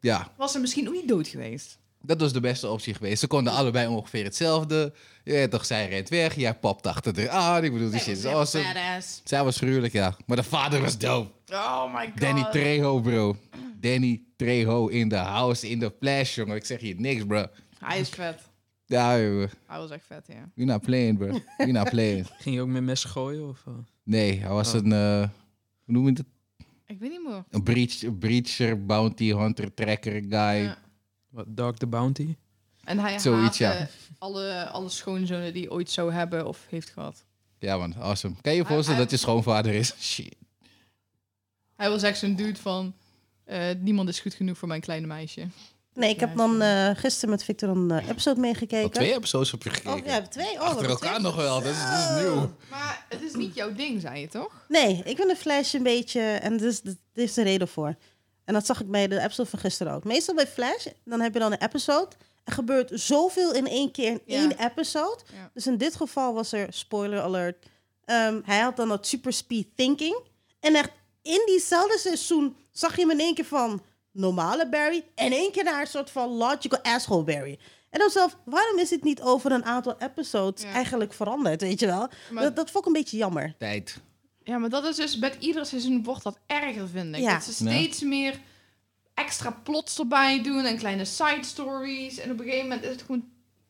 S2: Ja,
S3: Was ze misschien ook niet dood geweest?
S2: dat was de beste optie geweest. Ze konden allebei ongeveer hetzelfde. Ja, toch, zij rent weg, jij papt achter haar aan. Ik bedoel, die shit is awesome.
S3: Badass.
S2: Zij was gruwelijk, ja. Maar de vader was dope.
S3: Oh my god.
S2: Danny Trejo, bro. Danny Trejo in de house, in de flash, jongen. Ik zeg hier niks, bro.
S3: Hij is vet.
S2: Ja, jongen.
S3: Hij was echt vet, ja.
S2: You're not playing, bro. You're not playing. <laughs>
S4: Ging je ook met mes gooien? Of, eh?
S2: Nee, hij was
S4: Oh.
S2: een... eh, hoe noem je dat?
S3: Ik weet niet meer.
S2: Een breach, een breacher, bounty hunter, tracker guy.
S3: Ja.
S4: Wat, Dark the Bounty?
S3: En hij
S2: Zoiets,
S3: haatte
S2: ja.
S3: alle, alle schoonzonen die hij ooit zou hebben of heeft gehad.
S2: Ja, man. Awesome. Kan je je
S3: Hij-
S2: voorstellen dat
S3: hij-
S2: je schoonvader is? <laughs> Shit.
S3: Hij was echt zo'n dude van... eh, niemand is goed genoeg voor mijn kleine meisje.
S1: nee, ik heb dan eh, gisteren met Victor een eh, episode
S2: Al
S1: meegekeken.
S2: twee episodes op je gekeken.
S1: Oh, ja, twee. Oh,
S2: Achter
S1: wat
S2: elkaar
S1: twee.
S2: nog wel. Dat is, dat is
S1: Zo.
S2: nieuw.
S3: Maar het is niet jouw ding, zei je toch?
S1: Nee, ik ben een Flash een beetje... En er is, er is een reden voor. En dat zag ik bij de episode van gisteren ook. Meestal bij Flash, dan heb je dan een episode. Er gebeurt zoveel in één keer in
S3: Ja.
S1: één episode.
S3: Ja.
S1: Dus in dit geval was er, spoiler alert... ehm, hij had dan dat super speed thinking. En echt in diezelfde seizoen zag je hem in één keer van... normale Barry en één keer naar een soort van logical asshole Barry. En dan zelf, waarom is dit niet over een aantal episodes
S3: Ja.
S1: eigenlijk veranderd, weet je wel?
S3: Maar-
S1: dat, dat vond ik een beetje jammer.
S2: Tijd.
S3: Ja, maar dat is dus met ieder seizoen wordt dat erger, vind ik.
S1: Ja.
S3: Dat ze steeds meer extra plots erbij doen en kleine side stories. En op een gegeven moment is het gewoon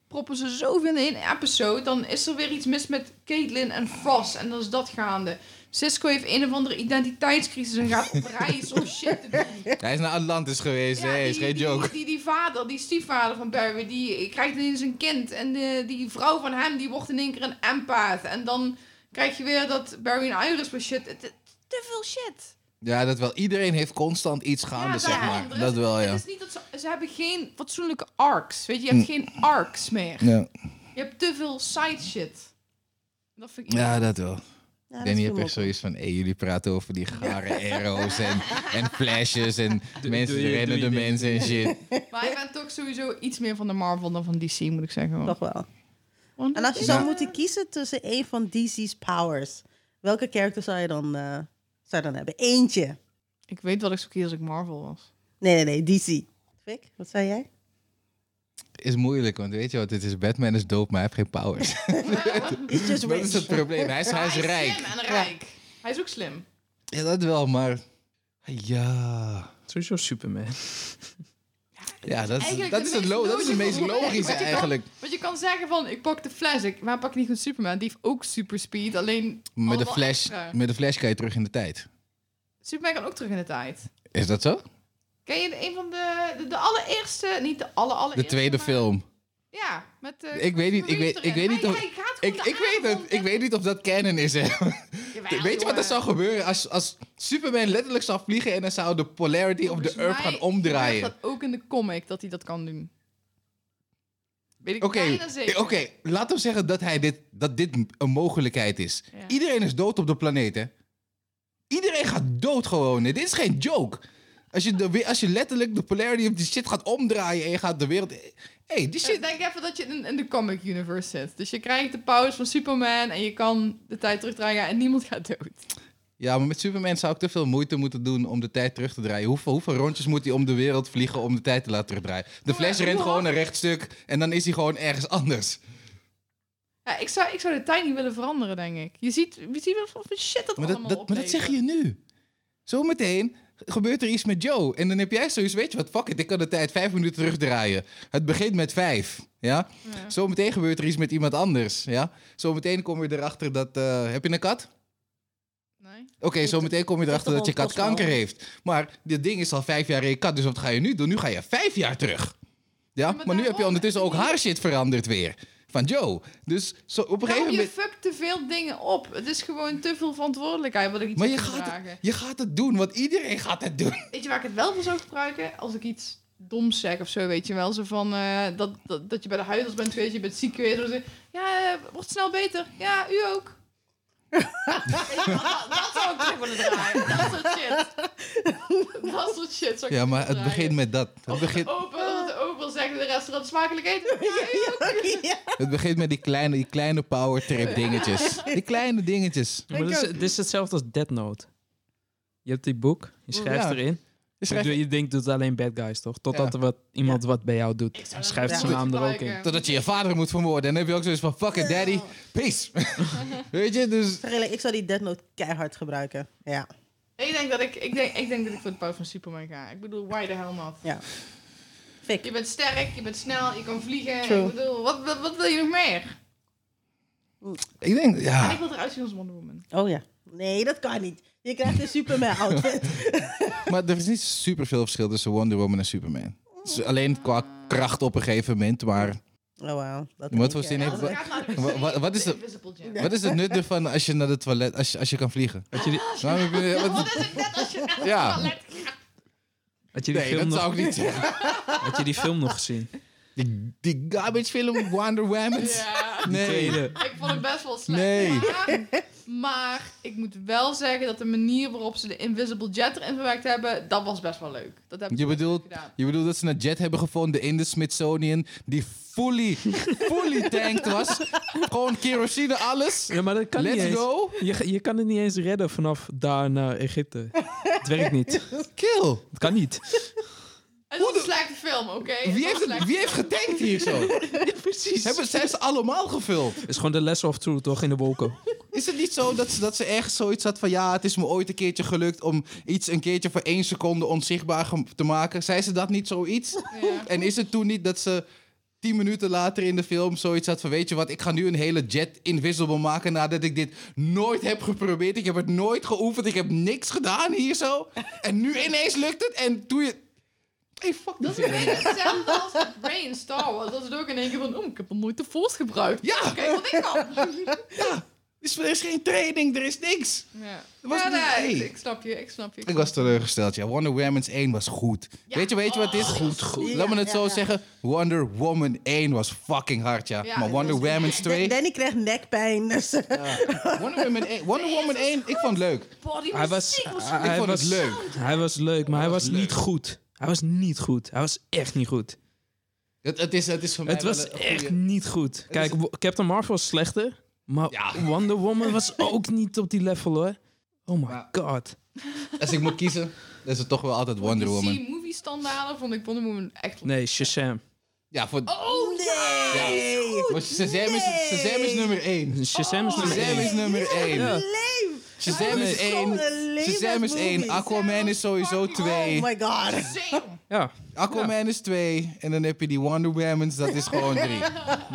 S3: proppen ze zoveel in één episode. Dan is er weer iets mis met Caitlyn en Frost. En dan is dat gaande. Cisco heeft een of andere identiteitscrisis en gaat op reis om shit te doen.
S2: Hij is naar Atlantis geweest.
S3: Ja,
S2: Hé, is
S3: die-
S2: geen
S3: die-
S2: joke.
S3: Die, die, die vader, die stiefvader van Barry, die krijgt ineens een kind. En eh, die vrouw van hem, die wordt in één keer een empath. En dan krijg je weer dat Barry een iris was shit. Het- het- Te veel shit.
S2: Ja, dat wel. Iedereen heeft constant iets gaande, dus zeg
S3: daarom.
S2: maar.
S3: Er is-
S2: Dat wel, ja. Mm.
S3: dus Het is niet dat ze, ze hebben geen fatsoenlijke arcs. Weet je, je hebt geen arcs meer.
S2: Ja.
S3: Je hebt te veel side shit. Dat vind ik
S2: Ja, dat wel.
S1: Ja, dat
S2: Danny
S1: viel
S2: heeft
S1: me
S2: echt
S1: op.
S2: zoiets van, hey, jullie praten over die
S3: <laughs>
S2: gare arrows en, en flashes en mensen
S4: doe je-
S2: rennen
S4: doe
S2: de
S4: je
S2: mensen
S4: <laughs>
S2: en shit.
S3: Maar ik ben toch sowieso iets meer van de Marvel dan van DC, moet ik zeggen.
S1: Toch wel.
S3: Want
S1: En als je
S2: Ja.
S1: zou moeten kiezen tussen een van DC's powers, welke character zou je dan, eh, zou je dan hebben? Eentje.
S3: Ik weet wat ik zou kiezen als ik Marvel was.
S1: Nee, nee, nee, DC. Fik, wat zei jij?
S2: Is moeilijk, want weet je wat, het is Batman is dope, maar hij heeft geen
S3: <laughs>
S2: powers.
S1: It's just
S2: dat is
S1: rich.
S2: het probleem, hij is, hij is
S3: Maar hij
S2: rijk.
S3: slim en rijk. Hij is ook slim.
S2: Ja, dat wel, maar... Ja...
S4: Sowieso Superman.
S2: Ja, dat is,
S3: Eigenlijk
S2: dat
S3: de
S2: is, het
S3: meest
S2: lo- dat is het meest
S3: logische
S2: logische
S3: oplossing.
S2: eigenlijk.
S3: Want je kan zeggen van, ik pak de Flash. Ik, maar pak ik niet goed Superman. Die heeft ook super speed. Alleen
S2: Met de,
S3: allemaal
S2: flash,
S3: extra.
S2: met de flash kan je terug in de tijd.
S3: Superman kan ook terug in de tijd.
S2: Is dat zo?
S3: Ken je de- een van de, de, de allereerste, niet de alle, allereerste.
S2: De tweede
S3: maar-
S2: film.
S3: Ja, met eh,
S2: Ik weet niet, ik
S3: Reeves
S2: weet,
S3: erin.
S2: ik weet niet
S3: Hij-
S2: of...
S3: hij gaat
S2: Ik,
S3: gewoon de
S2: ik, weet
S3: avond
S2: het, ik
S3: en-
S2: weet niet of dat canon is, hè. Weet je
S3: Jawel,
S2: wat er
S3: jongen.
S2: zou gebeuren als, als Superman letterlijk zou vliegen en dan zou de polarity of
S3: Volgens
S2: the Earth
S3: mij
S2: gaan omdraaien?
S3: gebeurt dat ook in de comic, dat hij dat kan doen. Weet ik
S2: Oké, eh,
S3: bijna
S2: oké,
S3: zeker.
S2: laten we zeggen dat, hij dit, dat dit een mogelijkheid is.
S3: Ja.
S2: Iedereen is dood op de planeet, hè? Iedereen gaat dood gewoon. hè. Dit is geen joke. Als je, de, we- als je letterlijk de polarity op die shit gaat omdraaien en je gaat de wereld... Hé, hey, die
S3: Ik
S2: shit...
S3: Denk even dat je in, in de comic universe zit. Dus je krijgt de powers van Superman en je kan de tijd terugdraaien en niemand gaat dood.
S2: Ja, maar met Superman zou ik te veel moeite moeten doen om de tijd terug te draaien. Hoeveel, hoeveel rondjes moet hij om de wereld vliegen om de tijd te laten terugdraaien? De Flash
S3: hoe
S2: rent
S3: hard-
S2: gewoon een rechtstuk en dan is hij gewoon ergens anders.
S3: Ja, ik, zou, ik zou de tijd niet willen veranderen, denk ik. Je ziet, je ziet wel wat shit dat
S2: Maar dat,
S3: allemaal
S2: dat, maar dat zeg
S3: oplevert.
S2: je nu. Zometeen gebeurt er iets met Joe. En dan heb jij zoiets, weet je wat, fuck it, ik kan de tijd vijf minuten terugdraaien. Het begint met vijf, ja?
S3: Ja.
S2: Zometeen gebeurt er iets met iemand anders, ja? Zometeen kom je erachter dat... eh, heb je een kat?
S3: Nee.
S2: Oké, zometeen kom je erachter dat je kat kanker heeft. Maar dit ding is al vijf jaar in je kat, dus wat ga je nu doen? Nu ga je vijf jaar terug. Ja,
S3: maar
S2: maar, nu
S3: daarom-
S2: heb je ondertussen ook haar shit veranderd weer. Van Joe. Dus zo, op een gegeven
S3: Daarom, je
S2: moment...
S3: fuckt te veel dingen op. Het is gewoon te veel verantwoordelijkheid wat ik iets
S2: Maar je
S3: moet
S2: gaat,
S3: dragen.
S2: het, je gaat het doen, want iedereen gaat het doen.
S3: Weet je waar ik het wel voor zou gebruiken? Als ik iets doms zeg of zo, weet je wel. Zo van, eh, dat, dat, dat je bij de huisarts bent geweest, je bent ziek geweest. Of zo. Ja, eh, wordt snel beter. Ja, u ook. Weet je wel, dat, dat zou ik terug willen draaien. Dat soort shit. Dat soort shit zou ik
S2: Ja, maar het
S3: terugdraaien.
S2: begint met dat.
S3: Oh.
S2: Het begint,
S3: Open, dat de open zegt in de restaurant smakelijk eten. Ja, u ook.
S1: <laughs> ja.
S2: het begint met die kleine, die kleine power
S3: <laughs>
S2: trip dingetjes. Die kleine dingetjes.
S4: Maar dit is, dit is hetzelfde als Dead Note. Je hebt die boek, je schrijft
S2: Ja.
S4: erin.
S2: Je
S4: Je,
S2: schrijft-
S4: doet- je denkt dat het alleen bad guys, toch? Totdat
S2: Ja.
S4: er wat, iemand wat bij jou doet.
S3: zou
S4: Hij
S3: dat
S4: schrijft
S1: wel
S4: zijn naam er ook in.
S3: gebruiken.
S2: Totdat je je vader moet vermoorden. En dan heb je ook zoiets van, fuck it, daddy, peace. <laughs> Weet je, dus...
S1: Zeg eerlijk, ik zou die Death Note keihard gebruiken. Ja,
S3: Ik denk dat ik, ik, denk, ik denk dat ik voor het poot van Superman ga. Ik bedoel, why the hell not?
S1: ja.
S3: Je
S1: Fik.
S3: bent sterk, je bent snel, je kan vliegen.
S1: True.
S3: Ik bedoel, wat, wat, wat wil je nog meer?
S2: Ik denk,
S3: En ik
S2: ja.
S3: wil eruit zien als Wonder Woman.
S1: Oh ja. Nee, dat kan niet. Je krijgt een
S2: <laughs>
S1: Superman-outfit.
S2: Maar er is niet superveel verschil tussen Wonder Woman en Superman. Dus alleen qua kracht op een gegeven moment, maar...
S1: Oh wow. Dat
S2: Wat
S1: in één
S2: voor
S1: keer.
S2: zin
S3: Ja,
S2: heeft- wa-
S3: als het gaat naar de
S2: wa-
S3: wc,
S2: wa- wat is
S3: de
S2: dat?
S3: Invisible Gem.
S2: Wat is het nut ervan als je naar het toilet... Als je, als je kan vliegen? <laughs>
S4: Had je die,
S2: Waarom heb je- wat-
S3: Wat is het net als je naar het
S2: Ja.
S3: toilet
S4: had je die,
S2: nee,
S4: film,
S2: dat
S4: nog,
S2: zou ik niet zeggen.
S4: had je die film nog gezien?
S2: Die, die garbage film Wonder Woman?
S3: gaat?
S2: Nee.
S4: Tweede.
S3: Ja, ik vond het best wel slecht.
S2: Nee.
S3: Maar, maar ik moet wel zeggen dat de manier waarop ze de Invisible Jet erin verwerkt hebben, dat was best wel leuk. Dat heb ik
S2: Je
S3: wel
S2: bedoelt,
S3: gedaan.
S2: je bedoelt dat ze een jet hebben gevonden in de Smithsonian die fully, fully tanked was. Gewoon kerosine, alles.
S4: Ja, maar dat kan niet
S2: Let's
S4: eens.
S2: go.
S4: Je, je kan het niet eens redden vanaf daar naar Egypte. Het werkt niet.
S2: Kill.
S4: Het kan niet.
S3: Het was een slechte film, oké? Het was
S2: Wie heeft,
S3: een
S2: het,
S3: slechte
S2: wie heeft
S3: film.
S2: getankt hier
S4: <laughs>
S2: zo? precies. Hebben, zijn ze allemaal gevuld?
S4: Het is gewoon de lesson of truth, toch? In de wolken.
S2: Is het niet zo dat ze, dat ze ergens zoiets had van... ja, het is me ooit een keertje gelukt om iets een keertje voor één seconde onzichtbaar ge- te maken? Zei ze dat niet zoiets?
S3: Ja.
S2: En is het toen niet dat ze tien minuten later in de film zoiets had van... weet je wat, ik ga nu een hele jet invisible maken... nadat ik dit nooit heb geprobeerd. Ik heb het nooit geoefend. Ik heb niks gedaan hier zo. En nu ineens lukt het. En toen je... Hey, fuck die
S3: Dat is een
S2: film.
S3: beetje hetzelfde als met Ray in Star Wars. Dat is ook in één keer van, oh, ik heb nog nooit de Force
S2: <laughs>
S3: gebruikt.
S2: Ja.
S3: Kijk wat ik kan.
S2: Dus er is geen training, er is niks.
S3: Ja,
S2: Dat was
S3: Ja,
S2: niet-
S3: nee,
S2: hey.
S3: ik, ik snap je, ik snap je.
S2: Ik was teleurgesteld, ja. Wonder Woman's 1 was goed.
S3: Ja.
S2: Weet je, weet je wat het is? Goed, goed. Laat me het
S1: Ja,
S2: zo
S1: ja, ja.
S2: zeggen. Wonder Woman 1 was fucking hard, ja.
S3: Ja,
S2: maar
S3: dat
S2: Wonder
S3: was-
S2: Woman's 2...
S1: Da- Danny krijgt nekpijn. Dus,
S2: Wonder Woman 1, Wonder Woman 1 ik vond het leuk.
S3: Body
S4: Hij was,
S3: sick,
S4: hij,
S2: Ik vond het
S4: was
S2: leuk.
S4: Hij was leuk, maar hij was niet goed. Hij was niet goed. Hij was echt niet goed.
S2: Het, het, is, het is voor mij
S4: Het was
S2: wel een goeie-
S4: echt niet goed. Kijk,
S2: is-
S4: Wo- Captain Marvel was slechter. Maar
S2: Ja.
S4: Wonder Woman was ook niet op die level, hoor. Oh my
S2: Maar-
S4: god.
S2: Als ik moet kiezen, dan is het toch wel altijd Wonder Woman.
S3: Die movie standaarden vond ik Wonder Woman echt...
S4: Nee, Shazam.
S2: Ja, voor...
S3: Oh,
S1: nee!
S2: want Shazam, is, Shazam is nummer 1.
S4: Shazam is nummer
S2: Oh, Shazam
S4: één.
S2: is nummer 1.
S4: Oh, Ja.
S1: Leef!
S2: Shazam
S4: Nee.
S2: is 1.
S1: Zo'n lame
S2: Shazam is
S1: ass
S2: 1.
S1: movies.
S2: Aquaman is sowieso
S1: Oh
S2: 2.
S1: my god.
S3: Damn.
S4: Ja.
S2: Aquaman is 2. En dan heb je die Wonder Woman's, dat is gewoon 3.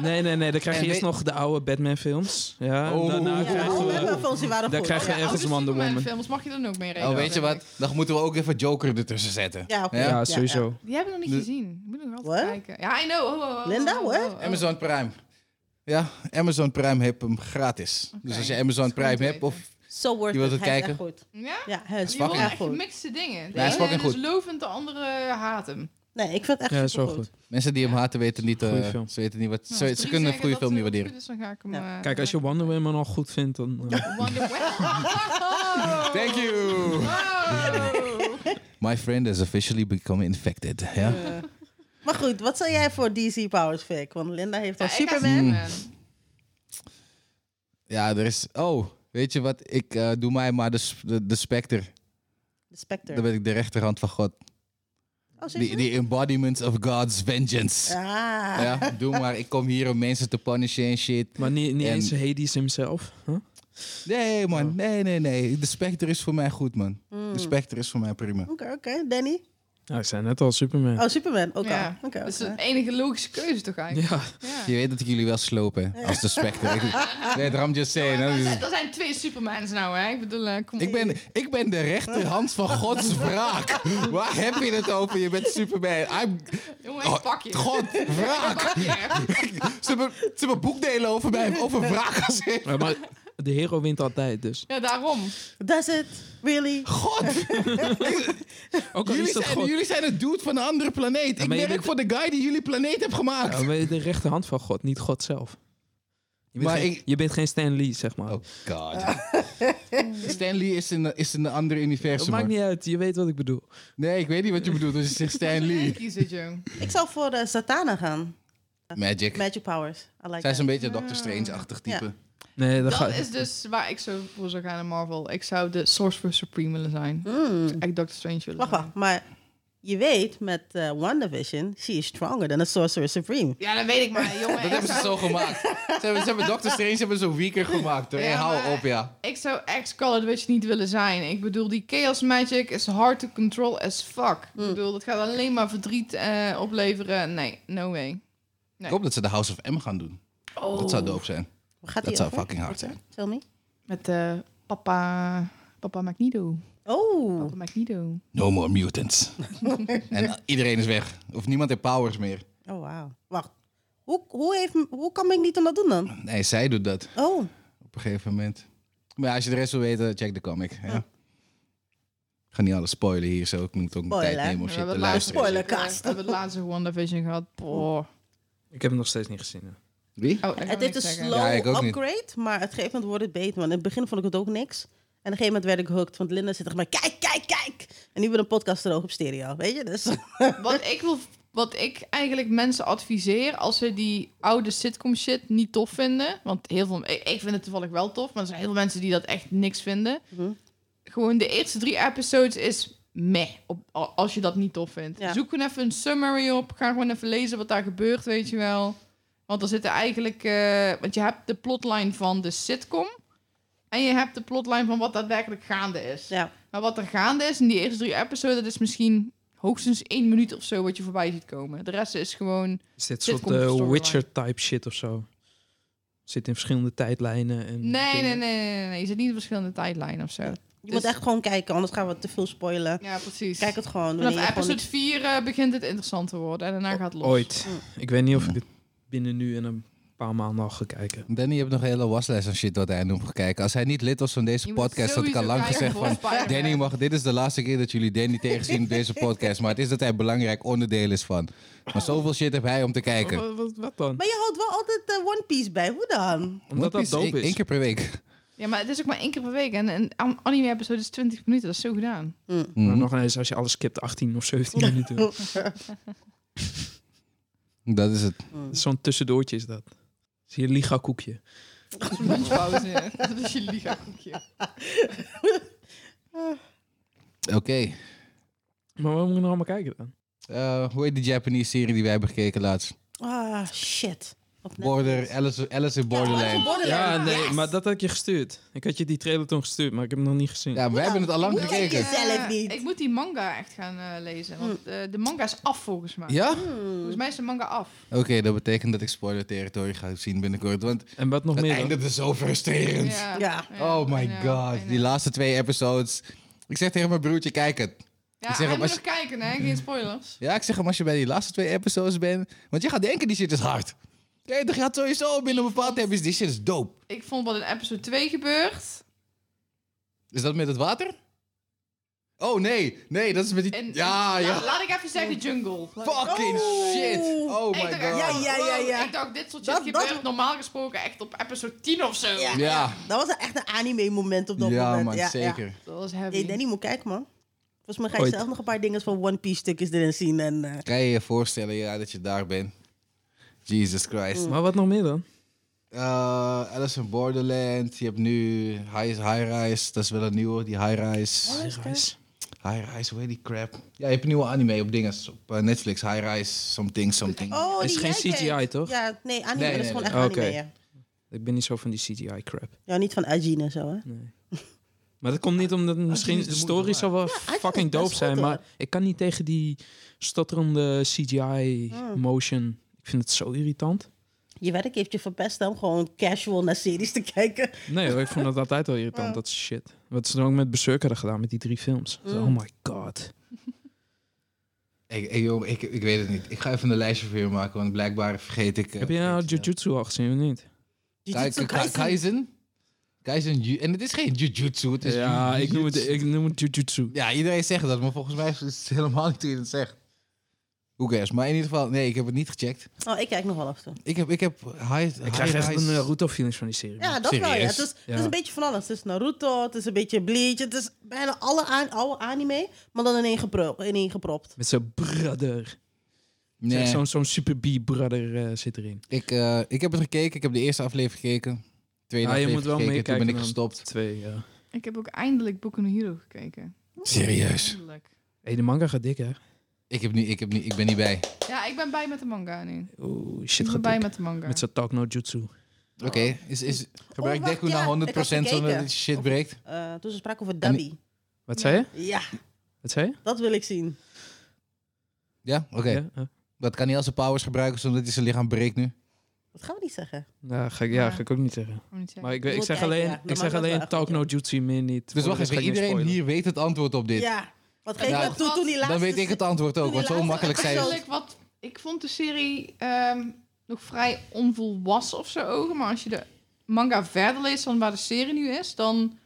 S4: Nee, nee, nee. Dan krijg je
S2: En
S4: eerst
S2: weet-
S4: nog de oude Batman-films. Ja,
S2: Oh.
S4: daarna
S2: Ja,
S1: Ja,
S4: krijgen
S1: oh,
S4: we...
S1: mijn films die waren
S4: Daar
S1: goed.
S4: krijgen we
S1: Ja,
S4: echt- Ergens
S3: Oude
S4: Wonder Woman.
S3: dus films mag je dan ook mee rekenen.
S2: Oh, weet je wat? Dan moeten we ook even Joker ertussen zetten.
S1: Ja, oké.
S2: Ja?
S4: Ja, sowieso.
S3: Die hebben we nog niet
S2: De-
S3: gezien. Moet ik nog altijd
S1: What?
S3: kijken. Ja, I know. Oh, oh, oh,
S1: Linda,
S3: oh,
S1: what?
S3: oh, oh.
S2: Amazon Prime. Ja, Amazon Prime heeft hem gratis. Dus als je
S3: Dat
S2: Amazon
S3: is goed
S2: Prime
S3: te
S2: hebt,
S3: weten.
S2: of
S1: Zo wordt
S2: Je wilt
S1: het,
S2: het
S1: Hij
S2: kijken?
S1: Is echt goed.
S3: Ja?
S1: Ja, het is
S2: fucking
S3: Je hoort
S1: echt
S3: echt
S1: goed.
S3: gemixte dingen. De
S2: Ja, is
S3: ene
S2: fucking
S3: is
S2: goed.
S3: lovend, de andere haat hem.
S1: Nee, ik vind het echt
S4: Ja, is wel
S1: supergoed.
S4: goed.
S2: mensen die hem haten weten niet, eh,
S4: Goeie film.
S2: ze weten niet wat,
S3: Nou,
S2: ze,
S3: als
S2: ze
S3: drie
S2: kunnen een
S3: zeggen
S2: goede
S3: dat,
S2: film niet
S3: eh, goed
S2: waarderen.
S3: is, dan ga ik hem...
S1: Ja.
S3: eh,
S4: Kijk, als je Wonder Woman al goed vindt, dan...
S3: Wonder
S4: eh,
S3: Woman.
S2: Thank you!
S3: Wow.
S2: My friend has officially become infected. Ja?
S1: Maar goed, wat zou jij voor DC Powers Vic? Want Linda heeft al
S3: Ja, ik ga
S1: Superman.
S3: Superman.
S2: ja, er is... Oh, Weet je wat? Ik eh, doe mij maar de, s- de, de specter.
S1: De Spectre.
S2: Dan ben ik de rechterhand van God.
S1: oh, serieus?
S2: Die, die embodiment of God's vengeance.
S1: Ah.
S2: Ja, doe maar. Ik kom hier om mensen te punishen en shit.
S4: Maar niet, niet
S2: En-
S4: eens Hades himself. Huh?
S2: Nee, man.
S4: Oh.
S2: Nee, nee, nee. De Spectre is voor mij goed, man.
S1: Hmm.
S2: De Spectre is voor mij prima.
S1: Oké, oké. Danny?
S4: Ja, ik zei net al Superman.
S1: Oh, Superman. Oké.
S3: Ja. Dus
S1: Oké,
S3: Dat is
S1: oké.
S3: de enige logische keuze toch eigenlijk?
S4: Ja,
S3: Ja.
S2: Je weet dat ik jullie wel sloop, hè? Als de Spectre. Ik- nee, daarom just saying.
S3: Maar
S2: hè.
S3: dat- Dat zijn twee Supermans nou, hè? Ik bedoel, eh, kom op.
S2: Ik ben, ik ben de rechterhand van Gods wraak. Waar heb je het over? Je bent Superman. I'm...
S3: Jongen,
S2: Oh,
S3: ik pak je.
S2: God,
S3: Ik
S2: wraak.
S3: pak je.
S2: Ze hebben, ze hebben boekdelen over mij, over wraak gezegd.
S4: Ja, maar de hero wint altijd, dus.
S3: Ja, daarom.
S1: Does it? Really?
S2: God,
S4: Ook al
S2: jullie
S4: is dat
S2: zijn,
S4: God.
S2: jullie zijn een dude van een andere planeet.
S4: maar
S2: Ik
S4: je
S2: werk
S4: bent-
S2: voor de guy die jullie planeet heeft
S4: Ja,
S2: gemaakt.
S4: maar je bent de rechterhand van God, niet God zelf. Je bent,
S2: Maar
S4: geen,
S2: ik-
S4: je bent geen Stan Lee, zeg maar.
S2: Oh god. Stanley is in, een- is in een ander
S4: dat
S2: universum.
S4: maakt
S2: hoor.
S4: niet uit, je weet wat ik bedoel.
S2: Nee, ik weet niet wat je bedoelt als je zegt
S3: Nee,
S2: Stanley.
S3: kiezen, Joe.
S1: Ik zou voor de Satana gaan.
S2: Magic.
S1: Magic Powers. I like
S2: Zij is
S1: that.
S2: een beetje Doctor Strange-achtig type.
S1: Ja.
S4: Nee, dat,
S3: Dat
S4: gaat-
S3: is dus waar ik zo voor zou gaan in Marvel. Ik zou de Sorcerer Supreme willen zijn.
S1: Hmm.
S3: Ik Doctor Strange willen
S1: Wacht,
S3: zijn.
S1: wacht. Maar je weet, met eh, WandaVision, she is stronger than a Sorcerer Supreme.
S3: Ja, dat weet ik
S2: <laughs>
S3: maar, jongen.
S2: Dat
S3: ik
S2: hebben ze
S3: zou-
S2: zo gemaakt. Ze hebben, ze hebben Doctor Strange hebben zo weaker gemaakt. Hoor.
S3: Ja,
S2: Hey, hou
S3: maar-
S2: op, ja.
S3: Ik zou Excalibur Witch niet willen zijn. Ik bedoel, die chaos magic is hard to control as fuck.
S1: Mm.
S3: Ik bedoel, dat gaat alleen maar verdriet eh, opleveren. Nee, no way.
S2: Ik hoop dat ze de House of M gaan doen.
S3: Oh.
S2: Dat zou dope zijn.
S1: Waar Gaat
S2: Dat
S1: die
S2: zou
S1: over?
S2: fucking hard zijn.
S1: Tell me.
S3: Met eh, papa... Papa Magneto.
S1: Oh,
S3: Papa Magneto.
S2: No more mutants. en iedereen is weg. Of niemand heeft powers meer.
S1: oh wow. Wacht. Hoe, hoe, heeft, hoe kan ik niet om dat doen dan?
S2: Nee, zij doet dat
S1: Oh,
S2: op een gegeven moment. Maar ja, als je de rest wil weten, check de comic. Ja. Ik ga niet alles spoilen hier zo. Ik moet ook mijn tijd
S1: Spoiler.
S2: nemen om
S3: We
S2: shit
S3: hebben
S2: te
S3: het laatst-
S2: luisteren.
S1: Spoiler.
S3: We hebben het laatste WandaVision gehad. Boah.
S4: ik heb hem nog steeds niet gezien. hè.
S2: Wie?
S3: Oh, dat
S1: het is een slow
S2: Ja, ik ook niet.
S1: upgrade, maar op een gegeven moment wordt het beter. Want in het begin vond ik het ook niks. En op een gegeven moment werd ik hooked, want Linda zit er maar kijk, kijk, kijk. En nu wordt een podcast er ook op stereo, weet je? Dus,
S3: Wat ik wil, wat ik eigenlijk mensen adviseer als ze die oude sitcom shit niet tof vinden, want heel veel, ik ik vind het toevallig wel tof, maar er zijn heel veel mensen die dat echt niks vinden.
S1: <laughs> Mhm.
S3: Gewoon de eerste drie episodes is meh, op, a- als je dat niet tof vindt.
S1: Ja.
S3: Zoek gewoon even een summary op, ga gewoon even lezen wat daar gebeurt, weet je wel. Want er zitten eigenlijk, eh, want je hebt de plotline van de sitcom en je hebt de plotline van wat daadwerkelijk gaande is.
S1: ja.
S3: Maar wat er gaande is in die eerste drie episodes, dat is misschien hoogstens één minuut of zo wat je voorbij ziet komen. De rest is gewoon.
S4: Is dit
S3: Dit
S4: soort
S3: komt op
S4: eh,
S3: storyline.
S4: Witcher-type shit of zo? Zit in verschillende tijdlijnen. En
S3: Nee, nee, nee,
S4: dingen.
S3: nee, nee, nee. Je zit niet op verschillende tijdlijnen of zo.
S1: Je
S2: Dus-
S1: moet echt gewoon kijken, anders gaan we te veel spoilen.
S3: Ja, precies.
S1: Kijk het gewoon. wanneer
S3: Vanaf
S1: je gewoon
S3: episode 4 eh, begint het interessant te worden en daarna gaat het los.
S4: Ooit. Ik weet niet of ik het binnen nu en een paar maanden al ga kijken.
S2: Danny heeft nog een hele waslijst aan shit wat hij noemt gekeken. Als hij niet lid was van deze
S3: Je moet
S2: podcast, had ik al
S3: sowieso
S2: lang
S3: kijken
S2: gezegd
S3: voor
S2: van...
S3: Spider-Man.
S2: Danny mag, dit is de laatste keer dat jullie Danny tegenzien op deze podcast. Maar het is dat hij een belangrijk onderdeel is van. Maar zoveel shit heb hij om te kijken.
S4: Wat, wat, wat dan?
S1: Maar je houdt wel altijd eh, One Piece bij. Hoe dan?
S4: Omdat dat dope
S2: Eén
S4: is.
S2: keer per week.
S3: Ja, maar het is ook maar één keer per week. En een an- anime-episode is 20 minuten. Dat is zo gedaan.
S2: Mhm,
S4: Maar nog eens, als je alles skipt, 18 of 17
S3: <laughs>
S4: minuten. Dat
S2: Dat is het.
S4: is Zo'n tussendoortje is dat. Zie je liga koekje.
S3: Pauze. <laughs> dat is je liga-koekje.
S2: Oké.
S4: Maar waarom moet je nou allemaal kijken dan?
S2: Eh, hoe heet die Japanese serie die wij hebben gekeken laatst?
S1: Ah, shit. Op Netflix. Oh,
S2: Border, Alice, Alice in Borderland.
S1: Borderline.
S4: Ja, nee,
S1: Yes.
S4: maar dat had ik je gestuurd. Ik had je die trailer toen gestuurd, maar ik heb hem nog niet gezien.
S2: Ja, wij hebben het al lang
S1: Moet je
S2: gekeken.
S1: jezelf
S3: Ja,
S1: niet.
S3: Ik moet die manga echt gaan eh, lezen. Want eh, de manga is af volgens mij.
S2: Ja?
S3: Volgens mij is de manga af.
S2: Oké, dat betekent dat ik spoiler territory ga zien binnenkort. Want
S4: En wat nog
S2: het
S4: meer? dan?
S2: einde is zo frustrerend.
S1: Ja. eh,
S2: Oh my god, die laatste twee episodes. Ik zeg tegen mijn broertje, kijk het.
S3: Ja,
S2: Ik zeg
S3: hij
S2: hem,
S3: moet
S2: als
S3: nog kijken, hè? Geen spoilers.
S2: Ja, ik zeg hem als je bij die laatste twee episodes bent. Want je gaat denken, die shit is hard. Nee, toch, je gaat sowieso binnen een bepaald tempo. is Die shit is dope.
S3: Ik vond wat in episode 2 gebeurt.
S2: Is dat met het water? Oh nee, nee, dat is met die...
S3: En,
S2: ja,
S3: en-
S2: ja.
S3: nou, laat ik even zeggen, jungle. Laat ik-
S2: Fucking
S1: Oh.
S2: shit. Oh
S3: Ik
S2: my
S3: dacht
S2: god.
S3: echt
S1: Ja,
S3: van,
S1: ja, ja,
S3: wow,
S1: ja.
S3: Ik dacht, dit soort shit
S1: Dat-
S3: gebeurt
S1: dat-
S3: normaal gesproken echt op episode 10 of zo.
S1: Ja.
S2: Ja.
S1: Dat was echt een anime-moment op dat
S2: ja,
S1: moment.
S2: man, zeker.
S3: Dat was
S1: Ja.
S3: heavy.
S1: Hey, Danny, moet kijken, man. Volgens mij ga je
S4: Ooit.
S1: zelf nog een paar dingen van One Piece stukjes erin zien. En, eh,
S2: Kan je je voorstellen ja, dat je daar bent? Jesus Christ.
S4: Maar wat nog meer dan?
S2: eh, Alice in Borderland. Je hebt nu High, High Rise. Dat is wel een nieuwe, die High Rise.
S1: High Rise?
S2: High Rise, hoe heet die crap? Ja, je hebt een nieuwe anime op dinges. Op eh, Netflix. High Rise, something, something.
S1: Oh,
S4: Is
S1: die
S4: geen
S1: jij
S4: CGI,
S1: keek.
S4: toch?
S1: Ja, nee, anime.
S2: Nee,
S1: dat is
S2: nee,
S1: gewoon
S2: nee.
S1: echt anime,
S4: Oké.
S1: ja.
S4: Ik ben niet zo van die CGI-crap.
S1: Ja, niet van Ajin en zo, hè?
S4: Maar dat komt niet omdat misschien
S2: is de
S4: de
S2: moeite
S4: story
S2: waard.
S4: zou wel
S1: eigenlijk
S4: fucking
S1: best
S4: dope
S1: goed,
S4: zijn,
S1: hoor.
S4: maar ik kan niet tegen die stotterende CGI
S1: Mm.
S4: motion. Ik vind het zo irritant.
S1: Je werk heeft je verpest om gewoon casual naar series te kijken.
S4: Nee, hoor, ik vond dat altijd wel irritant,
S1: Mm.
S4: dat is shit. Wat ze dan ook met Berserk hadden gedaan met die drie films. Oh my god.
S2: Ik, ik, joh, ik, ik weet het niet. Ik ga even een lijstje voor je maken, want blijkbaar vergeet ik... eh,
S4: Heb je nou
S2: vergeet ik snel.
S4: Jujutsu al gezien of niet?
S1: Jujutsu
S2: Ka- Ka-
S1: Kaisen.
S2: Kaisen? Kaisen, ju- en het is geen Jujutsu, het is
S4: Ja, ik noem het,
S2: jujutsu.
S4: ik noem het Jujutsu.
S2: Ja, iedereen zegt dat, maar volgens mij is het <laughs> helemaal niet hoe je het zegt. Who cares? Maar in ieder geval, nee, ik heb het niet gecheckt.
S1: Oh, ik kijk nog wel af en toe.
S2: Ik heb, ik heb high,
S4: Ik krijg echt een uh, feelings van die serie.
S1: Ja, dat wel. Ja.
S2: serieus?
S1: Het, is, het
S4: Ja.
S1: is een beetje van alles. Het is Naruto, het is een beetje Bleach. Het is bijna alle aan, oude anime, maar dan in één, gepro- in één gepropt.
S4: Met zijn brother.
S2: Nee,
S4: Echt Zo'n zo'n super B-brother eh, zit erin.
S2: ik, eh, ik heb het gekeken, ik heb de eerste aflevering gekeken. Tweede
S4: Ah, je
S2: aflevering
S4: moet wel
S2: gekeken, toen
S4: meekijken
S2: ben ik
S4: dan.
S2: gestopt.
S4: Twee, ja.
S3: Ik heb ook eindelijk Boku no Hero gekeken.
S2: Serieus?
S3: Eindelijk.
S4: Hey, de manga gaat dik, hè?
S2: Ik, heb niet, ik, heb niet, ik ben niet bij.
S3: Ja, ik ben bij met de manga nu.
S4: Oeh,
S3: Ik
S4: shit
S3: ben
S4: gaat
S3: bij
S4: dik.
S3: met de manga.
S4: Met zijn Talk No Jutsu.
S2: Oké, is, is, gebruik
S1: Oh. wacht,
S2: Deku
S1: ja, ik had
S2: nou 100% zonder dat
S1: gekeken.
S2: het shit breekt?
S1: Eh toen ze spraken over Dabi.
S4: Wat zei je?
S1: Ja,
S4: Wat zei je?
S1: dat wil ik zien.
S2: Ja, oké.
S4: Ja, Oh, eh.
S2: Dat kan hij als zijn powers gebruiken zonder dat hij zijn lichaam breekt nu. Dus
S1: Dat gaan we niet zeggen.
S4: Nou, ga ik, ja, ga ik ook niet zeggen.
S3: Moet niet zeggen.
S4: Maar ik, ik
S1: moet
S4: zeg
S1: kijken,
S4: alleen,
S1: ja. Dan
S4: ik
S1: maakt
S4: zeg
S1: dat wel
S4: alleen
S1: echt
S4: Talk
S1: goed,
S4: No
S1: ja.
S4: Jutsu meer niet.
S2: Dus
S4: Voor
S2: wacht
S4: de rest
S2: even,
S4: ga ik niks
S2: iedereen
S4: spoilen.
S2: hier weet het antwoord op dit.
S1: Ja. Wat geef
S2: Nou,
S1: me toe toen die laatste...
S2: Dan weet ik het antwoord ook,
S1: toen die
S2: want zo
S1: laatste-
S2: makkelijk zijn ze.
S3: Eigenlijk wat ik vond de serie ehm, nog vrij onvolwassen of zo ogen, maar als je de manga verder leest dan waar de serie nu is, dan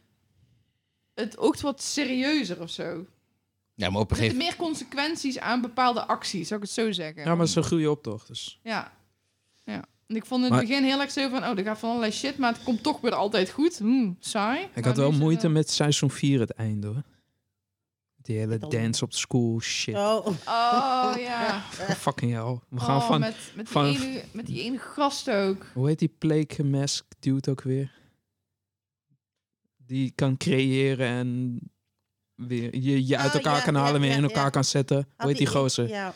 S3: het oogt wat serieuzer of zo.
S2: Ja, maar op een
S3: Er
S2: gegeven
S3: zitten meer consequenties aan bepaalde acties, zou ik het zo zeggen.
S4: Ja, maar zo groei je op toch? Dus.
S3: Ja. Ja. En ik vond in het
S4: Maar-
S3: begin heel erg zo van, oh, er gaat van allerlei shit, maar het komt toch weer altijd goed. Hm, saai.
S4: Ik
S3: Maar
S4: had
S3: nu
S4: wel
S3: is het
S4: moeite
S1: eh,
S3: wel-
S4: met seizoen 4 het einde hoor. Die hele
S1: Dan-
S4: dance op school shit.
S1: Oh,
S4: <laughs>
S3: Oh, ja.
S4: Fucking hell. We gaan
S3: Oh,
S4: van,
S3: met, met, die
S4: van-
S3: ene, met die ene gast ook.
S4: hoe heet die plague mask dude ook weer? Die kan creëren en weer, je, je uit
S1: Oh,
S4: elkaar
S1: ja,
S4: kan
S1: ja,
S4: halen, weer
S1: ja,
S4: in elkaar
S1: ja.
S4: kan zetten. Hoe heet die gozer?
S1: Ja.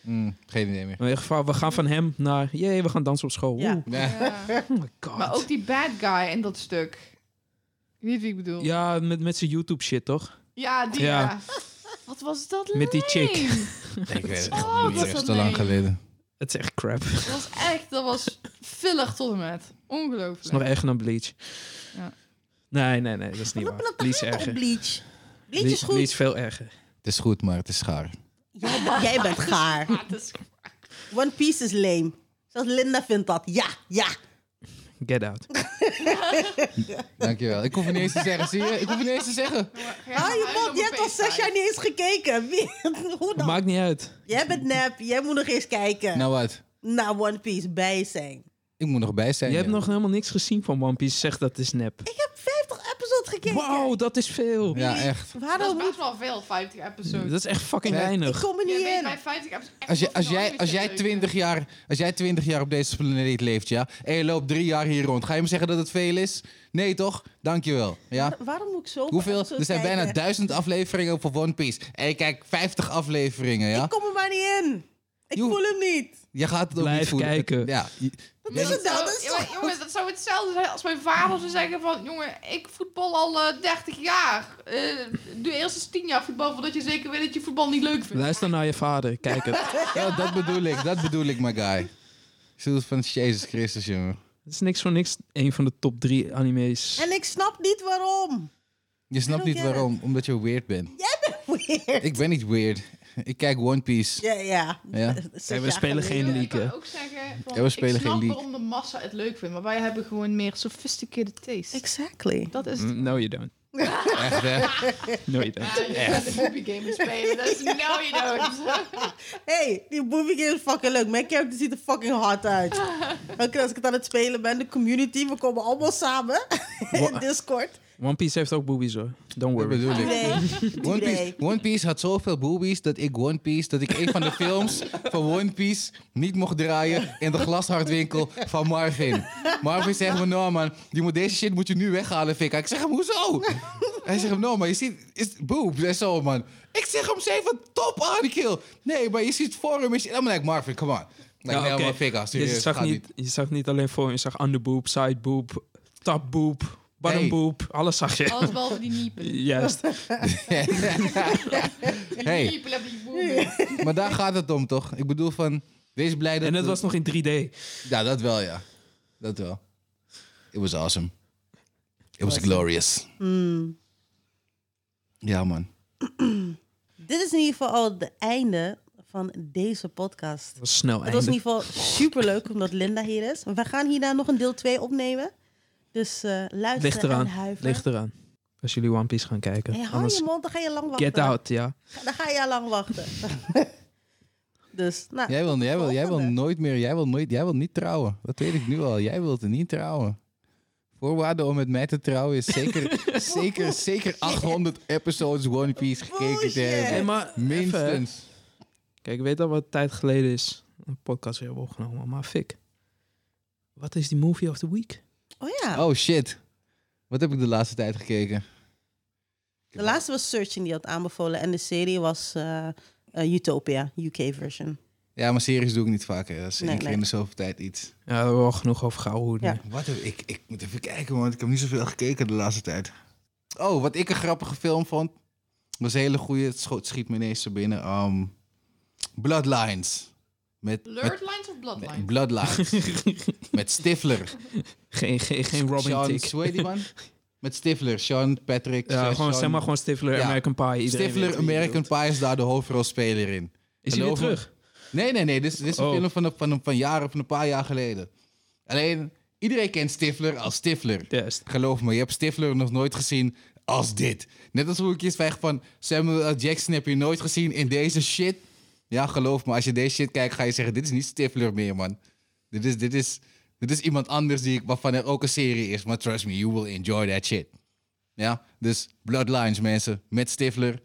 S2: Mm, geen idee meer.
S4: In ieder geval, we gaan van hem naar, jee, we gaan dansen op school.
S1: Ja.
S4: Oeh,
S2: Ja.
S3: Ja.
S4: <laughs> Oh my god.
S3: Maar ook die bad guy in dat stuk. Je weet wie ik bedoel.
S4: Ja, met, met zijn YouTube shit, toch?
S3: Ja, die.
S4: Ja.
S3: ja. Wat was dat
S4: Met die
S3: lame.
S4: chick.
S2: Ik weet het
S3: Oh,
S2: niet
S3: wat
S2: meer,
S3: een
S2: is te lang
S3: nee.
S2: geleden.
S4: <laughs> Het is echt crap. Het
S3: Dat was echt, dat was filler tot en met.
S4: is
S3: Ongelooflijk.
S4: nog erger dan Bleach.
S3: Ja.
S4: Nee, nee, nee, dat is niet
S1: Wat
S4: waar.
S1: gaat
S4: Bleach is
S1: het
S4: erger.
S1: om Bleach? Bleach
S4: Ble-
S1: is goed.
S4: Bleach veel erger.
S2: Het is goed, maar het is schaar.
S1: Jij, bent- jij bent gaar.
S3: <laughs> Ja, dat is-
S1: One Piece is lame. Zelfs Linda vindt dat. Ja, ja.
S4: Get out.
S2: Dankjewel. Ik hoef het niet eens te zeggen, zie je? Ik hoef het niet eens te zeggen.
S3: Ga
S1: Ah, je
S3: maar
S1: mond,
S3: uit
S1: je
S3: op
S1: hebt al
S3: een
S1: zes jaar niet eens gekeken. Wie- <laughs> Hoe
S4: Het
S1: dan?
S4: maakt niet uit.
S1: Jij bent nep, jij moet nog eens kijken
S2: Nou wat?
S1: naar One Piece bij zijn.
S2: Ik moet nog bij zijn.
S4: Je hebt
S2: ja.
S4: nog helemaal niks gezien van One Piece. Zeg dat is nep.
S1: Ik heb 50 episodes gekeken.
S4: Wauw, dat is veel.
S2: Ja, echt.
S3: Dat
S1: Waarom
S3: is
S1: moet
S3: best wel veel, 50 episodes.
S4: Dat is echt fucking
S2: Nee.
S1: ik
S4: weinig.
S1: kom er
S3: Jij
S1: niet
S3: weet
S1: in?
S3: bij 50 episodes echt
S2: Als, je,
S3: wat
S2: als,
S3: van
S2: jij,
S3: alles
S2: als, jij
S3: gezeten.
S2: 20 jaar, als jij 20 jaar op deze planeet leeft, ja? En je loopt drie jaar hier rond. Ga je me zeggen dat het veel is? Nee, toch? Dankjewel. Ja?
S1: Waar- Waarom moet ik zo
S2: Hoeveel? Er zijn bijna duizend afleveringen van One Piece. En ik kijk 50 afleveringen, ja?
S1: Ik kom er maar niet in. Ik
S2: Joe.
S1: voel hem niet.
S2: Je gaat het ook
S4: Blijf
S2: niet voelen.
S4: kijken.
S2: Ja. je-
S1: Wat is het dan? Dat is
S3: Ja, maar jongens, dat zou hetzelfde zijn als mijn vader zou zeggen van... Jongen, ik voetbal al eh, 30 jaar. Eh, doe eerst eens 10 jaar voetbal voordat je zeker weet dat je voetbal niet leuk vindt.
S4: Luister naar je vader. Kijk het.
S1: <laughs>
S2: Ja, dat bedoel ik. Dat bedoel ik, my guy. Zoals van Jezus Christus, jongen.
S4: Het is niks voor niks. Een van de top drie anime's.
S1: En ik snap niet
S3: <laughs>
S1: waarom.
S2: Je snapt
S1: don't
S2: niet
S1: get
S2: waarom, omdat je weird bent.
S1: Weird.
S2: Ik ben niet weird. Ik kijk One Piece.
S1: Ja, ja.
S2: Ja.
S1: Zes
S4: Hey, we
S1: jaar geleden.
S4: spelen geen
S3: Ja, Ik
S4: leaken.
S3: kan ook zeggen, van,
S2: Ja, we spelen
S3: ik snap
S2: geen leak.
S3: waarom de massa het leuk vindt, maar wij hebben gewoon meer sophisticated taste.
S1: Exactly.
S3: dat is het.
S4: Mm, No, you
S1: <laughs>
S4: don't.
S2: Echt, hè?
S4: No, you don't.
S3: Ja, je gaat de poepie <laughs> game spelen, dat is nou je dood.
S1: Hey, die movie game is fucking leuk. Mijn character ziet er fucking hard <laughs> uit. Elke keer als ik het aan het spelen ben, de community, we komen allemaal samen <laughs> in Discord.
S4: One Piece heeft ook boobies hoor. Don't
S2: Dat
S4: worry.
S2: bedoel ik.
S1: Nee.
S2: One Piece,
S1: idee.
S2: One Piece had zoveel boobies dat ik One Piece, dat ik een van de films van One Piece niet mocht draaien in de glashardwinkel van Marvin. Marvin zegt me, nou man, die moet, deze shit moet je nu weghalen, Fik. Ik zeg hem, hoezo? Hij zegt hem, nou man, je ziet, is boobs en zo man. Ik zeg hem, ze heeft een top aan, kill. Nee, maar je ziet vorm en shit. I'm like, Marvin, come on. Like,
S4: Ja,
S2: nee,
S4: oké.
S2: man, Fik, als
S4: Dus je, zag niet, je zag niet alleen voor, je zag underboob, sideboob, topboob, bottomboob. Alles zag
S1: Oh.
S4: je.
S3: <laughs> Alles behalve die niepen.
S1: <laughs>
S4: Juist.
S3: Die
S2: <laughs> Hey.
S3: niepen hebben die boemen.
S2: Maar daar gaat het om, toch? Ik bedoel van, wees blij dat...
S4: En dat was nog in 3D.
S2: Ja, dat wel, ja. Dat wel. It was awesome. It was glorious.
S1: Mm.
S2: Ja, man.
S1: Dit is in ieder geval al het einde van deze podcast.
S4: Dat was snel
S1: Het was in
S4: einde.
S1: ieder geval super leuk omdat Linda hier is. We gaan hierna nog een deel 2 opnemen. Dus eh
S4: Ligt
S1: luister en
S4: eraan.
S1: huiver.
S4: Ligt eraan. Als jullie One Piece gaan kijken.
S1: Hey, hou
S4: Anders
S1: je mond, dan ga je lang wachten.
S4: get out, ja.
S1: Dan ga je lang
S4: <laughs>
S1: wachten. dus, nou,
S2: Jij wil, jij, wil, jij wil
S1: Volgende.
S2: nooit meer, jij wil, nooit, jij wil niet trouwen. Dat weet ik nu al. Jij wilt niet trouwen. Voorwaarde om met mij te trouwen is zeker,
S1: <laughs>
S2: zeker, zeker 800 episodes One Piece gekeken te
S1: Bullshit.
S4: Hey,
S2: hebben.
S4: maar even, hè.
S2: Minstens.
S4: Kijk, ik weet al wat tijd geleden is. Een podcast weer hebben opgenomen. Maar fik. Wat is die movie of the week?
S1: oh ja.
S2: Oh shit. Wat heb ik de laatste tijd gekeken?
S1: De laatste was Searching die had aanbevolen. En de serie was eh, eh, Utopia, UK version.
S2: Ja, maar series doe ik niet vaker. Dat is één
S1: Nee,
S2: keer
S1: nee.
S2: in de zoveel tijd iets.
S4: Ja, daar hebben we al genoeg over gehouden.
S1: Ja.
S2: Wat heb ik, ik moet even kijken, want ik heb niet zoveel gekeken de laatste tijd. Oh, wat ik een grappige film vond. Was een hele goede. Het scho- schiet me ineens zo binnen. ehm, Bloodlines. Met, met
S3: Blurred lines of
S2: met-
S3: bloodlines?
S2: Bloodlines.
S4: <laughs>
S2: met Stifler.
S4: Geen, geen, geen Robin
S2: Sean,
S4: Tick.
S2: hoe heet die man? Met Stifler. Sean Patrick. eh,
S4: Ja,
S2: Sean-
S4: gewoon, zeg maar gewoon Stifler,
S2: Ja.
S4: American Pie. Iedereen weet
S2: Stifler
S4: wie je
S2: American
S4: bedoelt.
S2: Pie is daar de hoofdrolspeler in.
S4: Is hij weer
S2: Geloof me.
S4: terug?
S2: Nee, nee, nee. Dit is, dit is een
S4: Oh.
S2: film van, een- van, een- van jaren, van een paar jaar geleden. Alleen, iedereen kent Stifler als Stifler.
S4: Juist.
S2: Geloof me, je hebt Stifler nog nooit gezien als dit. Net als hoe ik je zeg van Samuel L. Jackson heb je nooit gezien in deze shit. Ja, geloof me, als je deze shit kijkt, ga je zeggen: Dit is niet Stifler meer, man. Dit is, dit is, dit is iemand anders die, ik- waarvan er ook een serie is. Maar trust me, you will enjoy that shit. Ja, dus Bloodlines, mensen, met Stifler.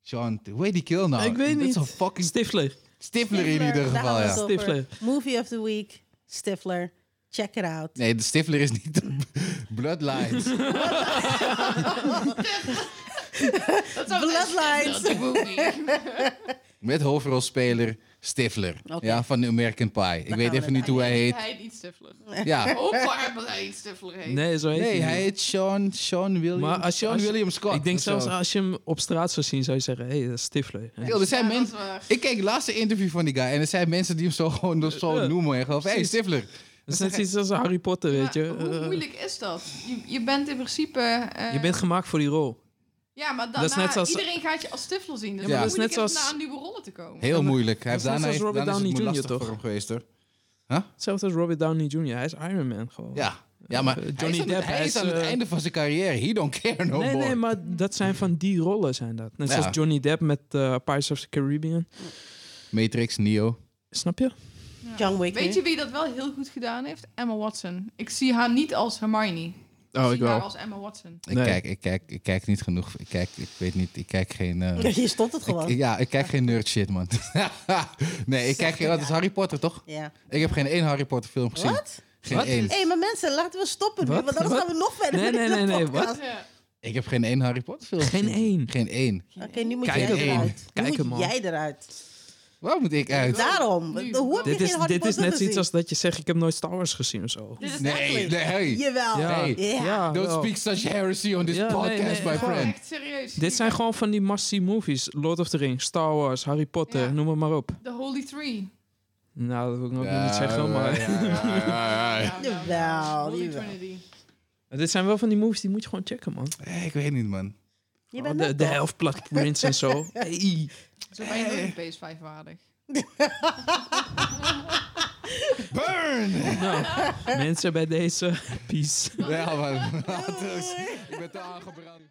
S2: Sean, hoe heet die kill nou?
S4: ik weet
S2: Dat
S4: niet.
S2: is een fucking
S4: Stifler.
S2: Stifler in ieder
S1: daar
S2: geval,
S1: hadden we
S2: ja.
S1: het over.
S4: Stifler.
S1: Movie of the week, Stifler. Check it out.
S2: Nee, de Stifler is niet <laughs> Bloodlines.
S3: Dat zou
S1: Bloodlines.
S3: Dat movie.
S2: Met hoofdrolspeler Stifler.
S1: Oké.
S2: Ja, van de American Pie. Ik
S1: gaan
S2: weet
S1: we
S2: even niet hoe hij heet.
S3: Hij iets stiffelig.
S2: Ja.
S3: Hoopbaar dat hij iets stiffelig heet.
S4: Nee, zo heet
S2: Nee,
S4: niet.
S2: hij heet Sean, Sean William,
S4: Maar als je-
S2: Sean
S4: als je-
S2: William Scott.
S4: Ik denk
S2: of zo.
S4: zelfs als je hem op straat zou zien, zou je zeggen, hé, hey, dat is Stifler.
S2: Yo, er zijn
S3: Ja, dat
S2: mensen...
S3: is waar.
S2: Ik keek het laatste interview van die guy en er zijn mensen die hem zo <laughs> gewoon door zo
S4: Ja.
S2: noemen. En gewoon, hey
S4: Precies.
S2: Stifler.
S4: Dat is net iets als Harry Potter, weet je.
S3: Maar Hoe
S4: Eh,
S3: moeilijk is dat? Je, je bent in principe... eh,
S4: je bent gemaakt voor die rol.
S3: ja, maar
S4: dat is
S3: daarna-
S4: net zoals-
S3: iedereen gaat je als stiftel zien. Dus
S2: Ja, maar
S3: hoe
S2: dat
S3: moeilijk
S4: is net
S3: is het
S4: zoals-
S3: om naar nieuwe rollen te komen?
S2: Heel moeilijk. Hij heeft
S4: net
S2: daarna
S4: zoals Robert
S2: daarna is het
S4: Downey
S2: moe- lastig
S4: Jr. toch?
S2: voor hem geweest hoor.
S4: Hetzelfde als Robert Downey Jr. Hij is Iron Man gewoon.
S2: Ja. Ja, maar
S4: Eh,
S2: Johnny hij
S4: Johnny
S2: is aan,
S4: Depp,
S2: het, hij
S4: hij
S2: is
S4: is,
S2: aan het
S4: eh,
S2: einde van zijn carrière. He don't care no
S4: nee,
S2: more.
S4: nee, maar dat zijn van die rollen zijn dat. Net
S2: oh, Ja.
S4: zoals Johnny Depp met eh, Pirates of the Caribbean.
S2: Matrix, Neo.
S4: Snap je?
S1: John Wick.
S3: Weet je wie dat wel heel goed gedaan heeft? Emma Watson. Ik zie haar niet als Hermione. Ik
S4: Oh,
S2: Oh,
S3: zie haar als Emma Watson.
S2: Ik,
S4: Nee.
S2: kijk, ik, kijk, ik kijk niet genoeg. Ik kijk, ik weet niet, ik kijk geen...
S3: <laughs>
S2: eh,
S1: je stond het gewoon.
S2: Ik- ja, ik kijk geen nerd shit, man. <laughs> nee, ik kijk geen... Dat is Harry Potter, toch?
S1: ja.
S2: Ik heb geen één Harry Potter film gezien.
S1: Wat?
S2: Geen
S4: Wat?
S2: één.
S1: Hé, hey, maar mensen, laten we stoppen nu,
S4: Wat?
S1: want anders
S4: Wat?
S1: gaan we nog verder
S4: Nee,
S1: met
S4: nee,
S1: deze
S4: nee, nee,
S1: podcast.
S4: wat?
S3: Ja.
S2: Ik heb geen één Harry Potter film
S4: Geen
S2: gezien.
S4: één.
S2: Geen één.
S1: Oké, nu moet
S4: Kijk
S1: jij
S4: hem,
S1: eruit.
S4: man.
S1: nu
S4: Kijk hem,
S1: moet
S4: man.
S1: jij eruit.
S2: Waar moet ik uit?
S1: Daarom.
S3: Nu.
S1: Hoe heb je
S4: Dit
S1: geen
S4: is,
S1: Harry
S4: dit
S1: Potter
S4: is net zoiets
S1: gezien?
S4: als dat je zegt, ik heb nooit Star Wars gezien of zo.
S3: Dit is
S2: Nee, nee, hey.
S1: Jawel.
S4: Ja.
S1: Ja.
S2: Hey. Don't
S4: wel.
S2: speak such heresy on this
S4: Ja, nee,
S2: podcast,
S4: nee,
S2: my
S4: nee.
S2: friend.
S3: echt serieus.
S4: Dit zijn gewoon van die must movies. Lord of the Rings, Star Wars, Harry Potter,
S3: Ja.
S4: noem het maar op.
S3: De Holy Three.
S4: Nou, dat wil ik nog niet zeggen, maar... <laughs>
S2: ja, ja, ja, ja. <laughs>
S3: Nou, nou,
S1: Jawel,
S3: nou, Holy
S1: jawel.
S3: Trinity.
S4: Dit zijn wel van die movies die moet je gewoon checken, man.
S2: Eh, Ik weet niet, man.
S1: Je bent
S4: de
S1: net
S4: de
S1: toch?
S4: Half Blood Prince en
S1: <laughs>
S4: zo. Hey.
S3: Zo ben je ook een PS5 waardig.
S2: Burn! <laughs>
S4: Nou, mensen bij deze. <laughs> Peace.
S2: Ja, man. Ik ben te aangebrand.